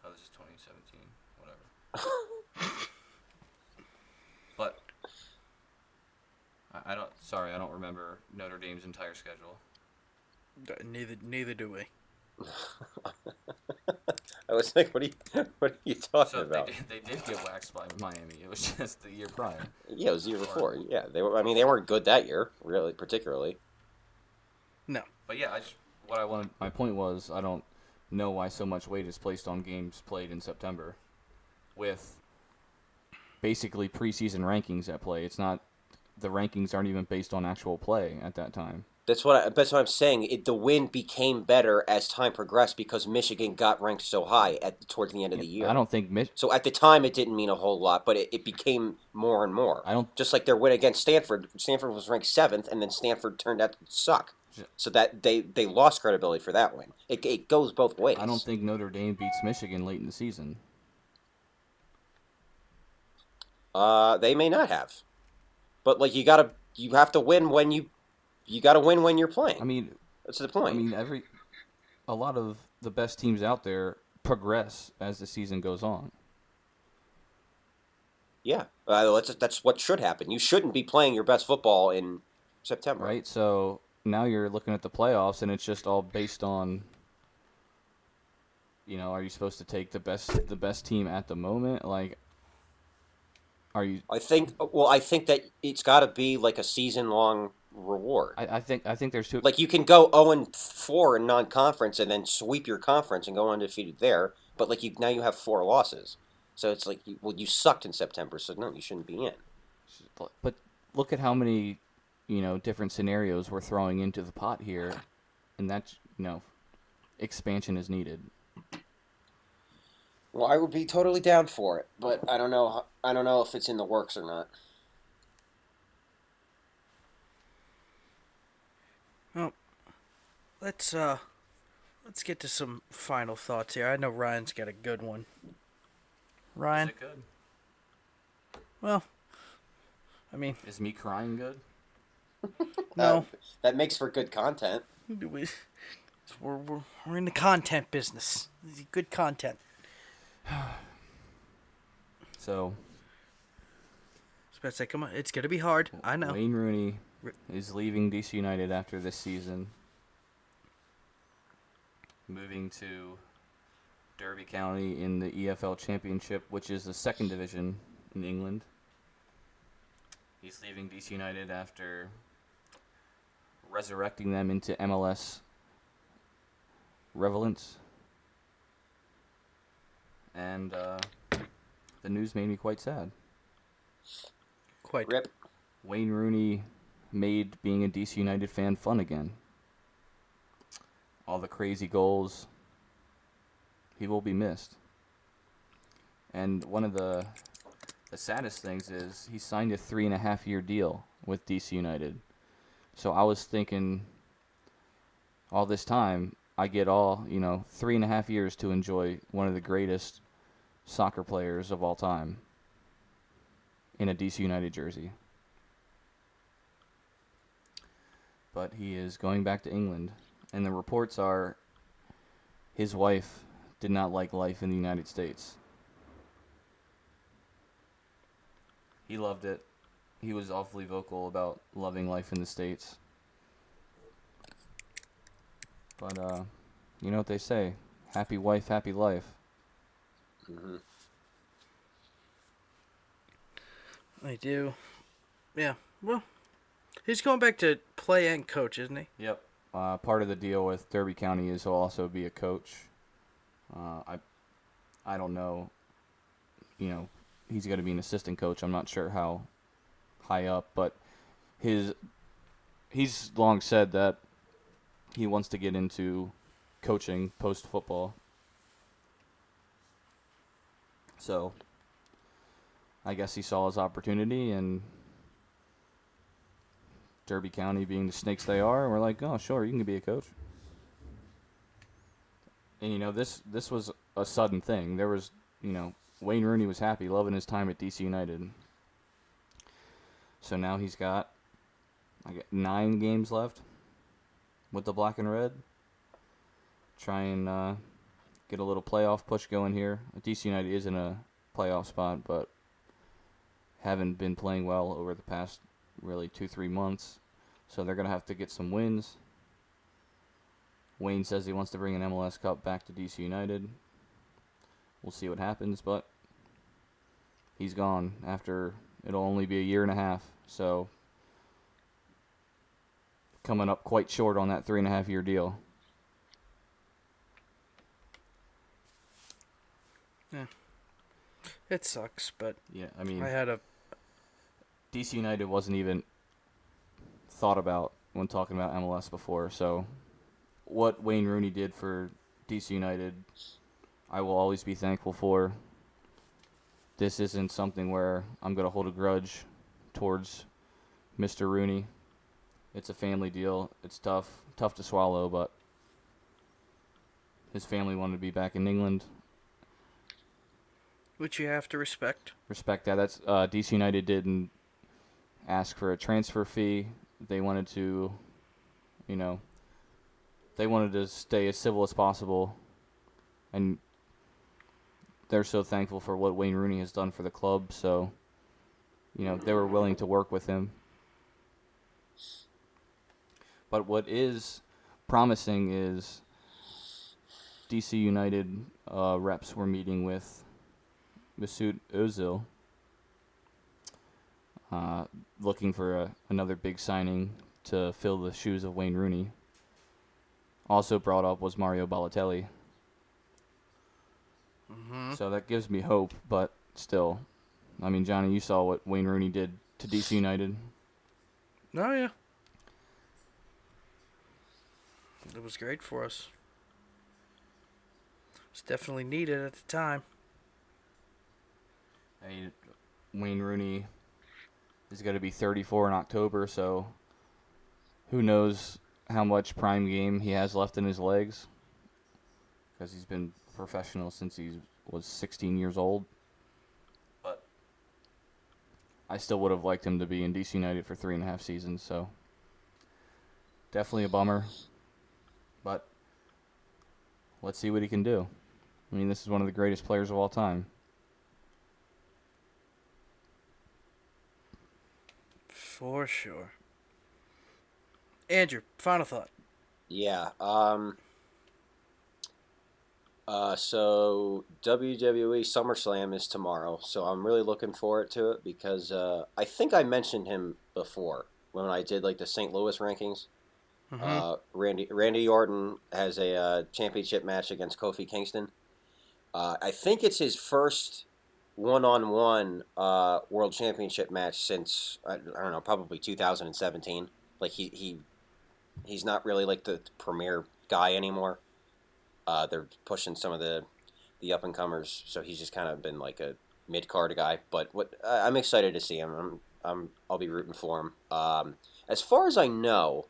[SPEAKER 4] Oh, this is 2017. Whatever. but I, I don't. Sorry, I don't remember Notre Dame's entire schedule.
[SPEAKER 1] Neither neither do we.
[SPEAKER 3] I was like, what are you, what are you talking
[SPEAKER 4] So they
[SPEAKER 3] about?
[SPEAKER 4] did, they did get waxed by Miami. It was just the year prior.
[SPEAKER 3] Yeah, it was the year before. Yeah, they were. I mean, they weren't good that year, really, particularly.
[SPEAKER 1] No.
[SPEAKER 4] But yeah, I just what I wanted.
[SPEAKER 2] My point was, I don't know why so much weight is placed on games played in September, with basically preseason rankings at play. It's not the rankings aren't even based on actual play at that time.
[SPEAKER 3] That's what I, that's what I'm saying. It, the win became better as time progressed because Michigan got ranked so high at towards the end of the year.
[SPEAKER 2] I don't think Mich-
[SPEAKER 3] So at the time, it didn't mean a whole lot, but it, it became more and more.
[SPEAKER 2] I don't-
[SPEAKER 3] just like their win against Stanford. Stanford was ranked seventh, and then Stanford turned out to suck. So that they they lost credibility for that win. It, it goes both ways.
[SPEAKER 2] I don't think Notre Dame beats Michigan late in the season.
[SPEAKER 3] Uh, they may not have, but like you gotta, you have to win when you, you gotta win when you're playing.
[SPEAKER 2] I mean,
[SPEAKER 3] That's the
[SPEAKER 2] I
[SPEAKER 3] point.
[SPEAKER 2] mean every a lot of the best teams out there progress as the season goes on.
[SPEAKER 3] yeah, uh, that's that's what should happen. You shouldn't be playing your best football in September.
[SPEAKER 2] right? So now you're looking at the playoffs, and it's just all based on, you know, are you supposed to take the best the best team at the moment? Like, are you?
[SPEAKER 3] I think. uh, Well, I think that it's got to be like a season long reward.
[SPEAKER 2] I, I think I think there's two.
[SPEAKER 3] like you can go zero and four in non conference and then sweep your conference and go undefeated there. But like you now you have four losses, so it's like you, well you sucked in September, so no, you shouldn't be in.
[SPEAKER 2] but look at how many, you know, different scenarios we're throwing into the pot here, and that's you know, expansion is needed.
[SPEAKER 3] Well, I would be totally down for it, but I don't know. ho- I don't know if it's in the works or not.
[SPEAKER 1] Let's uh let's get to some final thoughts here. I know Ryan's got a good one.
[SPEAKER 4] Is
[SPEAKER 1] Ryan,
[SPEAKER 4] it good?
[SPEAKER 1] well, I mean,
[SPEAKER 2] Is me crying good?
[SPEAKER 1] no,
[SPEAKER 3] Uh, that makes for good content.
[SPEAKER 1] we, we're, we're we're in the content business. Good content.
[SPEAKER 2] So
[SPEAKER 1] I was about to say, come on, it's gonna be hard. I know.
[SPEAKER 2] Wayne Rooney
[SPEAKER 1] Re-
[SPEAKER 2] is leaving DC United after this season,
[SPEAKER 4] Moving to
[SPEAKER 2] Derby County in the EFL Championship, which is the second division in England.
[SPEAKER 4] he's leaving DC United after
[SPEAKER 2] resurrecting them into MLS relevance. And uh, the news made me quite sad.
[SPEAKER 1] Quite.
[SPEAKER 3] Rip.
[SPEAKER 2] Wayne Rooney made being a DC United fan fun again. All the crazy goals. He will be missed. And one of the the saddest things is he signed a three and a half year deal with DC United. So I was thinking all this time I get all, you know, three and a half years to enjoy one of the greatest soccer players of all time in a DC United jersey but he is going back to England. And the reports are his wife did not like life in the United States. He loved it. He was awfully vocal about loving life in the States. But, uh, you know what they say happy wife, happy life.
[SPEAKER 3] Mhm.
[SPEAKER 1] I do. Yeah. Well, he's going back to play and coach, isn't he?
[SPEAKER 4] yep.
[SPEAKER 2] Uh, part of the deal with Derby County is he'll also be a coach. Uh, I, I don't know. You know, he's going to be an assistant coach. I'm not sure how high up, but his he's long said that he wants to get into coaching post football. So, I guess he saw his opportunity and Derby County being the snakes they are, we're like, oh, sure, you can be a coach. And you know, this this was a sudden thing. There was, you know, Wayne Rooney was happy, loving his time at DC United. So now he's got, I got nine games left with the black and red. Try and uh, get a little playoff push going here. DC United is in a playoff spot, but haven't been playing well over the past really two three months, so they're gonna have to get some wins. Wayne says he wants to bring an MLS Cup back to DC United. We'll see what happens, but he's gone after it'll only be a year and a half, so coming up quite short on that three and a half year deal.
[SPEAKER 1] It sucks, but
[SPEAKER 2] Yeah, I mean
[SPEAKER 1] I had a
[SPEAKER 2] DC United wasn't even thought about when talking about MLS before. So, what Wayne Rooney did for DC United, I will always be thankful for. This isn't something where I'm going to hold a grudge towards Mr. Rooney. It's a family deal. It's tough, tough to swallow, but his family wanted to be back in England.
[SPEAKER 1] which you have to respect.
[SPEAKER 2] respect that. That's uh, DC United didn't ask for a transfer fee. They wanted to, you know, they wanted to stay as civil as possible, and they're so thankful for what Wayne Rooney has done for the club. So, you know, they were willing to work with him. But what is promising is DC United uh, reps were meeting with Masood Ozil, uh, looking for a, another big signing to fill the shoes of Wayne Rooney. Also brought up was Mario Balotelli,
[SPEAKER 1] Mm-hmm.
[SPEAKER 2] so that gives me hope. But still, I mean, Johnny, you saw what Wayne Rooney did to DC United.
[SPEAKER 1] Oh yeah, it was great for us. It's definitely needed at the time.
[SPEAKER 2] I mean, Wayne Rooney is going to be 34 in October, so who knows how much prime game he has left in his legs? Because he's been professional since he was 16 years old.
[SPEAKER 4] But
[SPEAKER 2] I still would have liked him to be in DC United for three and a half seasons, so definitely a bummer. But let's see what he can do. I mean, this is one of the greatest players of all time.
[SPEAKER 1] For sure. Andrew, final thought.
[SPEAKER 3] Yeah. Um, uh, so WWE SummerSlam is tomorrow, so I'm really looking forward to it because uh, I think I mentioned him before when I did like the St. Louis rankings.
[SPEAKER 1] Mhm.
[SPEAKER 3] Uh, Randy Randy Orton has a uh, championship match against Kofi Kingston. Uh, I think it's his first one-on-one uh, world championship match since I, I don't know, probably 2017. Like he, he he's not really like the premier guy anymore. Uh, they're pushing some of the the up and comers, so he's just kind of been like a mid card guy. But what I I'm excited to see him. I'm, I'm I'll be rooting for him. Um, as far as I know,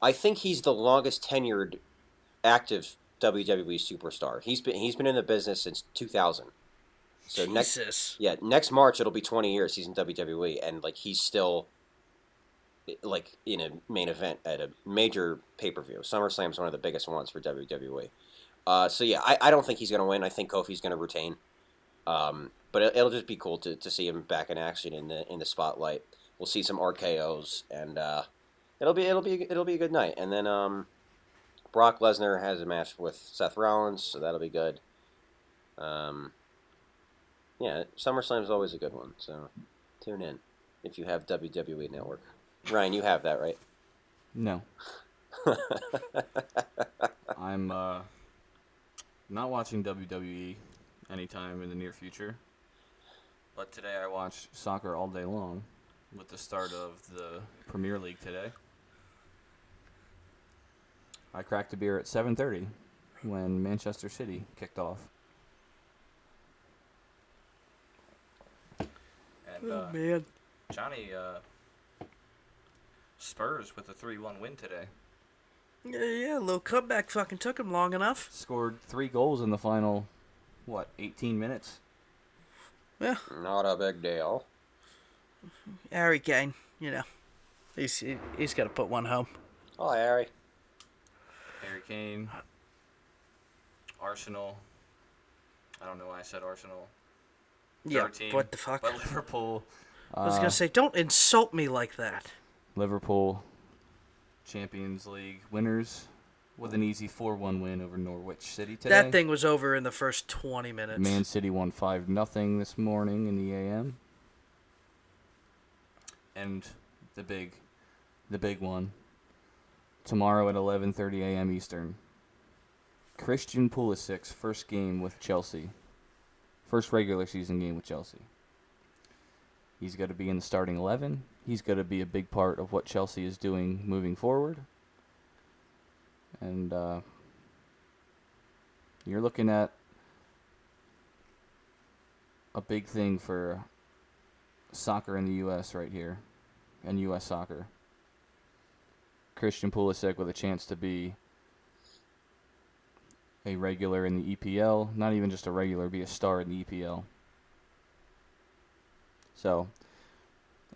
[SPEAKER 3] I think he's the longest tenured active WWE superstar. He's been he's been in the business since 2000. So next
[SPEAKER 1] Jesus.
[SPEAKER 3] yeah, next March it'll be 20 years he's in WWE, and like he's still like in a main event at a major pay per view. SummerSlam's one of the biggest ones for WWE. Uh, so yeah, I, I don't think he's gonna win. I think Kofi's gonna retain. Um, but it, will just be cool to, to see him back in action in the in the spotlight. We'll see some RKO's, and uh, it'll be it'll be it'll be a good night. And then um, Brock Lesnar has a match with Seth Rollins, so that'll be good. Um, yeah, SummerSlam's always a good one, so tune in if you have WWE Network. Ryan, you have that, right?
[SPEAKER 2] No. I'm uh, not watching WWE anytime in the near future.
[SPEAKER 4] but today I
[SPEAKER 2] I
[SPEAKER 4] watched
[SPEAKER 2] watch soccer all day long.
[SPEAKER 4] with the start of the Premier League today.
[SPEAKER 2] I cracked a beer at 7:30 when Manchester City kicked off.
[SPEAKER 4] And uh,
[SPEAKER 1] Oh, man.
[SPEAKER 4] Johnny uh, Spurs with a 3-1 win today.
[SPEAKER 1] Yeah, yeah, little comeback fucking took him long enough.
[SPEAKER 2] Scored three goals in the final, what, 18 minutes?
[SPEAKER 1] Yeah,
[SPEAKER 3] Not a big deal.
[SPEAKER 1] Harry Kane, you know, he's he, he's got to put one home.
[SPEAKER 3] Oh, Harry.
[SPEAKER 4] Harry Kane, Arsenal. I don't know why I said Arsenal.
[SPEAKER 1] Yeah,
[SPEAKER 4] Their team,
[SPEAKER 1] what the fuck?
[SPEAKER 4] But Liverpool.
[SPEAKER 1] I was gonna say, don't insult me like that.
[SPEAKER 2] Liverpool Champions League winners with an easy 4-1 win over Norwich City today.
[SPEAKER 1] That thing was over in the first twenty minutes.
[SPEAKER 2] Man City won 5 nothing this morning in the AM. And the big the big one tomorrow at 11:30 a.m. Eastern. Christian Pulisic's first game with Chelsea. First regular season game with Chelsea. He's going to be in the starting 11. He's going to be a big part of what Chelsea is doing moving forward. And uh, you're looking at a big thing for soccer in the U.S. right here, and U.S. soccer. Christian Pulisic with a chance to be a regular in the EPL, not even just a regular, be a star in the E EPL. So,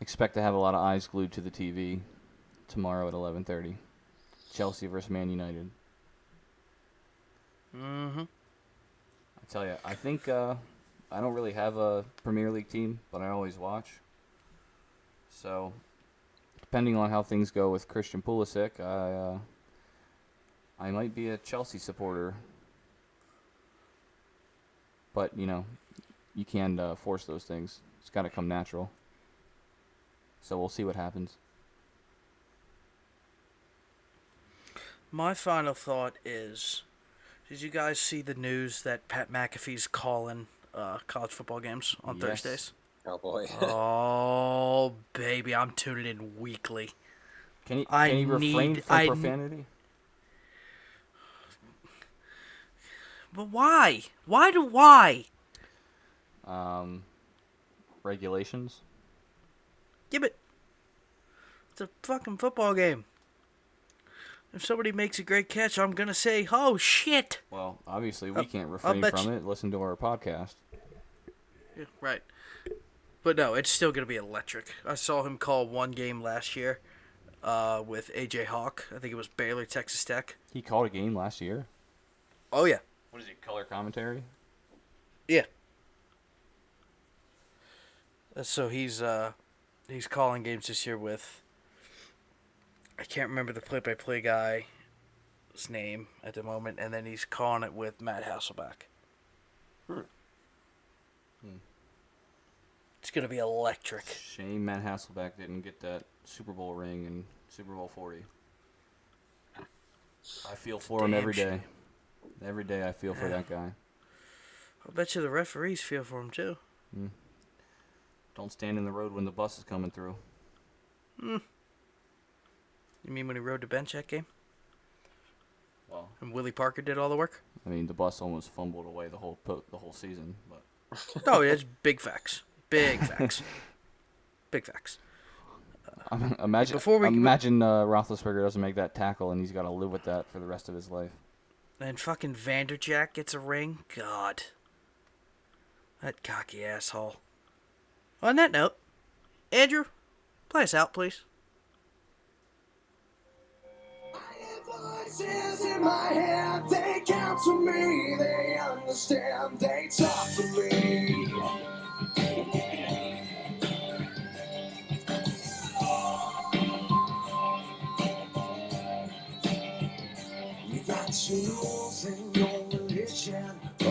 [SPEAKER 2] expect to have a lot of eyes glued to the TV tomorrow at 11:30. Chelsea versus Man United.
[SPEAKER 1] Mm-hmm.
[SPEAKER 2] I tell you, I think uh, I don't really have a Premier League team, but I always watch. So, depending on how things go with Christian Pulisic, I uh, I might be a Chelsea supporter. But you know, you can't uh, force those things. It's got to come natural. So we'll see what happens.
[SPEAKER 1] My final thought is Did you guys see the news that Pat McAfee's calling uh, college football games on
[SPEAKER 2] Yes.
[SPEAKER 1] Thursdays?
[SPEAKER 3] Oh boy.
[SPEAKER 1] oh, baby, I'm tuning in weekly.
[SPEAKER 2] Can he?
[SPEAKER 1] I
[SPEAKER 2] Can he refrain
[SPEAKER 1] need-
[SPEAKER 2] from
[SPEAKER 1] I-
[SPEAKER 2] profanity?
[SPEAKER 1] But why? Why do why?
[SPEAKER 2] Um, regulations.
[SPEAKER 1] Give it. It's a fucking football game. If somebody makes a great catch, I'm gonna say, "Oh shit!"
[SPEAKER 2] Well, obviously we
[SPEAKER 1] I'll-
[SPEAKER 2] can't
[SPEAKER 1] I'll
[SPEAKER 2] refrain
[SPEAKER 1] bet
[SPEAKER 2] from
[SPEAKER 1] you-
[SPEAKER 2] it. Listen to our podcast.
[SPEAKER 1] Yeah, right. But no, it's still gonna be electric. I saw him call one game last year uh, with AJ Hawk. I think it was Baylor, Texas Tech.
[SPEAKER 2] He called a game last year.
[SPEAKER 1] Oh yeah,
[SPEAKER 2] What is it? Color commentary.
[SPEAKER 1] yeah. Uh, So he's uh, he's calling games this year with. I can't remember the play-by-play guy's name at the moment, and then he's calling it with Matt Hasselback.
[SPEAKER 2] Hmm.
[SPEAKER 1] It's gonna be electric.
[SPEAKER 2] Shame Matt Hasselbeck didn't get that Super Bowl ring in Super Bowl 40. I feel for him
[SPEAKER 1] damn
[SPEAKER 2] every day.
[SPEAKER 1] shame.
[SPEAKER 2] Every day I feel for that guy.
[SPEAKER 1] I bet you the referees feel for him too.
[SPEAKER 2] Don't stand in the road when the bus is coming through.
[SPEAKER 1] You mean when he rode the bench that game
[SPEAKER 2] Well,
[SPEAKER 1] and Willie Parker did all the work?
[SPEAKER 2] I mean the bus almost fumbled away the whole po- the whole season, but
[SPEAKER 1] no, Oh, it's big facts. Big facts. big facts.
[SPEAKER 2] Um, imagine
[SPEAKER 1] Before we-
[SPEAKER 2] imagine uh, Roethlisberger doesn't make that tackle and he's got to live with that for the rest of his life.
[SPEAKER 1] And fucking Vanderjack gets a ring. God. That cocky asshole. On that note, Andrew, play us out, please.
[SPEAKER 5] voices in my head, they count for me, they understand, they talk to me. You got your rules and your religion.